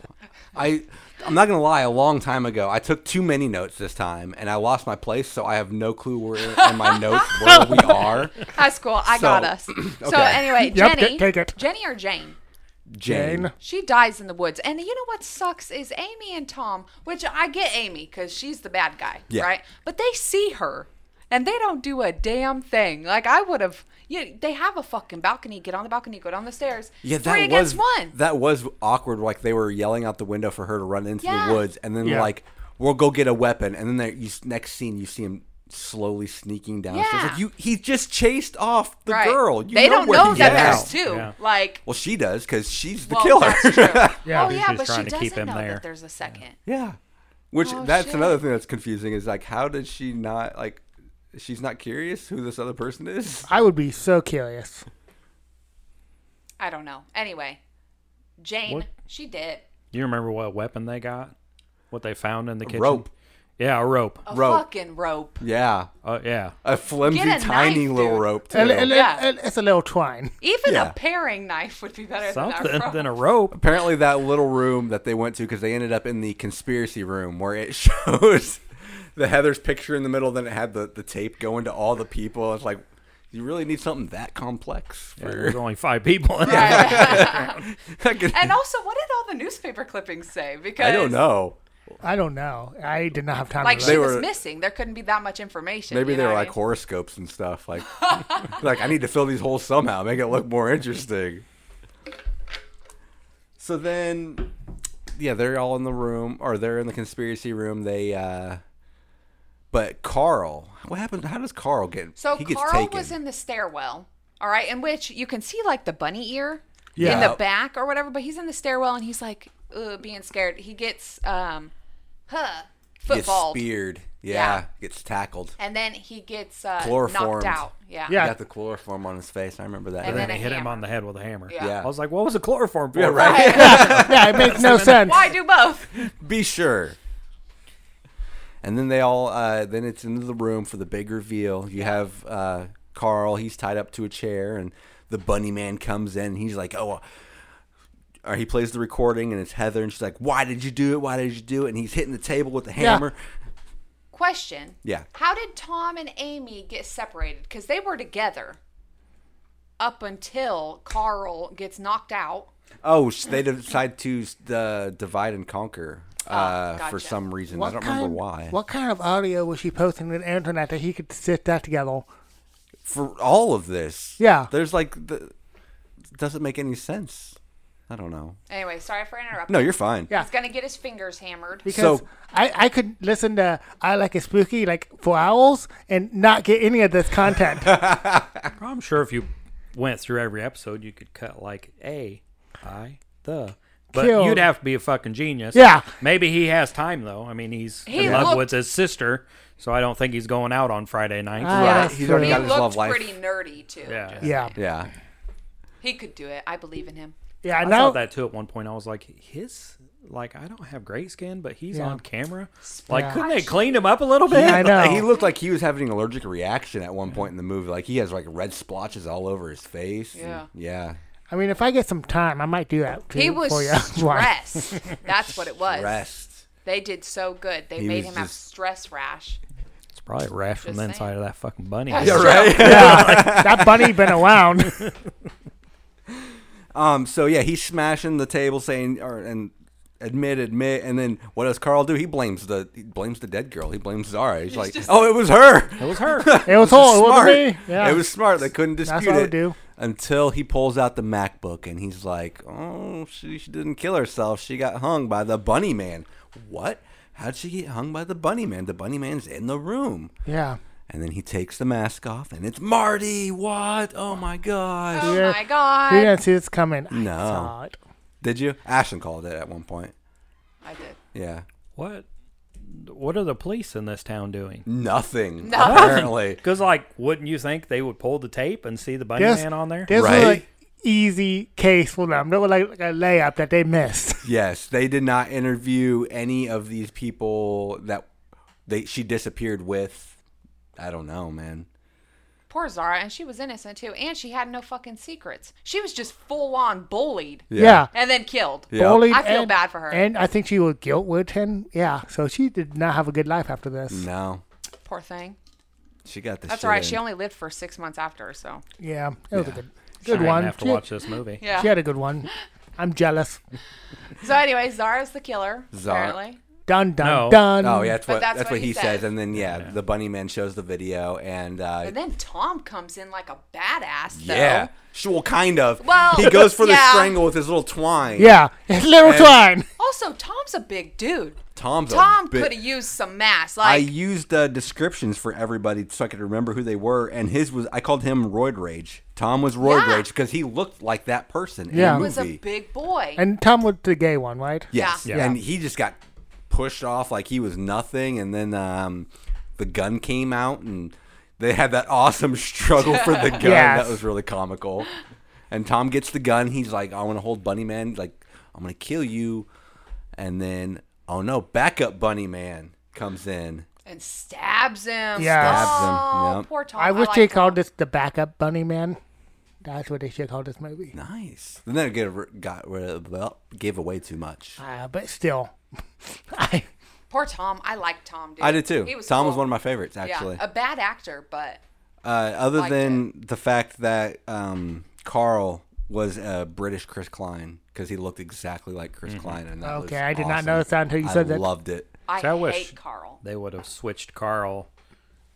[SPEAKER 3] I I'm not gonna lie. A long time ago, I took too many notes this time, and I lost my place, so I have no clue where
[SPEAKER 1] <laughs>
[SPEAKER 3] in my notes where we are.
[SPEAKER 2] That's cool. I got
[SPEAKER 3] So- <clears throat>
[SPEAKER 2] us. So
[SPEAKER 3] okay.
[SPEAKER 2] anyway,
[SPEAKER 1] Yep,
[SPEAKER 2] Jenny,
[SPEAKER 1] t- take it.
[SPEAKER 2] Jenny or Jane?
[SPEAKER 3] Jane.
[SPEAKER 1] Jane.
[SPEAKER 2] She dies in the woods. And you know what sucks is Amy and Tom, which I get Amy because she's the bad guy,
[SPEAKER 3] Yeah.
[SPEAKER 2] right? But they see her and they don't do a damn thing. Like I would have. You they have a fucking balcony. Get on the balcony. Go down the stairs.
[SPEAKER 3] Yeah, that
[SPEAKER 2] Three
[SPEAKER 3] was
[SPEAKER 2] against one.
[SPEAKER 3] that was awkward. Like they were yelling out the window for her to run into
[SPEAKER 2] Yeah.
[SPEAKER 3] the woods, and then
[SPEAKER 1] Yeah.
[SPEAKER 3] like we'll go get a weapon, and then there, you, next scene you see him slowly sneaking downstairs.
[SPEAKER 2] Yeah.
[SPEAKER 3] Like you, he just chased off the
[SPEAKER 2] right.
[SPEAKER 3] girl. You
[SPEAKER 2] they don't
[SPEAKER 3] where
[SPEAKER 2] know
[SPEAKER 3] he's
[SPEAKER 2] that
[SPEAKER 3] at.
[SPEAKER 2] there's two.
[SPEAKER 4] Yeah.
[SPEAKER 2] Like.
[SPEAKER 3] Well, she does because she's the
[SPEAKER 2] well,
[SPEAKER 3] killer.
[SPEAKER 2] That's
[SPEAKER 3] <laughs>
[SPEAKER 2] true.
[SPEAKER 1] Yeah.
[SPEAKER 2] Oh
[SPEAKER 1] She's
[SPEAKER 2] yeah,
[SPEAKER 4] just
[SPEAKER 2] but she
[SPEAKER 4] trying to
[SPEAKER 2] doesn't
[SPEAKER 4] keep him
[SPEAKER 2] know
[SPEAKER 4] there.
[SPEAKER 2] that there's a second.
[SPEAKER 3] Yeah. Which
[SPEAKER 2] Oh,
[SPEAKER 3] that's
[SPEAKER 2] shit.
[SPEAKER 3] another thing that's confusing is like how did she not like she's not curious who this other person is?
[SPEAKER 1] I would be so curious.
[SPEAKER 2] I don't know. Anyway, Jane,
[SPEAKER 4] What?
[SPEAKER 2] she did.
[SPEAKER 4] You remember what weapon they got? What they found in the kitchen?
[SPEAKER 3] rope.
[SPEAKER 4] Yeah, a rope.
[SPEAKER 2] A
[SPEAKER 3] Rope.
[SPEAKER 2] fucking rope.
[SPEAKER 3] Yeah.
[SPEAKER 4] Uh, yeah.
[SPEAKER 3] A flimsy
[SPEAKER 2] Get a
[SPEAKER 3] tiny
[SPEAKER 2] knife,
[SPEAKER 3] little
[SPEAKER 2] dude.
[SPEAKER 3] rope too.
[SPEAKER 1] A li- a li-
[SPEAKER 2] Yeah.
[SPEAKER 1] a- it's a little twine.
[SPEAKER 2] Even
[SPEAKER 3] Yeah.
[SPEAKER 2] a paring knife would be better than
[SPEAKER 4] Something
[SPEAKER 2] that rope. <laughs>
[SPEAKER 4] than a rope.
[SPEAKER 3] Apparently that little room that they went to because they ended up in the conspiracy room where it <laughs> shows the Heather's picture in the middle, then it had the, the tape going to all the people. It's like you really need something that complex
[SPEAKER 4] Yeah,
[SPEAKER 3] for
[SPEAKER 4] there's only five people. In
[SPEAKER 3] <laughs>
[SPEAKER 4] it.
[SPEAKER 3] I can-
[SPEAKER 2] And also, what did all the newspaper clippings say? Because
[SPEAKER 3] I don't know.
[SPEAKER 1] I don't know. I did not have time.
[SPEAKER 2] Like
[SPEAKER 1] to
[SPEAKER 2] she
[SPEAKER 1] look.
[SPEAKER 3] They
[SPEAKER 2] was
[SPEAKER 3] were-
[SPEAKER 2] missing. There couldn't be that much information.
[SPEAKER 3] Maybe
[SPEAKER 2] you
[SPEAKER 3] they
[SPEAKER 2] know
[SPEAKER 3] were
[SPEAKER 2] what I
[SPEAKER 3] like
[SPEAKER 2] mean?
[SPEAKER 3] horoscopes and
[SPEAKER 2] <laughs>
[SPEAKER 3] stuff. Like, like I need to fill these holes somehow, make it look more interesting. So then, yeah, they're all in the room, or they're in the conspiracy room. They, uh but Carl, what happened? How does Carl get?
[SPEAKER 2] So
[SPEAKER 3] he gets
[SPEAKER 2] Carl
[SPEAKER 3] taken.
[SPEAKER 2] was in the stairwell. All right, in which you can see like the bunny ear in
[SPEAKER 3] Yeah.
[SPEAKER 2] the back or whatever, but he's in the stairwell and he's like Ugh, being scared. He gets um, huh,
[SPEAKER 3] gets
[SPEAKER 2] footballed,
[SPEAKER 3] speared. Yeah,
[SPEAKER 2] Yeah.
[SPEAKER 3] gets tackled.
[SPEAKER 2] and then he gets uh, knocked
[SPEAKER 3] Chloroformed.
[SPEAKER 2] out. Yeah,
[SPEAKER 1] Yeah.
[SPEAKER 3] Got the chloroform on his face. I remember that.
[SPEAKER 2] And
[SPEAKER 4] Then
[SPEAKER 2] a
[SPEAKER 4] they hit him
[SPEAKER 2] hammer.
[SPEAKER 4] on the head with a hammer.
[SPEAKER 2] Yeah.
[SPEAKER 3] Yeah.
[SPEAKER 4] I was like, what was the chloroform
[SPEAKER 2] <laughs>
[SPEAKER 4] for?
[SPEAKER 3] yeah, right.
[SPEAKER 1] yeah, it makes no sense.
[SPEAKER 2] Why do both?
[SPEAKER 3] Be sure. And then they all, uh, then it's into the room for the big reveal. You have uh, Carl, he's tied up to a chair, and the bunny man comes in. And he's like, oh, uh," or he plays the recording, and it's Heather, and she's like, why did you do it? Why did you do it? And he's hitting the table with the hammer.
[SPEAKER 2] Question.
[SPEAKER 3] Yeah.
[SPEAKER 2] How did Tom and Amy get separated? Because they were together up until Carl gets knocked out.
[SPEAKER 3] Oh, sh- they decide to uh, divide and conquer uh,
[SPEAKER 2] Oh,
[SPEAKER 3] for
[SPEAKER 2] gotcha.
[SPEAKER 3] some reason. I don't
[SPEAKER 1] kind,
[SPEAKER 3] remember why.
[SPEAKER 1] Ah, What kind of audio was she posting on the internet that he could sit that together?
[SPEAKER 3] For all of this.
[SPEAKER 1] Yeah.
[SPEAKER 3] There's like, the, doesn't make any sense. I don't know.
[SPEAKER 2] Anyway, sorry for interrupting.
[SPEAKER 3] No, you're fine.
[SPEAKER 1] Yeah.
[SPEAKER 2] He's gonna get his fingers hammered.
[SPEAKER 1] Because
[SPEAKER 3] So-
[SPEAKER 1] I, I could listen to I Like It Spooky like for hours and not get any of this
[SPEAKER 3] <laughs>
[SPEAKER 1] content.
[SPEAKER 4] I'm sure if you went through every episode, you could cut like a, I, the. But
[SPEAKER 1] Killed.
[SPEAKER 4] you'd have to be a fucking genius.
[SPEAKER 1] Yeah.
[SPEAKER 4] Maybe he has time though. I mean, he's
[SPEAKER 2] He
[SPEAKER 4] in love
[SPEAKER 2] looked-
[SPEAKER 4] with his sister, so I don't think he's going out on Friday nights.
[SPEAKER 1] Ah.
[SPEAKER 3] Yeah,
[SPEAKER 1] that's
[SPEAKER 3] he's already
[SPEAKER 1] true.
[SPEAKER 2] He
[SPEAKER 3] got his love
[SPEAKER 2] looked
[SPEAKER 3] life.
[SPEAKER 2] pretty nerdy too.
[SPEAKER 4] Yeah.
[SPEAKER 2] Just-
[SPEAKER 1] yeah.
[SPEAKER 3] Yeah.
[SPEAKER 2] He could do it. I believe in him.
[SPEAKER 1] Yeah,
[SPEAKER 4] I
[SPEAKER 1] now
[SPEAKER 4] thought that too at one point. I was like, his like I don't have great skin, but he's
[SPEAKER 1] Yeah.
[SPEAKER 4] on camera. Like,
[SPEAKER 1] Yeah.
[SPEAKER 4] couldn't they clean him up a little bit?
[SPEAKER 1] I know.
[SPEAKER 3] He looked like he was having an allergic reaction at one point in the movie. Like he has like red splotches all over his face. and-
[SPEAKER 2] Yeah.
[SPEAKER 3] yeah.
[SPEAKER 1] I mean, if I get some time, I might do that. Too,
[SPEAKER 2] He was
[SPEAKER 1] for <laughs> you. Why?
[SPEAKER 2] stressed. That's what it was.
[SPEAKER 3] Rest.
[SPEAKER 2] They did so good. They
[SPEAKER 3] He
[SPEAKER 2] made
[SPEAKER 3] was
[SPEAKER 2] him have
[SPEAKER 3] just-
[SPEAKER 2] stress rash.
[SPEAKER 4] <laughs> It's probably a rash from the
[SPEAKER 2] Just
[SPEAKER 4] inside
[SPEAKER 2] saying.
[SPEAKER 4] of that fucking bunny.
[SPEAKER 2] That's
[SPEAKER 4] Yeah.
[SPEAKER 2] true.
[SPEAKER 1] <laughs> that bunny been around. <laughs>
[SPEAKER 3] Um. So yeah, he's smashing the table, saying or and admit, admit, and then what does Carl do? He blames the he blames the dead girl. He blames Zara. He's, like,
[SPEAKER 2] just-
[SPEAKER 3] oh, it was her.
[SPEAKER 4] It was her.
[SPEAKER 1] It was all. It wasn't
[SPEAKER 3] smart.
[SPEAKER 1] me. Yeah.
[SPEAKER 3] It was smart. They couldn't dispute
[SPEAKER 1] what I
[SPEAKER 3] it
[SPEAKER 1] would do.
[SPEAKER 3] until he pulls out the MacBook and he's like, "Oh, she, she didn't kill herself. She got hung by the Bunny Man. What? How'd she get hung by the Bunny Man? The Bunny Man's in the room."
[SPEAKER 1] Yeah.
[SPEAKER 3] And then he takes the mask off and it's Marty. What? Oh my gosh!
[SPEAKER 2] Oh
[SPEAKER 1] Yeah.
[SPEAKER 2] my
[SPEAKER 1] You
[SPEAKER 2] god.
[SPEAKER 1] didn't see this coming. I
[SPEAKER 3] No.
[SPEAKER 1] saw it.
[SPEAKER 3] Did you? Ashton called it at one point.
[SPEAKER 2] I did.
[SPEAKER 3] Yeah.
[SPEAKER 4] what? What are the police in this town doing?
[SPEAKER 3] Nothing.
[SPEAKER 2] Nothing.
[SPEAKER 3] Apparently.
[SPEAKER 4] Because like, wouldn't you think they would pull the tape and see the bunny
[SPEAKER 1] Yes.
[SPEAKER 4] man on there?
[SPEAKER 1] This
[SPEAKER 3] Right?
[SPEAKER 1] was like easy case for them. They were like, like a layup that they missed. <laughs>
[SPEAKER 3] Yes, they did not interview any of these people that they she disappeared with. I don't know, man.
[SPEAKER 2] Poor Zara, and she was innocent too, and she had no fucking secrets. She was just full on bullied
[SPEAKER 1] Yeah.
[SPEAKER 2] and then killed.
[SPEAKER 3] Yeah.
[SPEAKER 1] Bullied
[SPEAKER 2] I feel
[SPEAKER 1] and-
[SPEAKER 2] bad for her.
[SPEAKER 1] And I think she was guilt ridden. Yeah. So she did not have a good life after this.
[SPEAKER 3] No,
[SPEAKER 2] Poor thing.
[SPEAKER 3] she got the.
[SPEAKER 2] That's
[SPEAKER 3] shit
[SPEAKER 2] all right.
[SPEAKER 3] in.
[SPEAKER 2] She only lived for six months after, so
[SPEAKER 1] Yeah. It was a good,
[SPEAKER 4] I
[SPEAKER 1] good
[SPEAKER 4] didn't
[SPEAKER 1] one.
[SPEAKER 4] Have to
[SPEAKER 1] She-
[SPEAKER 4] watch this movie.
[SPEAKER 2] yeah.
[SPEAKER 1] She had a good one. I'm jealous.
[SPEAKER 2] So anyway, Zara's the killer.
[SPEAKER 3] Zara.
[SPEAKER 2] Apparently,
[SPEAKER 1] Dun dun
[SPEAKER 4] No.
[SPEAKER 1] dun.
[SPEAKER 3] Oh yeah, that's
[SPEAKER 2] But
[SPEAKER 3] what that's, what, he says,
[SPEAKER 2] said.
[SPEAKER 3] and then yeah, the bunny man shows the video, and uh,
[SPEAKER 2] and then Tom comes in like a badass. Though.
[SPEAKER 3] yeah, Sh- well, kind of.
[SPEAKER 2] Well,
[SPEAKER 3] he goes for the
[SPEAKER 2] yeah.
[SPEAKER 3] strangle with his little twine.
[SPEAKER 1] Yeah. <laughs> Little twine.
[SPEAKER 2] Also, Tom's a big dude.
[SPEAKER 3] Tom's a
[SPEAKER 2] Tom
[SPEAKER 3] bit-
[SPEAKER 2] could have used some mass.
[SPEAKER 3] I
[SPEAKER 2] Like
[SPEAKER 3] used uh, descriptions for everybody so I could remember who they were, and his was I called him Roid Rage. Tom was Roid
[SPEAKER 2] Yeah.
[SPEAKER 3] Rage because he looked like that person
[SPEAKER 1] Yeah. He
[SPEAKER 3] in the
[SPEAKER 2] was
[SPEAKER 3] movie.
[SPEAKER 2] a big boy.
[SPEAKER 1] And Tom was the gay one, right?
[SPEAKER 3] Yes.
[SPEAKER 4] Yeah. Yeah.
[SPEAKER 3] And he just got pushed off like he was nothing. And then um, the gun came out and they had that awesome <laughs> struggle for the gun.
[SPEAKER 1] Yes.
[SPEAKER 3] That was really comical. And Tom gets the gun. He's like, I want to hold Bunny Man. Like, I'm going to kill you. And then, oh no, backup Bunny Man comes in.
[SPEAKER 2] and stabs him.
[SPEAKER 1] Yeah.
[SPEAKER 3] Stabs him,
[SPEAKER 2] oh,
[SPEAKER 3] yep.
[SPEAKER 2] poor Tom.
[SPEAKER 1] I wish
[SPEAKER 2] like
[SPEAKER 1] they called
[SPEAKER 2] Tom.
[SPEAKER 1] this the backup bunny man. That's what they should call this movie.
[SPEAKER 3] Nice. And then it get- got rid of, well, gave away too much.
[SPEAKER 1] Uh, but still, <laughs> I
[SPEAKER 2] Poor Tom. I like Tom. Dude.
[SPEAKER 3] I did too.
[SPEAKER 2] He was
[SPEAKER 3] Tom was
[SPEAKER 2] cool.
[SPEAKER 3] one of my favorites, actually.
[SPEAKER 2] Yeah, a bad actor, but
[SPEAKER 3] Uh, other
[SPEAKER 2] Liked
[SPEAKER 3] than the fact that um, Carl was a British Chris Klein because he looked exactly like Chris Klein, and that was
[SPEAKER 1] Mm-hmm. Okay, I did not
[SPEAKER 3] awesome.
[SPEAKER 1] notice that until you
[SPEAKER 3] I
[SPEAKER 1] said that.
[SPEAKER 3] Loved it.
[SPEAKER 2] I
[SPEAKER 4] So I
[SPEAKER 2] hate
[SPEAKER 4] wish-
[SPEAKER 2] Carl.
[SPEAKER 4] They would have switched Carl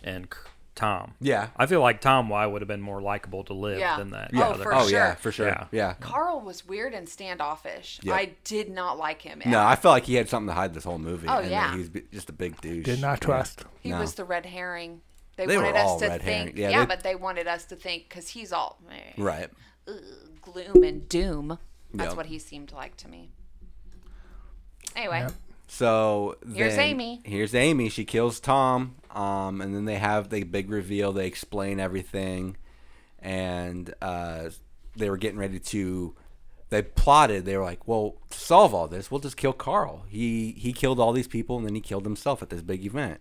[SPEAKER 4] and C- Tom.
[SPEAKER 3] Yeah.
[SPEAKER 4] I feel like Tom Y would have been more likable to live
[SPEAKER 2] Yeah.
[SPEAKER 4] than that.
[SPEAKER 2] Yeah.
[SPEAKER 4] other-
[SPEAKER 2] for
[SPEAKER 3] oh
[SPEAKER 2] sure.
[SPEAKER 3] yeah, for sure. Yeah.
[SPEAKER 4] Yeah.
[SPEAKER 2] Carl was weird and standoffish.
[SPEAKER 3] Yeah.
[SPEAKER 2] I did not like him. at-
[SPEAKER 3] No, I felt like he had something to hide this whole movie.
[SPEAKER 2] Oh,
[SPEAKER 3] and that
[SPEAKER 2] yeah.
[SPEAKER 3] he was b- just a big douche.
[SPEAKER 1] did not
[SPEAKER 3] Yeah.
[SPEAKER 1] trust.
[SPEAKER 2] he
[SPEAKER 3] no.
[SPEAKER 2] was the red herring. They,
[SPEAKER 3] They were
[SPEAKER 2] wanted us
[SPEAKER 3] all
[SPEAKER 2] to
[SPEAKER 3] red herring.
[SPEAKER 2] think,
[SPEAKER 3] Yeah,
[SPEAKER 2] yeah,
[SPEAKER 3] they-
[SPEAKER 2] but they wanted us to think because he's all eh,
[SPEAKER 3] Right.
[SPEAKER 2] ugh, gloom and doom. That's
[SPEAKER 3] Yeah.
[SPEAKER 2] what he seemed like to me. Anyway,
[SPEAKER 3] So
[SPEAKER 2] Here's
[SPEAKER 3] then-
[SPEAKER 2] Amy.
[SPEAKER 3] Here's Amy. She kills Tom. Um, and then they have the big reveal. They explain everything, and uh, they were getting ready to. They plotted. They were like, "Well, to solve all this, we'll just kill Carl. He he killed all these people, and then he killed himself at this big event.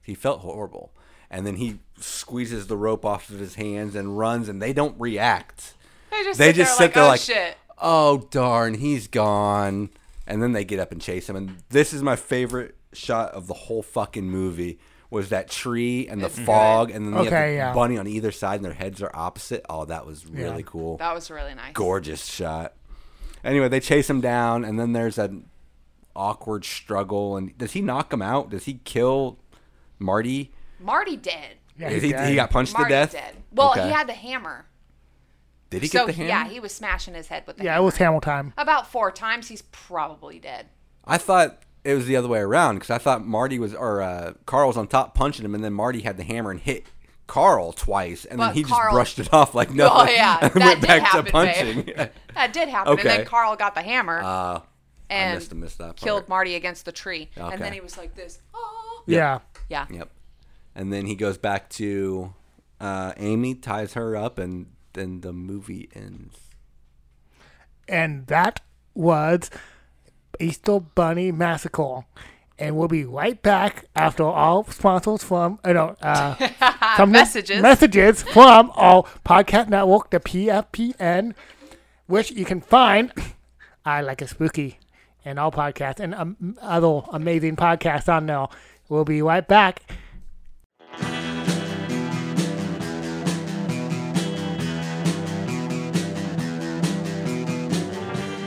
[SPEAKER 3] He felt horrible, and then he squeezes the rope off of his hands and runs, and they don't react.
[SPEAKER 2] they just
[SPEAKER 3] They
[SPEAKER 2] sit
[SPEAKER 3] just
[SPEAKER 2] there
[SPEAKER 3] sit there like,
[SPEAKER 2] like, oh shit.
[SPEAKER 3] Oh darn, he's gone. And then they get up and chase him. And this is my favorite shot of the whole fucking movie was that tree and the fog and then they have
[SPEAKER 1] Okay,
[SPEAKER 3] the
[SPEAKER 1] yeah.
[SPEAKER 3] bunny on either side and their heads are opposite. Oh, that was really
[SPEAKER 1] Yeah.
[SPEAKER 3] cool.
[SPEAKER 2] That was really nice.
[SPEAKER 3] Gorgeous shot. Anyway, they chase him down and then there's an awkward struggle and does he knock him out? Does he kill Marty?
[SPEAKER 2] Marty dead.
[SPEAKER 1] Yeah,
[SPEAKER 3] Is
[SPEAKER 1] he
[SPEAKER 3] he,
[SPEAKER 1] died.
[SPEAKER 3] he got punched
[SPEAKER 2] Marty
[SPEAKER 3] to death?
[SPEAKER 2] dead. Well,
[SPEAKER 3] Okay.
[SPEAKER 2] he had the hammer.
[SPEAKER 3] Did he
[SPEAKER 2] so
[SPEAKER 3] get the hammer?
[SPEAKER 2] yeah, he was smashing his head with the
[SPEAKER 1] yeah, it
[SPEAKER 2] hammer.
[SPEAKER 1] was Hamill time.
[SPEAKER 2] About four times, he's probably dead.
[SPEAKER 3] I thought it was the other way around because I thought Marty was or uh, Carl was on top punching him, and then Marty had the hammer and hit Carl twice, and then
[SPEAKER 2] But
[SPEAKER 3] he just
[SPEAKER 2] Carl-
[SPEAKER 3] brushed it off like
[SPEAKER 2] <laughs>
[SPEAKER 3] nothing.
[SPEAKER 2] Oh, yeah,
[SPEAKER 3] <laughs> and
[SPEAKER 2] that
[SPEAKER 3] went
[SPEAKER 2] did
[SPEAKER 3] back
[SPEAKER 2] happen,
[SPEAKER 3] to
[SPEAKER 2] babe.
[SPEAKER 3] punching. <laughs>
[SPEAKER 2] That did happen. And
[SPEAKER 3] Okay.
[SPEAKER 2] then Carl got the hammer
[SPEAKER 3] uh, I
[SPEAKER 2] and
[SPEAKER 3] missed, missed that part.
[SPEAKER 2] killed Marty against the tree.
[SPEAKER 3] Okay.
[SPEAKER 2] And then he was like this. Oh.
[SPEAKER 1] Yeah.
[SPEAKER 2] Yeah.
[SPEAKER 3] Yep. And then he goes back to uh, Amy, ties her up, and then the movie ends.
[SPEAKER 1] And that was Easter Bunny Massacre. And we'll be right back after all sponsors from, uh, no, uh, some
[SPEAKER 2] Messages.
[SPEAKER 1] messages from our podcast network, the PFPN, which you can find I Like a Spooky and all podcasts and um, other amazing podcasts on there. We'll be right back.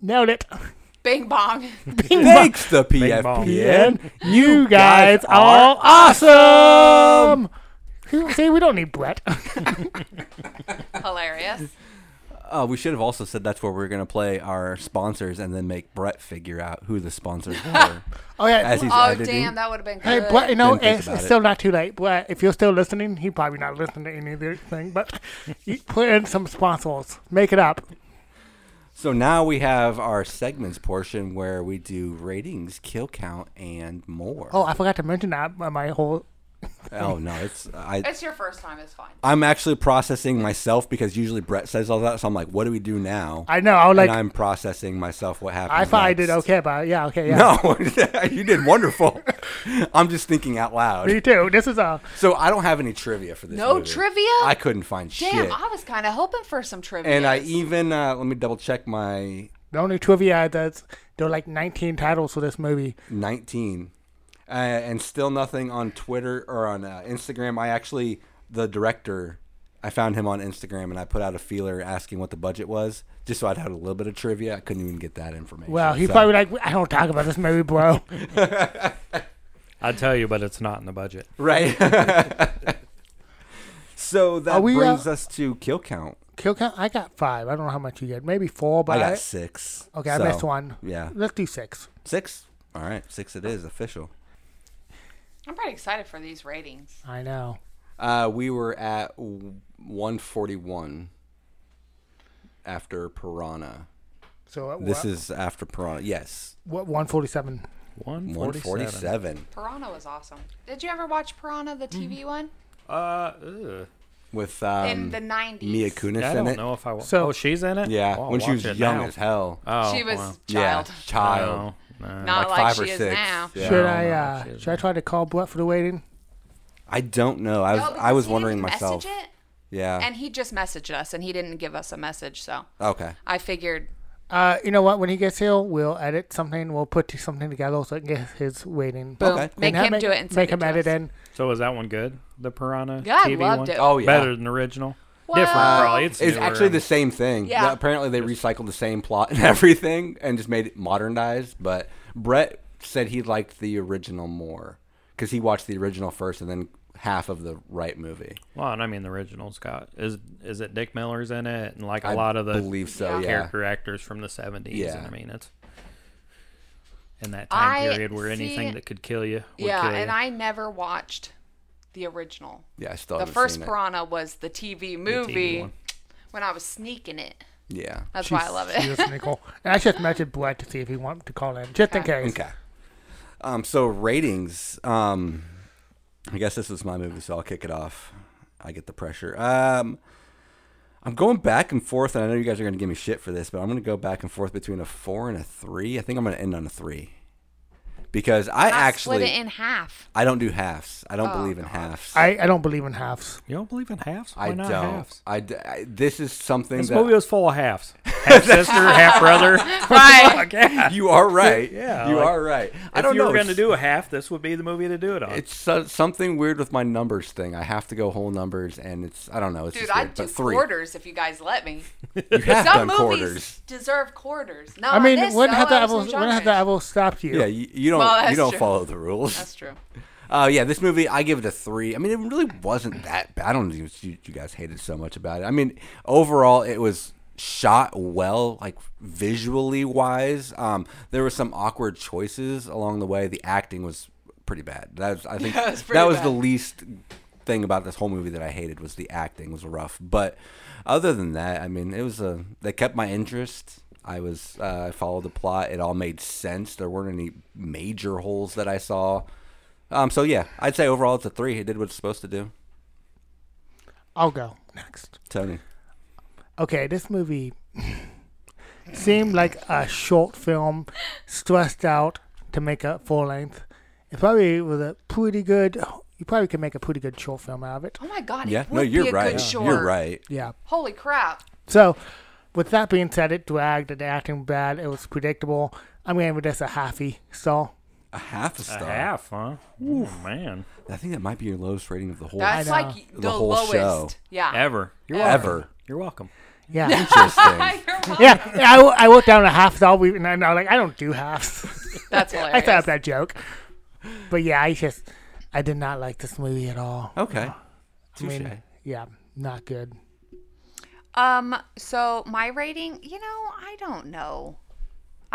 [SPEAKER 1] Nailed it.
[SPEAKER 2] Bing bong. <laughs>
[SPEAKER 3] Thanks to
[SPEAKER 4] bong.
[SPEAKER 3] PFPN.
[SPEAKER 1] You guys
[SPEAKER 3] guys
[SPEAKER 1] are awesome. See, we don't need
[SPEAKER 3] <laughs>
[SPEAKER 1] Brett.
[SPEAKER 2] Hilarious.
[SPEAKER 3] Oh, we should have also said that's where we're going to play our sponsors and then make Brett figure out who
[SPEAKER 2] <laughs>
[SPEAKER 3] the sponsors were.
[SPEAKER 1] Oh yeah.
[SPEAKER 3] as he's
[SPEAKER 2] Oh,
[SPEAKER 3] editing.
[SPEAKER 2] damn. That would have been
[SPEAKER 1] Hey,
[SPEAKER 2] good.
[SPEAKER 1] Brett, you know,
[SPEAKER 3] Didn't think
[SPEAKER 1] it's,
[SPEAKER 3] about
[SPEAKER 1] it's
[SPEAKER 3] it.
[SPEAKER 1] still not too late. Brett, if you're still listening, he probably not listening to any of this thing,
[SPEAKER 3] <laughs>
[SPEAKER 1] but you put in some sponsors. Make it up.
[SPEAKER 3] So now we have our segments portion where we do ratings, kill count, and more.
[SPEAKER 1] Oh, I forgot to mention that by my whole.
[SPEAKER 3] Oh, no, it's I.
[SPEAKER 2] It's your first time. It's fine.
[SPEAKER 3] I'm actually processing myself because usually Brett says all that, so I'm like, what do we do now?
[SPEAKER 1] I know. I was like,
[SPEAKER 3] and I'm processing myself. What happened?
[SPEAKER 1] I thought I did
[SPEAKER 3] next.
[SPEAKER 1] okay, but yeah, okay, yeah.
[SPEAKER 3] <laughs> No, you did wonderful. <laughs> I'm just thinking out
[SPEAKER 1] <laughs> Me
[SPEAKER 3] loud.
[SPEAKER 1] too. This is uh, a.
[SPEAKER 3] So I don't have any trivia for this.
[SPEAKER 2] No
[SPEAKER 3] movie.
[SPEAKER 2] trivia?
[SPEAKER 3] I couldn't find
[SPEAKER 2] Damn,
[SPEAKER 3] shit.
[SPEAKER 2] I was kind of hoping for some trivia.
[SPEAKER 3] and I even uh, let me double check my
[SPEAKER 1] The only trivia that's there are like 19 titles for this movie.
[SPEAKER 3] 19 uh, and still nothing on twitter or on uh, instagram i actually the director i found him on instagram and i put out a feeler asking what the budget was just so i'd had a little bit of trivia i couldn't even get that information
[SPEAKER 1] Well, he's
[SPEAKER 3] So-
[SPEAKER 1] probably like, I don't talk about this movie, bro.
[SPEAKER 4] I'd tell you, but it's not in the budget.
[SPEAKER 3] right <laughs> so
[SPEAKER 1] Are
[SPEAKER 3] that
[SPEAKER 1] we, uh,
[SPEAKER 3] brings us to kill count
[SPEAKER 1] Kill count. I got five. I don't know how much you get. Maybe four,
[SPEAKER 3] i
[SPEAKER 1] but
[SPEAKER 3] got six
[SPEAKER 1] okay, I
[SPEAKER 3] So,
[SPEAKER 1] missed one.
[SPEAKER 3] yeah
[SPEAKER 1] Let's do six.
[SPEAKER 3] six all right six it is official
[SPEAKER 2] I'm pretty excited for these ratings.
[SPEAKER 1] I know.
[SPEAKER 3] uh, we were at 141 after piranha
[SPEAKER 1] So uh,
[SPEAKER 3] This
[SPEAKER 1] wha-
[SPEAKER 3] is after Piranha. Yes,
[SPEAKER 1] what, 147.
[SPEAKER 4] One
[SPEAKER 3] one
[SPEAKER 4] forty-seven.
[SPEAKER 3] forty-seven
[SPEAKER 2] Piranha was awesome. Did you ever watch Piranha, the TV one?
[SPEAKER 4] Uh, ugh.
[SPEAKER 3] with um,
[SPEAKER 2] In the 90s.
[SPEAKER 3] Mia Kunis
[SPEAKER 4] I
[SPEAKER 3] in
[SPEAKER 4] don't
[SPEAKER 3] it.
[SPEAKER 4] know if I. Wa-
[SPEAKER 1] So-
[SPEAKER 4] oh, she's in it.
[SPEAKER 3] Yeah,
[SPEAKER 4] Oh, I'll
[SPEAKER 3] when she was
[SPEAKER 4] watch it
[SPEAKER 3] young
[SPEAKER 4] now.
[SPEAKER 3] as hell.
[SPEAKER 4] Oh,
[SPEAKER 2] she was
[SPEAKER 4] wow.
[SPEAKER 2] child. Oh,
[SPEAKER 3] Yeah, child.
[SPEAKER 4] No, no.
[SPEAKER 2] Not
[SPEAKER 3] Like
[SPEAKER 2] like,
[SPEAKER 3] five
[SPEAKER 2] she
[SPEAKER 3] or
[SPEAKER 2] is
[SPEAKER 3] six.
[SPEAKER 2] now.
[SPEAKER 3] Yeah.
[SPEAKER 1] Should
[SPEAKER 4] No,
[SPEAKER 1] I
[SPEAKER 4] no,
[SPEAKER 1] uh,
[SPEAKER 4] she isn't.
[SPEAKER 1] should I try to call Brett for the waiting?
[SPEAKER 3] I don't know. I was
[SPEAKER 2] Oh, because
[SPEAKER 3] I
[SPEAKER 2] he
[SPEAKER 3] was
[SPEAKER 2] didn't
[SPEAKER 3] wondering
[SPEAKER 2] message
[SPEAKER 3] myself.
[SPEAKER 2] it,
[SPEAKER 3] Yeah.
[SPEAKER 2] and he just messaged us, and he didn't give us a message, so
[SPEAKER 3] okay.
[SPEAKER 2] I figured
[SPEAKER 1] Uh, you know what? When he gets here, we'll edit something. We'll put something together so I can get his waiting.
[SPEAKER 2] boom,
[SPEAKER 3] Okay.
[SPEAKER 2] make
[SPEAKER 1] And have-
[SPEAKER 2] him do it and send
[SPEAKER 1] make
[SPEAKER 2] it
[SPEAKER 1] him
[SPEAKER 2] to
[SPEAKER 1] edit
[SPEAKER 2] us.
[SPEAKER 1] in.
[SPEAKER 4] So was that one good? The Piranha
[SPEAKER 2] Yeah, I
[SPEAKER 4] TV
[SPEAKER 2] loved
[SPEAKER 4] one?
[SPEAKER 2] it.
[SPEAKER 3] Oh yeah.
[SPEAKER 4] Better than the original. Different,
[SPEAKER 2] Well-
[SPEAKER 4] probably. It's,
[SPEAKER 3] It's
[SPEAKER 4] newer
[SPEAKER 3] actually
[SPEAKER 4] and-
[SPEAKER 3] the same thing.
[SPEAKER 2] Yeah.
[SPEAKER 3] Apparently they recycled the same plot and <laughs> everything and just made it modernized. But Brett said he liked the original more because he watched the original first and then half of the right movie.
[SPEAKER 4] Well, and I mean the original's got is is it Dick Miller's in it and like a
[SPEAKER 3] I
[SPEAKER 4] lot of the
[SPEAKER 3] believe so.
[SPEAKER 2] Yeah.
[SPEAKER 3] Yeah.
[SPEAKER 4] character actors from the seventies.
[SPEAKER 3] Yeah.
[SPEAKER 4] And I mean it's in that time
[SPEAKER 2] I
[SPEAKER 4] period where anything
[SPEAKER 2] see-
[SPEAKER 4] that could kill you would
[SPEAKER 2] Yeah,
[SPEAKER 4] kill you.
[SPEAKER 2] and I never watched the original.
[SPEAKER 3] Yeah. I still
[SPEAKER 2] the
[SPEAKER 3] haven't
[SPEAKER 2] first
[SPEAKER 3] seen it.
[SPEAKER 2] Piranha was the TV movie
[SPEAKER 4] one.
[SPEAKER 2] when I was sneaking it.
[SPEAKER 3] Yeah.
[SPEAKER 2] That's why I love
[SPEAKER 3] <laughs>
[SPEAKER 2] it.
[SPEAKER 1] Jesus,
[SPEAKER 2] <laughs>
[SPEAKER 1] Nicole. And I just messaged Brett to see if he wanted to call in, just in case.
[SPEAKER 3] Okay. Um, so ratings. Um, I guess this was my movie, so I'll kick it off. I get the pressure. Um, I'm going back and forth, and I know you guys are going to give me shit for this, but I'm going to go back and forth between a four and a three. I think I'm going to end on a three because I
[SPEAKER 2] I
[SPEAKER 3] actually
[SPEAKER 2] split it in Oh, half.
[SPEAKER 3] I don't do halves. I don't believe in halves.
[SPEAKER 1] I, I don't believe in halves.
[SPEAKER 4] you don't believe in halves? Why
[SPEAKER 3] I
[SPEAKER 4] not
[SPEAKER 3] don't.
[SPEAKER 4] halves?
[SPEAKER 3] I, d- I- this is something
[SPEAKER 4] This movie
[SPEAKER 3] that
[SPEAKER 4] was full of halves. Half sister, half brother.
[SPEAKER 2] <laughs>
[SPEAKER 4] <laughs>
[SPEAKER 2] Right.
[SPEAKER 3] <laughs> you are right.
[SPEAKER 4] Yeah,
[SPEAKER 3] you
[SPEAKER 4] like,
[SPEAKER 3] are right. I
[SPEAKER 4] if
[SPEAKER 3] don't
[SPEAKER 4] you
[SPEAKER 3] know.
[SPEAKER 4] were going to
[SPEAKER 3] It's-
[SPEAKER 4] do a half, this would be the movie to do it on.
[SPEAKER 3] It's so, something weird with my numbers thing. I have to go whole numbers, and it's I don't know. It's
[SPEAKER 2] Dude,
[SPEAKER 3] just weird,
[SPEAKER 2] I'd do
[SPEAKER 3] but three.
[SPEAKER 2] quarters if you guys let
[SPEAKER 3] <laughs>
[SPEAKER 2] me.
[SPEAKER 3] You have
[SPEAKER 2] Some
[SPEAKER 3] done
[SPEAKER 2] movies
[SPEAKER 3] quarters.
[SPEAKER 2] deserve quarters. No,
[SPEAKER 1] I mean,
[SPEAKER 2] Oh, this,
[SPEAKER 1] wouldn't
[SPEAKER 2] though,
[SPEAKER 1] have the
[SPEAKER 2] I was
[SPEAKER 1] ever
[SPEAKER 2] in
[SPEAKER 1] wouldn't have
[SPEAKER 2] genres.
[SPEAKER 1] the ever stopped you.
[SPEAKER 3] Yeah, you, you don't
[SPEAKER 2] Well,
[SPEAKER 3] you
[SPEAKER 2] that's
[SPEAKER 3] don't
[SPEAKER 2] true.
[SPEAKER 3] follow the rules.
[SPEAKER 2] That's true.
[SPEAKER 3] Uh, yeah, this movie, I give it a three. I mean, it really wasn't that bad. I don't know what you, you guys hated so much about it. I mean, overall, it was shot well, like visually wise. Um, there were some awkward choices along the way. The acting was pretty bad. That was,
[SPEAKER 2] <laughs>
[SPEAKER 3] I think
[SPEAKER 2] Yeah, it was pretty
[SPEAKER 3] that was
[SPEAKER 2] bad.
[SPEAKER 3] the least thing about this whole movie that I hated was the acting was rough. But other than that, I mean, it was a they kept my interest. I was uh, I followed the plot. It all made sense. There weren't any major holes that I saw. Um, so yeah, I'd say overall it's a three. It did what it's supposed to do.
[SPEAKER 1] I'll go next.
[SPEAKER 3] Tony,
[SPEAKER 1] Okay, this movie <laughs> seemed like a short film stressed out to make a full length. It probably was a pretty good. You probably could make a pretty good short film out of it.
[SPEAKER 2] Oh my god!
[SPEAKER 3] yeah,
[SPEAKER 2] it would
[SPEAKER 3] no,
[SPEAKER 2] be
[SPEAKER 3] you're
[SPEAKER 2] a
[SPEAKER 3] right.
[SPEAKER 2] Good short.
[SPEAKER 3] You're right.
[SPEAKER 1] Yeah.
[SPEAKER 2] Holy crap!
[SPEAKER 1] So, with that being said, it dragged. The acting bad. It was predictable. I'm gonna give this a halfy. So
[SPEAKER 3] A half a
[SPEAKER 4] A
[SPEAKER 3] star.
[SPEAKER 4] half, huh? Oh, man.
[SPEAKER 3] I think that might be your lowest rating of the whole
[SPEAKER 2] That's
[SPEAKER 1] know.
[SPEAKER 2] like the,
[SPEAKER 3] The whole
[SPEAKER 2] lowest.
[SPEAKER 3] show.
[SPEAKER 2] Yeah.
[SPEAKER 4] Ever. You're welcome.
[SPEAKER 3] ever.
[SPEAKER 4] You're welcome.
[SPEAKER 1] yeah. <laughs>
[SPEAKER 3] Interesting.
[SPEAKER 2] <laughs> You're welcome.
[SPEAKER 1] Yeah, I, w- I wrote down a half doll, we- and I'm like, I don't do halves. <laughs>
[SPEAKER 2] That's
[SPEAKER 1] I
[SPEAKER 2] hilarious.
[SPEAKER 1] thought of that joke. But yeah, I just, I did not like this movie at all.
[SPEAKER 3] Okay.
[SPEAKER 1] I
[SPEAKER 3] Touche.
[SPEAKER 1] yeah, not good.
[SPEAKER 2] Um, so my rating, you know, I don't know.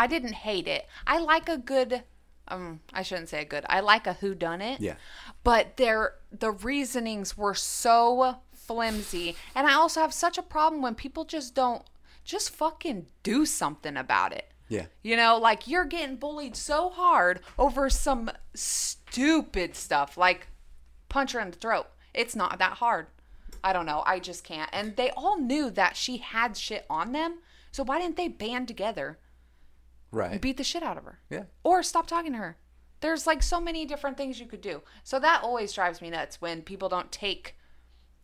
[SPEAKER 2] I didn't hate it. I like a good um I shouldn't say a good. I like a who done it.
[SPEAKER 3] Yeah.
[SPEAKER 2] But their the reasonings were so flimsy. And I also have such a problem when people just don't just fucking do something about it.
[SPEAKER 3] Yeah.
[SPEAKER 2] You know, like you're getting bullied so hard over some stupid stuff, like punch her in the throat. It's not that hard. I don't know. I just can't. And they all knew that she had shit on them. So why didn't they band together
[SPEAKER 3] Right.
[SPEAKER 2] and beat the shit out of her?
[SPEAKER 3] Yeah.
[SPEAKER 2] Or stop talking to her. There's like so many different things you could do. So that always drives me nuts when people don't take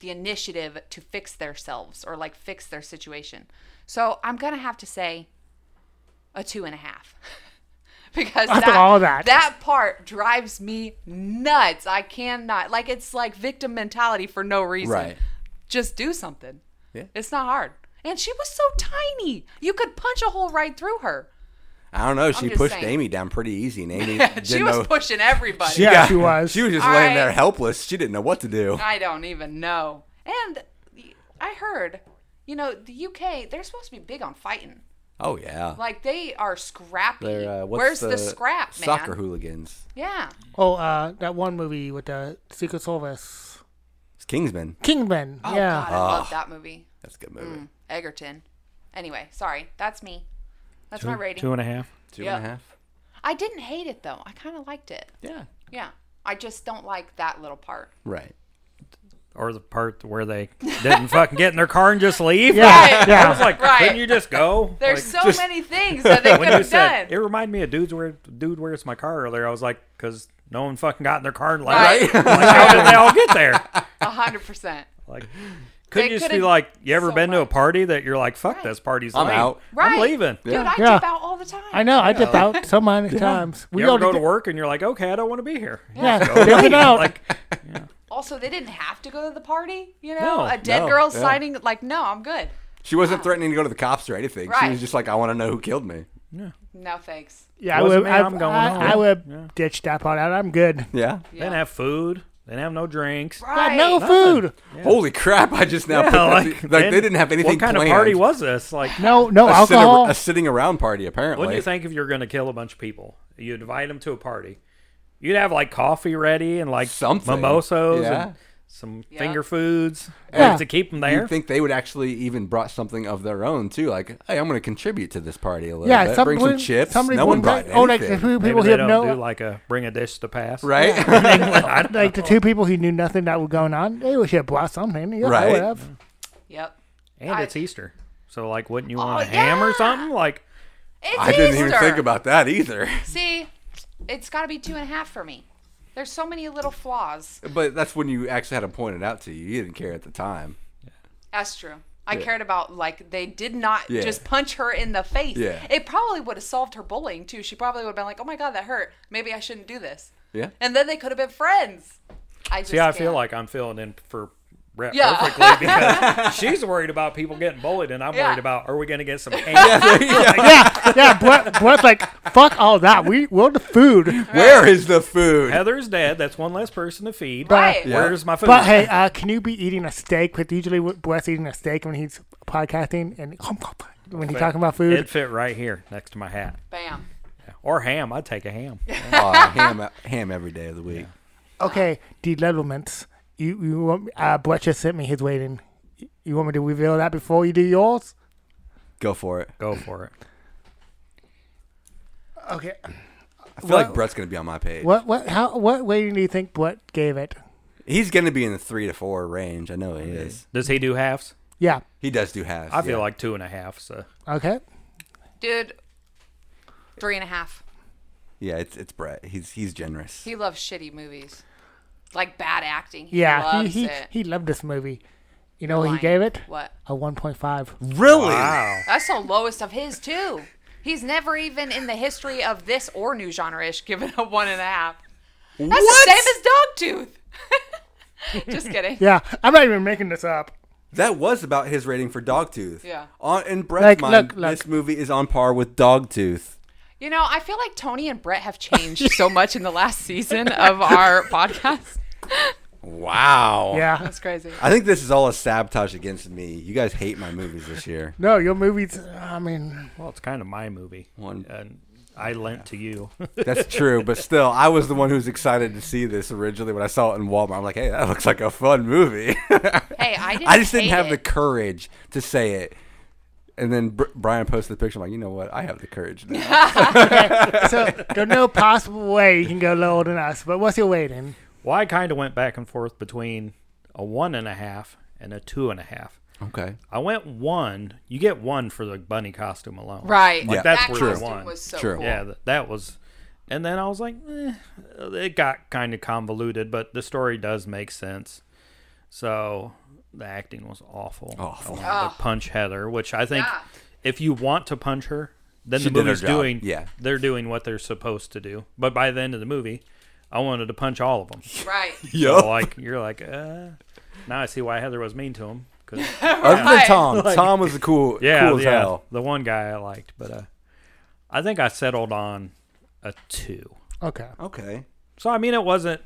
[SPEAKER 2] the initiative to fix themselves or like fix their situation. So I'm going to have to say a two and a half. <laughs> because
[SPEAKER 1] After all that.
[SPEAKER 2] that part drives me nuts. I cannot. Like it's like victim mentality for no reason.
[SPEAKER 3] Right.
[SPEAKER 2] Just do something.
[SPEAKER 3] Yeah.
[SPEAKER 2] It's not hard. And she was so tiny. You could punch a hole right through her.
[SPEAKER 3] I don't know. She
[SPEAKER 2] just
[SPEAKER 3] pushed
[SPEAKER 2] saying.
[SPEAKER 3] Amy down pretty easy, and Amy
[SPEAKER 2] <laughs>
[SPEAKER 3] didn't
[SPEAKER 2] she
[SPEAKER 3] know.
[SPEAKER 2] was pushing everybody.
[SPEAKER 1] Yeah, she was.
[SPEAKER 3] She was just
[SPEAKER 2] All
[SPEAKER 3] laying
[SPEAKER 2] right. Uh,
[SPEAKER 3] there helpless. She didn't know what to do.
[SPEAKER 2] I don't even know. And I heard, you know, the UK, they're supposed to be big on fighting.
[SPEAKER 3] Oh yeah.
[SPEAKER 2] Like they are scrappy.
[SPEAKER 3] They're, uh, what's
[SPEAKER 2] Where's the, scrap, man?
[SPEAKER 3] Soccer hooligans.
[SPEAKER 2] Yeah.
[SPEAKER 1] Oh, uh, that one movie with the Secret Service,
[SPEAKER 3] It's Kingsman.
[SPEAKER 1] Kingman.
[SPEAKER 2] Oh
[SPEAKER 1] yeah,
[SPEAKER 2] God,
[SPEAKER 3] Ah.
[SPEAKER 2] I love that movie.
[SPEAKER 3] That's a good movie.
[SPEAKER 2] Mm. Egerton. Anyway, sorry. That's me. That's my rating.
[SPEAKER 4] Two and a half.
[SPEAKER 3] Two and a half.
[SPEAKER 2] Yeah. I didn't hate it though. I kind of liked it.
[SPEAKER 3] Yeah.
[SPEAKER 2] Yeah. I just don't like that little part.
[SPEAKER 3] Right.
[SPEAKER 4] Or the part where they didn't fucking get in their car and just leave.
[SPEAKER 1] yeah,
[SPEAKER 2] Right.
[SPEAKER 4] I was
[SPEAKER 1] yeah.
[SPEAKER 4] like,
[SPEAKER 2] Right.
[SPEAKER 4] couldn't you just go?
[SPEAKER 2] There's
[SPEAKER 4] Like,
[SPEAKER 2] so many things that they could
[SPEAKER 4] <laughs> when you
[SPEAKER 2] have
[SPEAKER 4] said
[SPEAKER 2] done.
[SPEAKER 4] it reminded me of dude's where dude where's my car earlier. I was like, because no one fucking got in their car and
[SPEAKER 3] <laughs>
[SPEAKER 4] left.
[SPEAKER 2] Right.
[SPEAKER 4] <laughs> Like, how did they all
[SPEAKER 2] <laughs>
[SPEAKER 4] get there?
[SPEAKER 2] A hundred percent.
[SPEAKER 4] Like, couldn't
[SPEAKER 2] They
[SPEAKER 4] you just
[SPEAKER 2] could've-
[SPEAKER 4] be like, you ever
[SPEAKER 2] so
[SPEAKER 4] been to a
[SPEAKER 2] much.
[SPEAKER 4] party that you're like, fuck
[SPEAKER 2] Right.
[SPEAKER 4] this party's
[SPEAKER 3] I'm
[SPEAKER 4] lame.
[SPEAKER 3] out.
[SPEAKER 2] Right.
[SPEAKER 4] I'm leaving.
[SPEAKER 2] Dude, I
[SPEAKER 1] Yeah.
[SPEAKER 2] dip out all the time.
[SPEAKER 1] I know. I dip out so many times.
[SPEAKER 4] You
[SPEAKER 1] We
[SPEAKER 4] ever
[SPEAKER 1] all
[SPEAKER 4] go to
[SPEAKER 1] did-
[SPEAKER 4] work and you're like, okay, I don't want to be here.
[SPEAKER 1] Yeah,
[SPEAKER 4] <laughs>
[SPEAKER 1] dip it out.
[SPEAKER 4] Like,
[SPEAKER 2] Also, they didn't have to go to the party. You know,
[SPEAKER 4] No,
[SPEAKER 2] a dead
[SPEAKER 3] no,
[SPEAKER 2] girl
[SPEAKER 3] yeah.
[SPEAKER 2] signing like, no, I'm good.
[SPEAKER 3] She wasn't threatening to go to the cops or anything. She
[SPEAKER 2] Right.
[SPEAKER 3] was just like, I want to know who killed me.
[SPEAKER 2] No thanks.
[SPEAKER 1] Yeah, I
[SPEAKER 4] Wasn't
[SPEAKER 1] would.
[SPEAKER 4] me,
[SPEAKER 1] I,
[SPEAKER 4] I'm going
[SPEAKER 1] I,
[SPEAKER 4] home.
[SPEAKER 1] I would
[SPEAKER 4] Yeah.
[SPEAKER 1] ditch that part out. I'm good.
[SPEAKER 3] Yeah.
[SPEAKER 4] they didn't have food. They didn't have no drinks.
[SPEAKER 1] Yeah,
[SPEAKER 2] Right.
[SPEAKER 1] no food.
[SPEAKER 3] Holy crap! I just now
[SPEAKER 4] Yeah,
[SPEAKER 3] put that
[SPEAKER 4] like,
[SPEAKER 3] the- like
[SPEAKER 4] then
[SPEAKER 3] they didn't have anything.
[SPEAKER 4] What kind
[SPEAKER 3] planned.
[SPEAKER 4] of party was this? Like,
[SPEAKER 1] No, no
[SPEAKER 3] a, sit-
[SPEAKER 1] alcohol.
[SPEAKER 3] a sitting around party? Apparently.
[SPEAKER 4] What do you think if you're going to kill a bunch of people? You invite them to a party. You'd have like coffee ready and like
[SPEAKER 3] Something.
[SPEAKER 4] mimosas
[SPEAKER 3] Yeah.
[SPEAKER 4] and some
[SPEAKER 2] Yeah.
[SPEAKER 4] finger foods
[SPEAKER 1] Yeah.
[SPEAKER 4] to keep them
[SPEAKER 3] You'd
[SPEAKER 4] there.
[SPEAKER 3] think they would actually even brought something of their own too. Like, hey, I'm going to contribute to this party a little
[SPEAKER 1] yeah,
[SPEAKER 3] bit.
[SPEAKER 1] some,
[SPEAKER 3] Bring
[SPEAKER 1] when-
[SPEAKER 3] some chips.
[SPEAKER 1] somebody
[SPEAKER 3] No one
[SPEAKER 1] brings
[SPEAKER 3] brought
[SPEAKER 1] that- Oh, like the
[SPEAKER 3] anything.
[SPEAKER 1] two
[SPEAKER 4] Maybe
[SPEAKER 1] people
[SPEAKER 4] they
[SPEAKER 1] who
[SPEAKER 4] don't
[SPEAKER 1] know.
[SPEAKER 4] do like a bring a dish to pass.
[SPEAKER 3] right?
[SPEAKER 4] I
[SPEAKER 1] like
[SPEAKER 4] don't know.
[SPEAKER 1] the two people who knew nothing that was going on, they would have bought something. Yeah, I
[SPEAKER 3] Right.
[SPEAKER 1] would have. <laughs>
[SPEAKER 2] Yep.
[SPEAKER 4] and
[SPEAKER 2] I-
[SPEAKER 4] it's Easter. So like wouldn't you want
[SPEAKER 2] Oh,
[SPEAKER 4] a ham or
[SPEAKER 2] yeah.
[SPEAKER 4] something? Like
[SPEAKER 2] It's
[SPEAKER 3] <laughs> I didn't even
[SPEAKER 2] Easter.
[SPEAKER 3] think about that either. <laughs>
[SPEAKER 2] See, it's got to be two and a half for me. There's so many little flaws.
[SPEAKER 3] But that's when you actually had to point it out to you. You didn't care at the time.
[SPEAKER 2] That's true. I cared about like they did not
[SPEAKER 3] Yeah.
[SPEAKER 2] just punch her in the face.
[SPEAKER 3] Yeah.
[SPEAKER 2] It probably would have solved her bullying too. She probably would have been like, "Oh my god, that hurt. Maybe I shouldn't do this."
[SPEAKER 3] Yeah.
[SPEAKER 2] And then they could have been friends. I just
[SPEAKER 4] see I
[SPEAKER 2] can't.
[SPEAKER 4] feel like I'm filling in for Brett
[SPEAKER 2] Yeah. <laughs>
[SPEAKER 4] perfectly because she's worried about people getting bullied, and I'm
[SPEAKER 2] Yeah.
[SPEAKER 4] worried about are we going to get
[SPEAKER 2] <laughs>
[SPEAKER 4] some hate?
[SPEAKER 1] yeah, yeah. Brett, Brett's like, fuck all that. We, we're the food.
[SPEAKER 3] Where is the
[SPEAKER 4] <laughs>
[SPEAKER 3] food?
[SPEAKER 4] Heather's dead. That's one less person to feed.
[SPEAKER 2] Right.
[SPEAKER 3] Yeah.
[SPEAKER 4] Where's my food? <laughs>
[SPEAKER 1] But hey, uh, can you be eating a steak? Because usually Brett's eating a steak when he's podcasting and when he's talking about
[SPEAKER 4] It
[SPEAKER 1] food.
[SPEAKER 4] fit right here next to my hat.
[SPEAKER 2] Bam.
[SPEAKER 4] Or ham. I'd take a ham.
[SPEAKER 3] Aw, ham, ham every day of the week.
[SPEAKER 1] Okay, developments. You, you want, uh, Brett just sent me his waiting. You want me to reveal that before you do yours?
[SPEAKER 3] Go for it.
[SPEAKER 4] Go for it.
[SPEAKER 1] Okay.
[SPEAKER 3] I feel like Brett's gonna be on my page.
[SPEAKER 1] What what how what weighting do you think Brett gave it?
[SPEAKER 3] He's gonna be in the three to four range. I know he is.
[SPEAKER 4] Does he do halves?
[SPEAKER 1] Yeah.
[SPEAKER 3] He does do halves.
[SPEAKER 4] I feel
[SPEAKER 3] yeah.
[SPEAKER 4] like two and a half. So
[SPEAKER 1] Okay.
[SPEAKER 2] Dude, three and a half.
[SPEAKER 3] yeah, it's it's Brett. He's he's generous.
[SPEAKER 2] He loves shitty movies. Like bad acting. He
[SPEAKER 1] Yeah. He
[SPEAKER 2] loves
[SPEAKER 1] he,
[SPEAKER 2] it.
[SPEAKER 1] he loved this movie. You know what he
[SPEAKER 2] Lying.
[SPEAKER 1] gave it?
[SPEAKER 2] What?
[SPEAKER 1] A one point five.
[SPEAKER 3] Really?
[SPEAKER 2] That's the lowest of his too. He's never even in the history of this or new genre ish given a one and a half. That's the same as Dogtooth. <laughs> Just kidding.
[SPEAKER 1] Yeah. I'm not even making this
[SPEAKER 2] <laughs>
[SPEAKER 1] up.
[SPEAKER 3] That was about his rating for Dogtooth.
[SPEAKER 2] Yeah.
[SPEAKER 3] On in Brett's
[SPEAKER 1] Like,
[SPEAKER 3] mind,
[SPEAKER 1] look, look.
[SPEAKER 3] this movie is on par with Dogtooth.
[SPEAKER 2] You know, I feel like Tony and Brett have changed so much in the last season
[SPEAKER 1] <laughs>
[SPEAKER 2] of our podcast.
[SPEAKER 3] Wow.
[SPEAKER 1] Yeah.
[SPEAKER 2] That's crazy.
[SPEAKER 3] I think this is all a sabotage against me. You guys hate my movies this year.
[SPEAKER 1] No, your movies I mean
[SPEAKER 4] Well, it's kind of my movie.
[SPEAKER 3] One-
[SPEAKER 4] And I lent to you. <laughs>
[SPEAKER 3] That's true, but still, I was the one who was excited to see this originally when I saw it in Walmart. I'm like, hey, that looks like a fun movie. <laughs>
[SPEAKER 2] Hey, I didn't.
[SPEAKER 3] I just didn't
[SPEAKER 2] hate
[SPEAKER 3] have the
[SPEAKER 2] it.
[SPEAKER 3] courage to say it. And then Br- Brian posted the picture. I'm like, you know what? I have the courage. now."
[SPEAKER 2] <laughs>
[SPEAKER 1] so there's no possible way you can go lower than us, but what's your weighting?
[SPEAKER 4] well, I kind of went back and forth between a one and a half and a two and a half.
[SPEAKER 3] okay.
[SPEAKER 4] I went one. You get one for the bunny costume alone.
[SPEAKER 2] Right.
[SPEAKER 4] Like,
[SPEAKER 3] Yeah,
[SPEAKER 4] that's
[SPEAKER 2] that
[SPEAKER 4] where
[SPEAKER 2] costume
[SPEAKER 4] I won.
[SPEAKER 2] was so
[SPEAKER 3] True.
[SPEAKER 2] cool.
[SPEAKER 4] Yeah, th- that was. And then I was like, eh, it got kind of convoluted, but the story does make sense. So the acting was awful.
[SPEAKER 3] Awful.
[SPEAKER 4] I wanted to punch Heather, which I think
[SPEAKER 2] Ah. Yeah.
[SPEAKER 4] if you want to punch her, then
[SPEAKER 3] She
[SPEAKER 4] the
[SPEAKER 3] did her
[SPEAKER 4] movie's
[SPEAKER 3] job.
[SPEAKER 4] doing.
[SPEAKER 3] Yeah.
[SPEAKER 4] they're doing what they're supposed to do. But by the end of the movie, I wanted to punch all of
[SPEAKER 3] <laughs>
[SPEAKER 4] them.
[SPEAKER 2] Right.
[SPEAKER 3] Yo.
[SPEAKER 4] like you're like, uh, now I see why Heather was mean to him.
[SPEAKER 3] <laughs>
[SPEAKER 4] 'cause-
[SPEAKER 3] Other than
[SPEAKER 2] Right.
[SPEAKER 3] Tom, Tom was a cool,
[SPEAKER 4] <laughs> yeah,
[SPEAKER 3] cool as
[SPEAKER 4] yeah,
[SPEAKER 3] hell.
[SPEAKER 4] the one guy I liked, but uh, I think I settled on a two.
[SPEAKER 1] Okay.
[SPEAKER 3] Okay.
[SPEAKER 4] So I mean, it wasn't.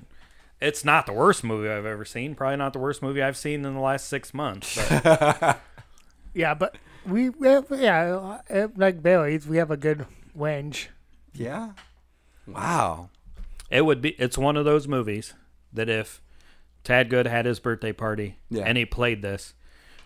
[SPEAKER 4] It's not the worst movie I've ever seen. Probably not the worst movie I've seen in the last six months.
[SPEAKER 3] <laughs>
[SPEAKER 4] But
[SPEAKER 1] Yeah, but we, we have- yeah, uh, like Bailey's, we have a good range.
[SPEAKER 3] Yeah. Wow.
[SPEAKER 4] it would be. It's one of those movies that if Tad Good had his birthday party
[SPEAKER 3] Yeah.
[SPEAKER 4] and he played this,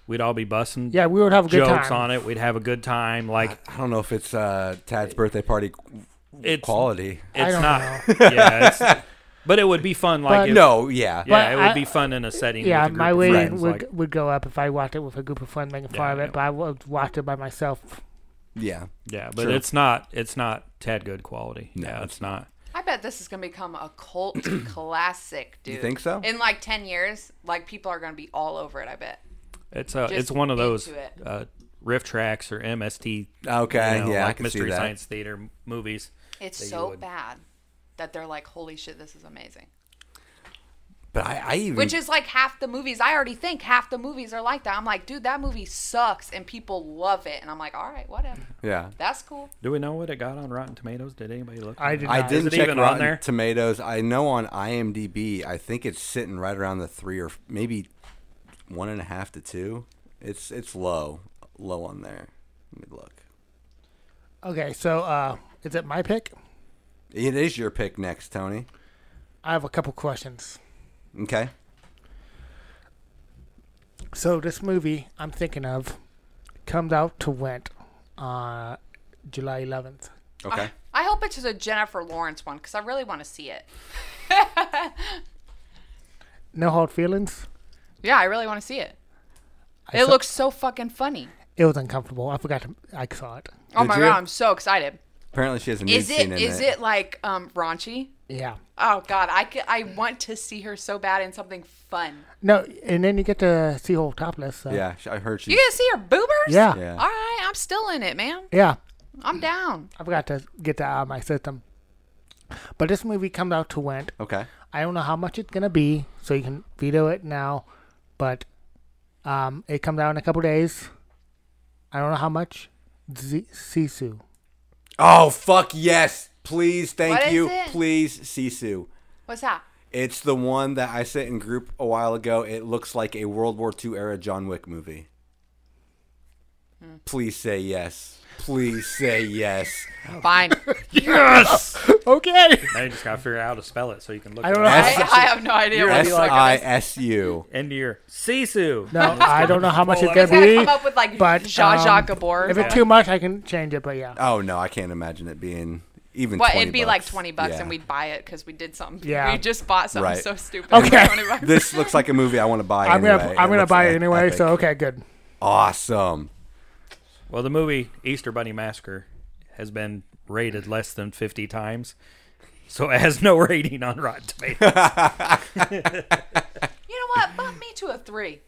[SPEAKER 4] we'd all be busting
[SPEAKER 1] Yeah, we would have a good
[SPEAKER 4] jokes
[SPEAKER 1] time.
[SPEAKER 4] on it. We'd have a good time. Like
[SPEAKER 3] I don't know if it's uh, Tad's birthday party qu-
[SPEAKER 4] it's
[SPEAKER 3] quality.
[SPEAKER 1] I
[SPEAKER 4] It's
[SPEAKER 1] don't
[SPEAKER 4] not. <laughs> yeah, it's, but it would be fun. Like
[SPEAKER 1] But-
[SPEAKER 4] if,
[SPEAKER 3] No, yeah.
[SPEAKER 4] Yeah, it would
[SPEAKER 1] I-
[SPEAKER 4] be fun in a setting.
[SPEAKER 1] Yeah,
[SPEAKER 4] with a group
[SPEAKER 1] my
[SPEAKER 4] of
[SPEAKER 1] weighting
[SPEAKER 4] friends,
[SPEAKER 1] would,
[SPEAKER 4] like-
[SPEAKER 1] would go up if I watched it with a group of friends making fun
[SPEAKER 4] Yeah,
[SPEAKER 1] of it,
[SPEAKER 4] yeah.
[SPEAKER 1] but I would watch it by myself.
[SPEAKER 3] Yeah.
[SPEAKER 4] yeah, but
[SPEAKER 3] Sure.
[SPEAKER 4] it's not. It's not Tad Good quality. yeah, it's not.
[SPEAKER 2] I bet this is gonna become a
[SPEAKER 3] <clears throat>
[SPEAKER 2] cult classic, dude.
[SPEAKER 3] think so?
[SPEAKER 2] In like ten years, like people are gonna be all over it. I bet.
[SPEAKER 4] It's uh,
[SPEAKER 2] Just
[SPEAKER 4] it's one of those
[SPEAKER 2] into it.
[SPEAKER 4] uh, riff tracks or MST.
[SPEAKER 3] Okay,
[SPEAKER 4] you know,
[SPEAKER 3] yeah, I
[SPEAKER 4] like
[SPEAKER 3] can see
[SPEAKER 4] Mystery
[SPEAKER 3] that.
[SPEAKER 4] Science Theater m- movies.
[SPEAKER 2] It's
[SPEAKER 4] that you
[SPEAKER 2] so
[SPEAKER 4] would-
[SPEAKER 2] bad that they're like, holy shit, this is amazing.
[SPEAKER 3] But I, I even.
[SPEAKER 2] Which is like half the movies. I already think half the movies are like that. I'm like, dude, that movie sucks and people love it. And I'm like, all right,
[SPEAKER 3] <laughs>
[SPEAKER 2] whatever.
[SPEAKER 3] yeah.
[SPEAKER 2] That's cool.
[SPEAKER 4] Do we know what it got on Rotten Tomatoes? Did anybody look?
[SPEAKER 1] I
[SPEAKER 4] at
[SPEAKER 1] did
[SPEAKER 4] it?
[SPEAKER 1] not.
[SPEAKER 3] I didn't
[SPEAKER 4] it
[SPEAKER 3] check
[SPEAKER 4] even on
[SPEAKER 3] Rotten
[SPEAKER 4] there?
[SPEAKER 3] Tomatoes. I know on IMDb, I think it's sitting right around the three or f- maybe one and a half to two. It's it's low, low on there. Let me look.
[SPEAKER 1] Okay, so uh, is it my pick?
[SPEAKER 3] It is your pick next, Tony.
[SPEAKER 1] I have a couple questions.
[SPEAKER 3] Okay.
[SPEAKER 1] So this movie I'm thinking of comes out to rent on July 11th.
[SPEAKER 3] Okay.
[SPEAKER 2] I hope it's just a Jennifer Lawrence one because I really want to see it.
[SPEAKER 1] No hard feelings.
[SPEAKER 2] Yeah, I really want to see it.
[SPEAKER 1] I
[SPEAKER 2] it
[SPEAKER 1] saw-
[SPEAKER 2] looks so fucking funny.
[SPEAKER 1] It was uncomfortable. I forgot to, I saw it.
[SPEAKER 2] Oh
[SPEAKER 3] Did
[SPEAKER 2] my
[SPEAKER 3] you?
[SPEAKER 2] god, I'm so excited.
[SPEAKER 3] Apparently, she has a nude
[SPEAKER 2] Is it
[SPEAKER 3] scene in
[SPEAKER 2] is
[SPEAKER 3] it.
[SPEAKER 2] it like um raunchy?
[SPEAKER 1] Yeah.
[SPEAKER 2] Oh god, I c- I want to see her so bad in something fun.
[SPEAKER 1] No, and then you get to see whole topless. So.
[SPEAKER 3] Yeah, sh- I heard she.
[SPEAKER 2] You gonna see her boobers?
[SPEAKER 1] Yeah.
[SPEAKER 3] Yeah.
[SPEAKER 2] All right, I'm still in it, man.
[SPEAKER 1] Yeah.
[SPEAKER 2] I'm down.
[SPEAKER 1] I forgot to get that out of my system. But this movie comes out to rent.
[SPEAKER 3] Okay.
[SPEAKER 1] I don't know how much it's gonna be, so you can veto it now. But Um, it comes out in a couple days. I don't know how much. Z- Sisu.
[SPEAKER 3] Oh fuck yes! Please, thank
[SPEAKER 2] What is
[SPEAKER 3] you.
[SPEAKER 2] it?
[SPEAKER 3] Please, Sisu.
[SPEAKER 2] What's that?
[SPEAKER 3] It's the one that I sent in group a while ago. It looks like a World War II era John Wick movie.
[SPEAKER 2] Hmm.
[SPEAKER 3] Please say yes.
[SPEAKER 2] <laughs>
[SPEAKER 3] Please say yes. <laughs>
[SPEAKER 2] Fine.
[SPEAKER 1] Okay.
[SPEAKER 4] Now you just gotta figure out how to spell it so you can look.
[SPEAKER 1] I
[SPEAKER 4] it
[SPEAKER 1] don't know.
[SPEAKER 4] up.
[SPEAKER 3] <laughs>
[SPEAKER 2] I, I have no idea what
[SPEAKER 3] S
[SPEAKER 2] you're talking
[SPEAKER 3] I
[SPEAKER 2] about.
[SPEAKER 3] S U.
[SPEAKER 4] End of year. Sisu.
[SPEAKER 1] No, I don't know how much it's
[SPEAKER 4] He's
[SPEAKER 1] gonna
[SPEAKER 2] He's gotta
[SPEAKER 1] be.
[SPEAKER 2] come up with like
[SPEAKER 1] but
[SPEAKER 2] Zsa Zsa
[SPEAKER 1] um,
[SPEAKER 2] Gabor.
[SPEAKER 1] If it's too much, I can change it. But yeah,
[SPEAKER 3] Oh no, I can't imagine it being even.
[SPEAKER 2] What
[SPEAKER 3] 20
[SPEAKER 2] it'd be
[SPEAKER 3] bucks.
[SPEAKER 2] like twenty bucks,
[SPEAKER 3] Yeah.
[SPEAKER 2] and we'd buy it because we did something.
[SPEAKER 1] Yeah.
[SPEAKER 2] we just bought something
[SPEAKER 3] Right.
[SPEAKER 2] so stupid.
[SPEAKER 1] Okay.
[SPEAKER 2] For 20 bucks.
[SPEAKER 3] <laughs> This looks like a movie I want to buy.
[SPEAKER 1] I'm
[SPEAKER 3] anyway.
[SPEAKER 1] gonna I'm gonna
[SPEAKER 3] looks
[SPEAKER 1] buy it
[SPEAKER 3] e-
[SPEAKER 1] anyway.
[SPEAKER 3] epic.
[SPEAKER 1] So okay, good.
[SPEAKER 3] awesome.
[SPEAKER 4] Well, the movie Easter Bunny Massacre has been rated less than 50 times, so it has no <laughs> rating on Rotten Tomatoes.
[SPEAKER 2] you know what? Bump me to a three.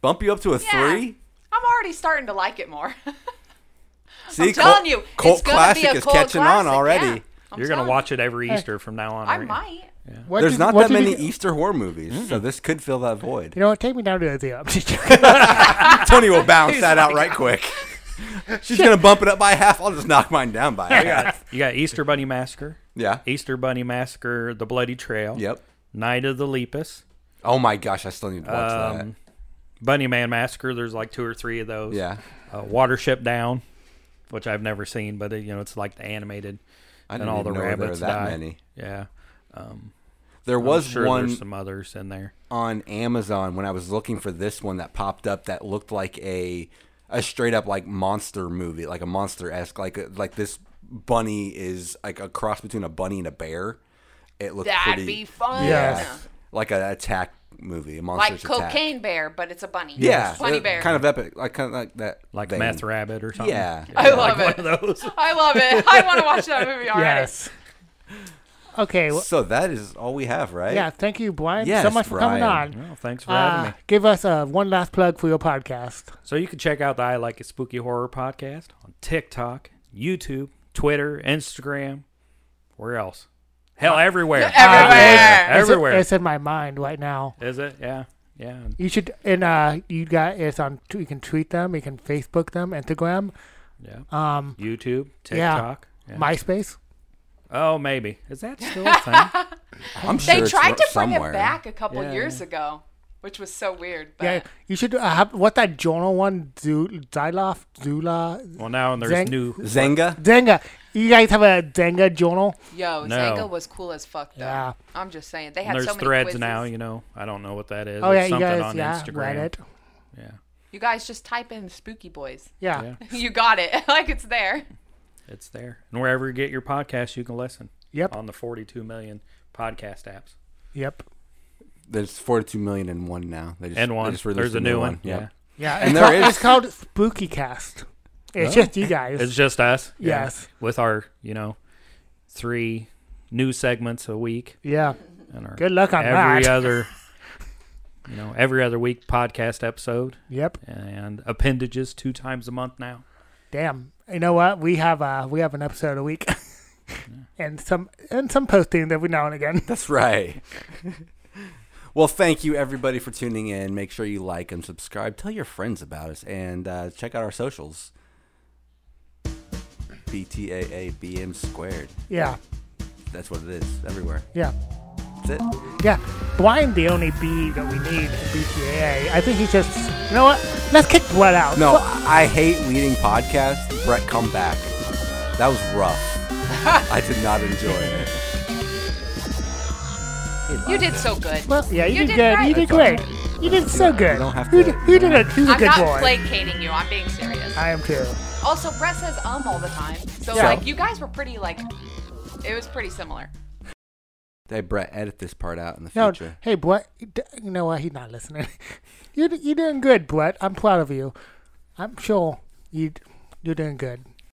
[SPEAKER 3] Bump you up to a
[SPEAKER 2] Yeah.
[SPEAKER 3] three.
[SPEAKER 2] I'm already starting to like it more. <laughs>
[SPEAKER 3] See,
[SPEAKER 2] I'm telling you,
[SPEAKER 3] cult
[SPEAKER 2] it's gonna
[SPEAKER 3] classic
[SPEAKER 2] be a
[SPEAKER 3] is
[SPEAKER 2] cult
[SPEAKER 3] catching on
[SPEAKER 2] classic,
[SPEAKER 3] already.
[SPEAKER 2] yeah. I'm
[SPEAKER 4] You're gonna
[SPEAKER 2] telling
[SPEAKER 4] watch it every Easter from now on.
[SPEAKER 2] you. I
[SPEAKER 4] right?
[SPEAKER 2] might.
[SPEAKER 1] What
[SPEAKER 3] There's
[SPEAKER 1] did-
[SPEAKER 3] not
[SPEAKER 1] what
[SPEAKER 3] that
[SPEAKER 1] did
[SPEAKER 3] many e
[SPEAKER 1] You,
[SPEAKER 3] Easter horror movies, so this could fill that void.
[SPEAKER 1] you know what? Take me down to the <laughs> I'm just joking.
[SPEAKER 3] Tony
[SPEAKER 4] <laughs>
[SPEAKER 3] will bounce that out right quick. She's gonna bump it up by half. I'll just knock mine down by half.
[SPEAKER 4] You got Easter Bunny Massacre,
[SPEAKER 3] Yeah.
[SPEAKER 4] Easter Bunny Massacre, The Bloody Trail,
[SPEAKER 3] Yep.
[SPEAKER 4] Night of the Lepus,
[SPEAKER 3] Oh my gosh, I still need to watch
[SPEAKER 4] Um, Bunny Man Massacre. There's like two or three of those.
[SPEAKER 3] that. Yeah,
[SPEAKER 4] Uh, Watership Down, which I've never seen, but it, you know it's like the animated
[SPEAKER 3] I
[SPEAKER 4] and
[SPEAKER 3] didn't
[SPEAKER 4] all
[SPEAKER 3] even
[SPEAKER 4] the
[SPEAKER 3] know there were
[SPEAKER 4] rabbits
[SPEAKER 3] that
[SPEAKER 4] die.
[SPEAKER 3] many.
[SPEAKER 4] Yeah,
[SPEAKER 3] There
[SPEAKER 4] I'm
[SPEAKER 3] was
[SPEAKER 4] sure
[SPEAKER 3] one
[SPEAKER 4] there's some others in there.
[SPEAKER 3] on Amazon when I was looking for this one that popped up that looked like a a straight up like monster movie, like a monster esque, like uh, like this bunny is like a cross between a bunny and a bear. It looked
[SPEAKER 2] That'd
[SPEAKER 3] pretty,
[SPEAKER 2] be fun.
[SPEAKER 1] Yes.
[SPEAKER 3] like an attack movie, a
[SPEAKER 2] Like
[SPEAKER 3] monster's attack.
[SPEAKER 2] cocaine bear, but it's a bunny.
[SPEAKER 3] Yeah,
[SPEAKER 2] bunny
[SPEAKER 3] uh,
[SPEAKER 2] bear.
[SPEAKER 3] Kind of epic, like kind of like that,
[SPEAKER 4] Like
[SPEAKER 3] vein.
[SPEAKER 4] Meth Rabbit or something.
[SPEAKER 3] Yeah,
[SPEAKER 2] I love it.
[SPEAKER 4] One of those.
[SPEAKER 2] <laughs> I love it. I want to watch that movie already.
[SPEAKER 1] yes. Okay. Well,
[SPEAKER 3] So that is all we have, right?
[SPEAKER 1] yeah. Thank you, Brian, so
[SPEAKER 3] Yes,
[SPEAKER 1] much for
[SPEAKER 3] Brian.
[SPEAKER 1] coming on.
[SPEAKER 4] Well, thanks for having
[SPEAKER 1] Uh,
[SPEAKER 4] me.
[SPEAKER 1] give us uh, one last plug for your podcast.
[SPEAKER 4] So you can check out the I Like It Spooky Horror podcast on TikTok, YouTube, Twitter, Instagram, where else? Hell, everywhere.
[SPEAKER 2] Everywhere.
[SPEAKER 1] It's-
[SPEAKER 4] everywhere.
[SPEAKER 1] It's in my mind right now.
[SPEAKER 4] Is it? Yeah, yeah.
[SPEAKER 1] You should and uh, you got it's on. You can tweet them. You can Facebook them. Instagram.
[SPEAKER 4] Yeah.
[SPEAKER 1] Um,
[SPEAKER 4] YouTube,
[SPEAKER 1] yeah.
[SPEAKER 4] TikTok. Yeah.
[SPEAKER 1] MySpace.
[SPEAKER 4] oh, maybe is that still <laughs> a thing?
[SPEAKER 3] I'm sure
[SPEAKER 2] They
[SPEAKER 3] it's
[SPEAKER 2] tried to
[SPEAKER 3] ro-
[SPEAKER 2] bring
[SPEAKER 3] somewhere.
[SPEAKER 2] it back a couple
[SPEAKER 4] Yeah,
[SPEAKER 2] years ago, which was so weird. But
[SPEAKER 1] Yeah, you should uh, have what that journal one. Zu- Zyloff, Zula,
[SPEAKER 4] Well, now there's
[SPEAKER 1] Zang-
[SPEAKER 4] new.
[SPEAKER 3] Zenga.
[SPEAKER 1] Denga. You guys have a Denga journal?
[SPEAKER 2] yo,
[SPEAKER 4] No.
[SPEAKER 2] Zanga was cool as fuck though.
[SPEAKER 1] Yeah.
[SPEAKER 2] I'm just saying they had
[SPEAKER 4] There's
[SPEAKER 2] so many
[SPEAKER 4] threads
[SPEAKER 2] quizzes.
[SPEAKER 4] now. You know, I don't know what that is.
[SPEAKER 1] Oh yeah,
[SPEAKER 4] It's
[SPEAKER 1] you
[SPEAKER 4] something
[SPEAKER 1] guys.
[SPEAKER 4] on
[SPEAKER 1] Yeah,
[SPEAKER 4] Instagram.
[SPEAKER 1] Reddit.
[SPEAKER 4] Yeah,
[SPEAKER 2] You guys just type in spooky boys.
[SPEAKER 1] Yeah.
[SPEAKER 4] Yeah.
[SPEAKER 2] <laughs> You got it. <laughs> like it's there.
[SPEAKER 4] it's there. And wherever you get your podcast, you can listen
[SPEAKER 1] Yep.
[SPEAKER 4] on the 42 million podcast apps.
[SPEAKER 1] Yep.
[SPEAKER 3] There's 42 million and one now. They just,
[SPEAKER 4] And one.
[SPEAKER 3] They just released
[SPEAKER 4] There's a new one.
[SPEAKER 3] Yep.
[SPEAKER 4] Yeah.
[SPEAKER 1] Yeah.
[SPEAKER 3] And
[SPEAKER 1] it's
[SPEAKER 3] there
[SPEAKER 1] called,
[SPEAKER 3] is-
[SPEAKER 1] It's called Spooky Cast. It's just you guys.
[SPEAKER 4] It's just us. yeah,
[SPEAKER 1] Yes.
[SPEAKER 4] With our, you know, three new segments a week
[SPEAKER 1] yeah.
[SPEAKER 4] and our
[SPEAKER 1] Good luck on
[SPEAKER 4] every
[SPEAKER 1] that. <laughs>
[SPEAKER 4] other you know, every other week podcast episode
[SPEAKER 1] Yep.
[SPEAKER 4] and appendages two times a month now.
[SPEAKER 1] Damn. You know what? We have uh we have an episode a week, <laughs> and some and some posting every now and again. <laughs>
[SPEAKER 3] That's right. <laughs> well, thank you everybody for tuning in. Make sure you like and subscribe. Tell your friends about us and uh, check out our socials. BTAABM squared.
[SPEAKER 1] Yeah.
[SPEAKER 3] That's what it is. Everywhere.
[SPEAKER 1] Yeah.
[SPEAKER 3] That's it.
[SPEAKER 1] Yeah. Brian, the only B that we need in BTAA. I think he just. You know what? Let's kick Brett out.
[SPEAKER 3] No,
[SPEAKER 1] Fuck
[SPEAKER 3] I I hate leading podcasts. Brett, come back. That was rough. I did not enjoy it.
[SPEAKER 2] You did so good.
[SPEAKER 1] Well, yeah, you,
[SPEAKER 2] You
[SPEAKER 1] did,
[SPEAKER 2] did
[SPEAKER 1] good.
[SPEAKER 2] great.
[SPEAKER 1] You did great. You did so good.
[SPEAKER 3] don't have
[SPEAKER 1] Who,
[SPEAKER 3] to-
[SPEAKER 1] d- who did it? Who's a
[SPEAKER 2] I'm
[SPEAKER 1] good
[SPEAKER 2] not
[SPEAKER 1] boy?
[SPEAKER 2] placating you. I'm being serious.
[SPEAKER 1] I am too.
[SPEAKER 2] Also, Brett says um all the time. So
[SPEAKER 1] Yeah.
[SPEAKER 2] like you guys were pretty like it was pretty similar.
[SPEAKER 3] Hey, Brett, edit this part out in the
[SPEAKER 1] No,
[SPEAKER 3] future.
[SPEAKER 1] hey, Brett. You d- you know what? He's not listening. <laughs> you d- you're doing good, Brett. I'm proud of you. I'm sure you d- you're doing good.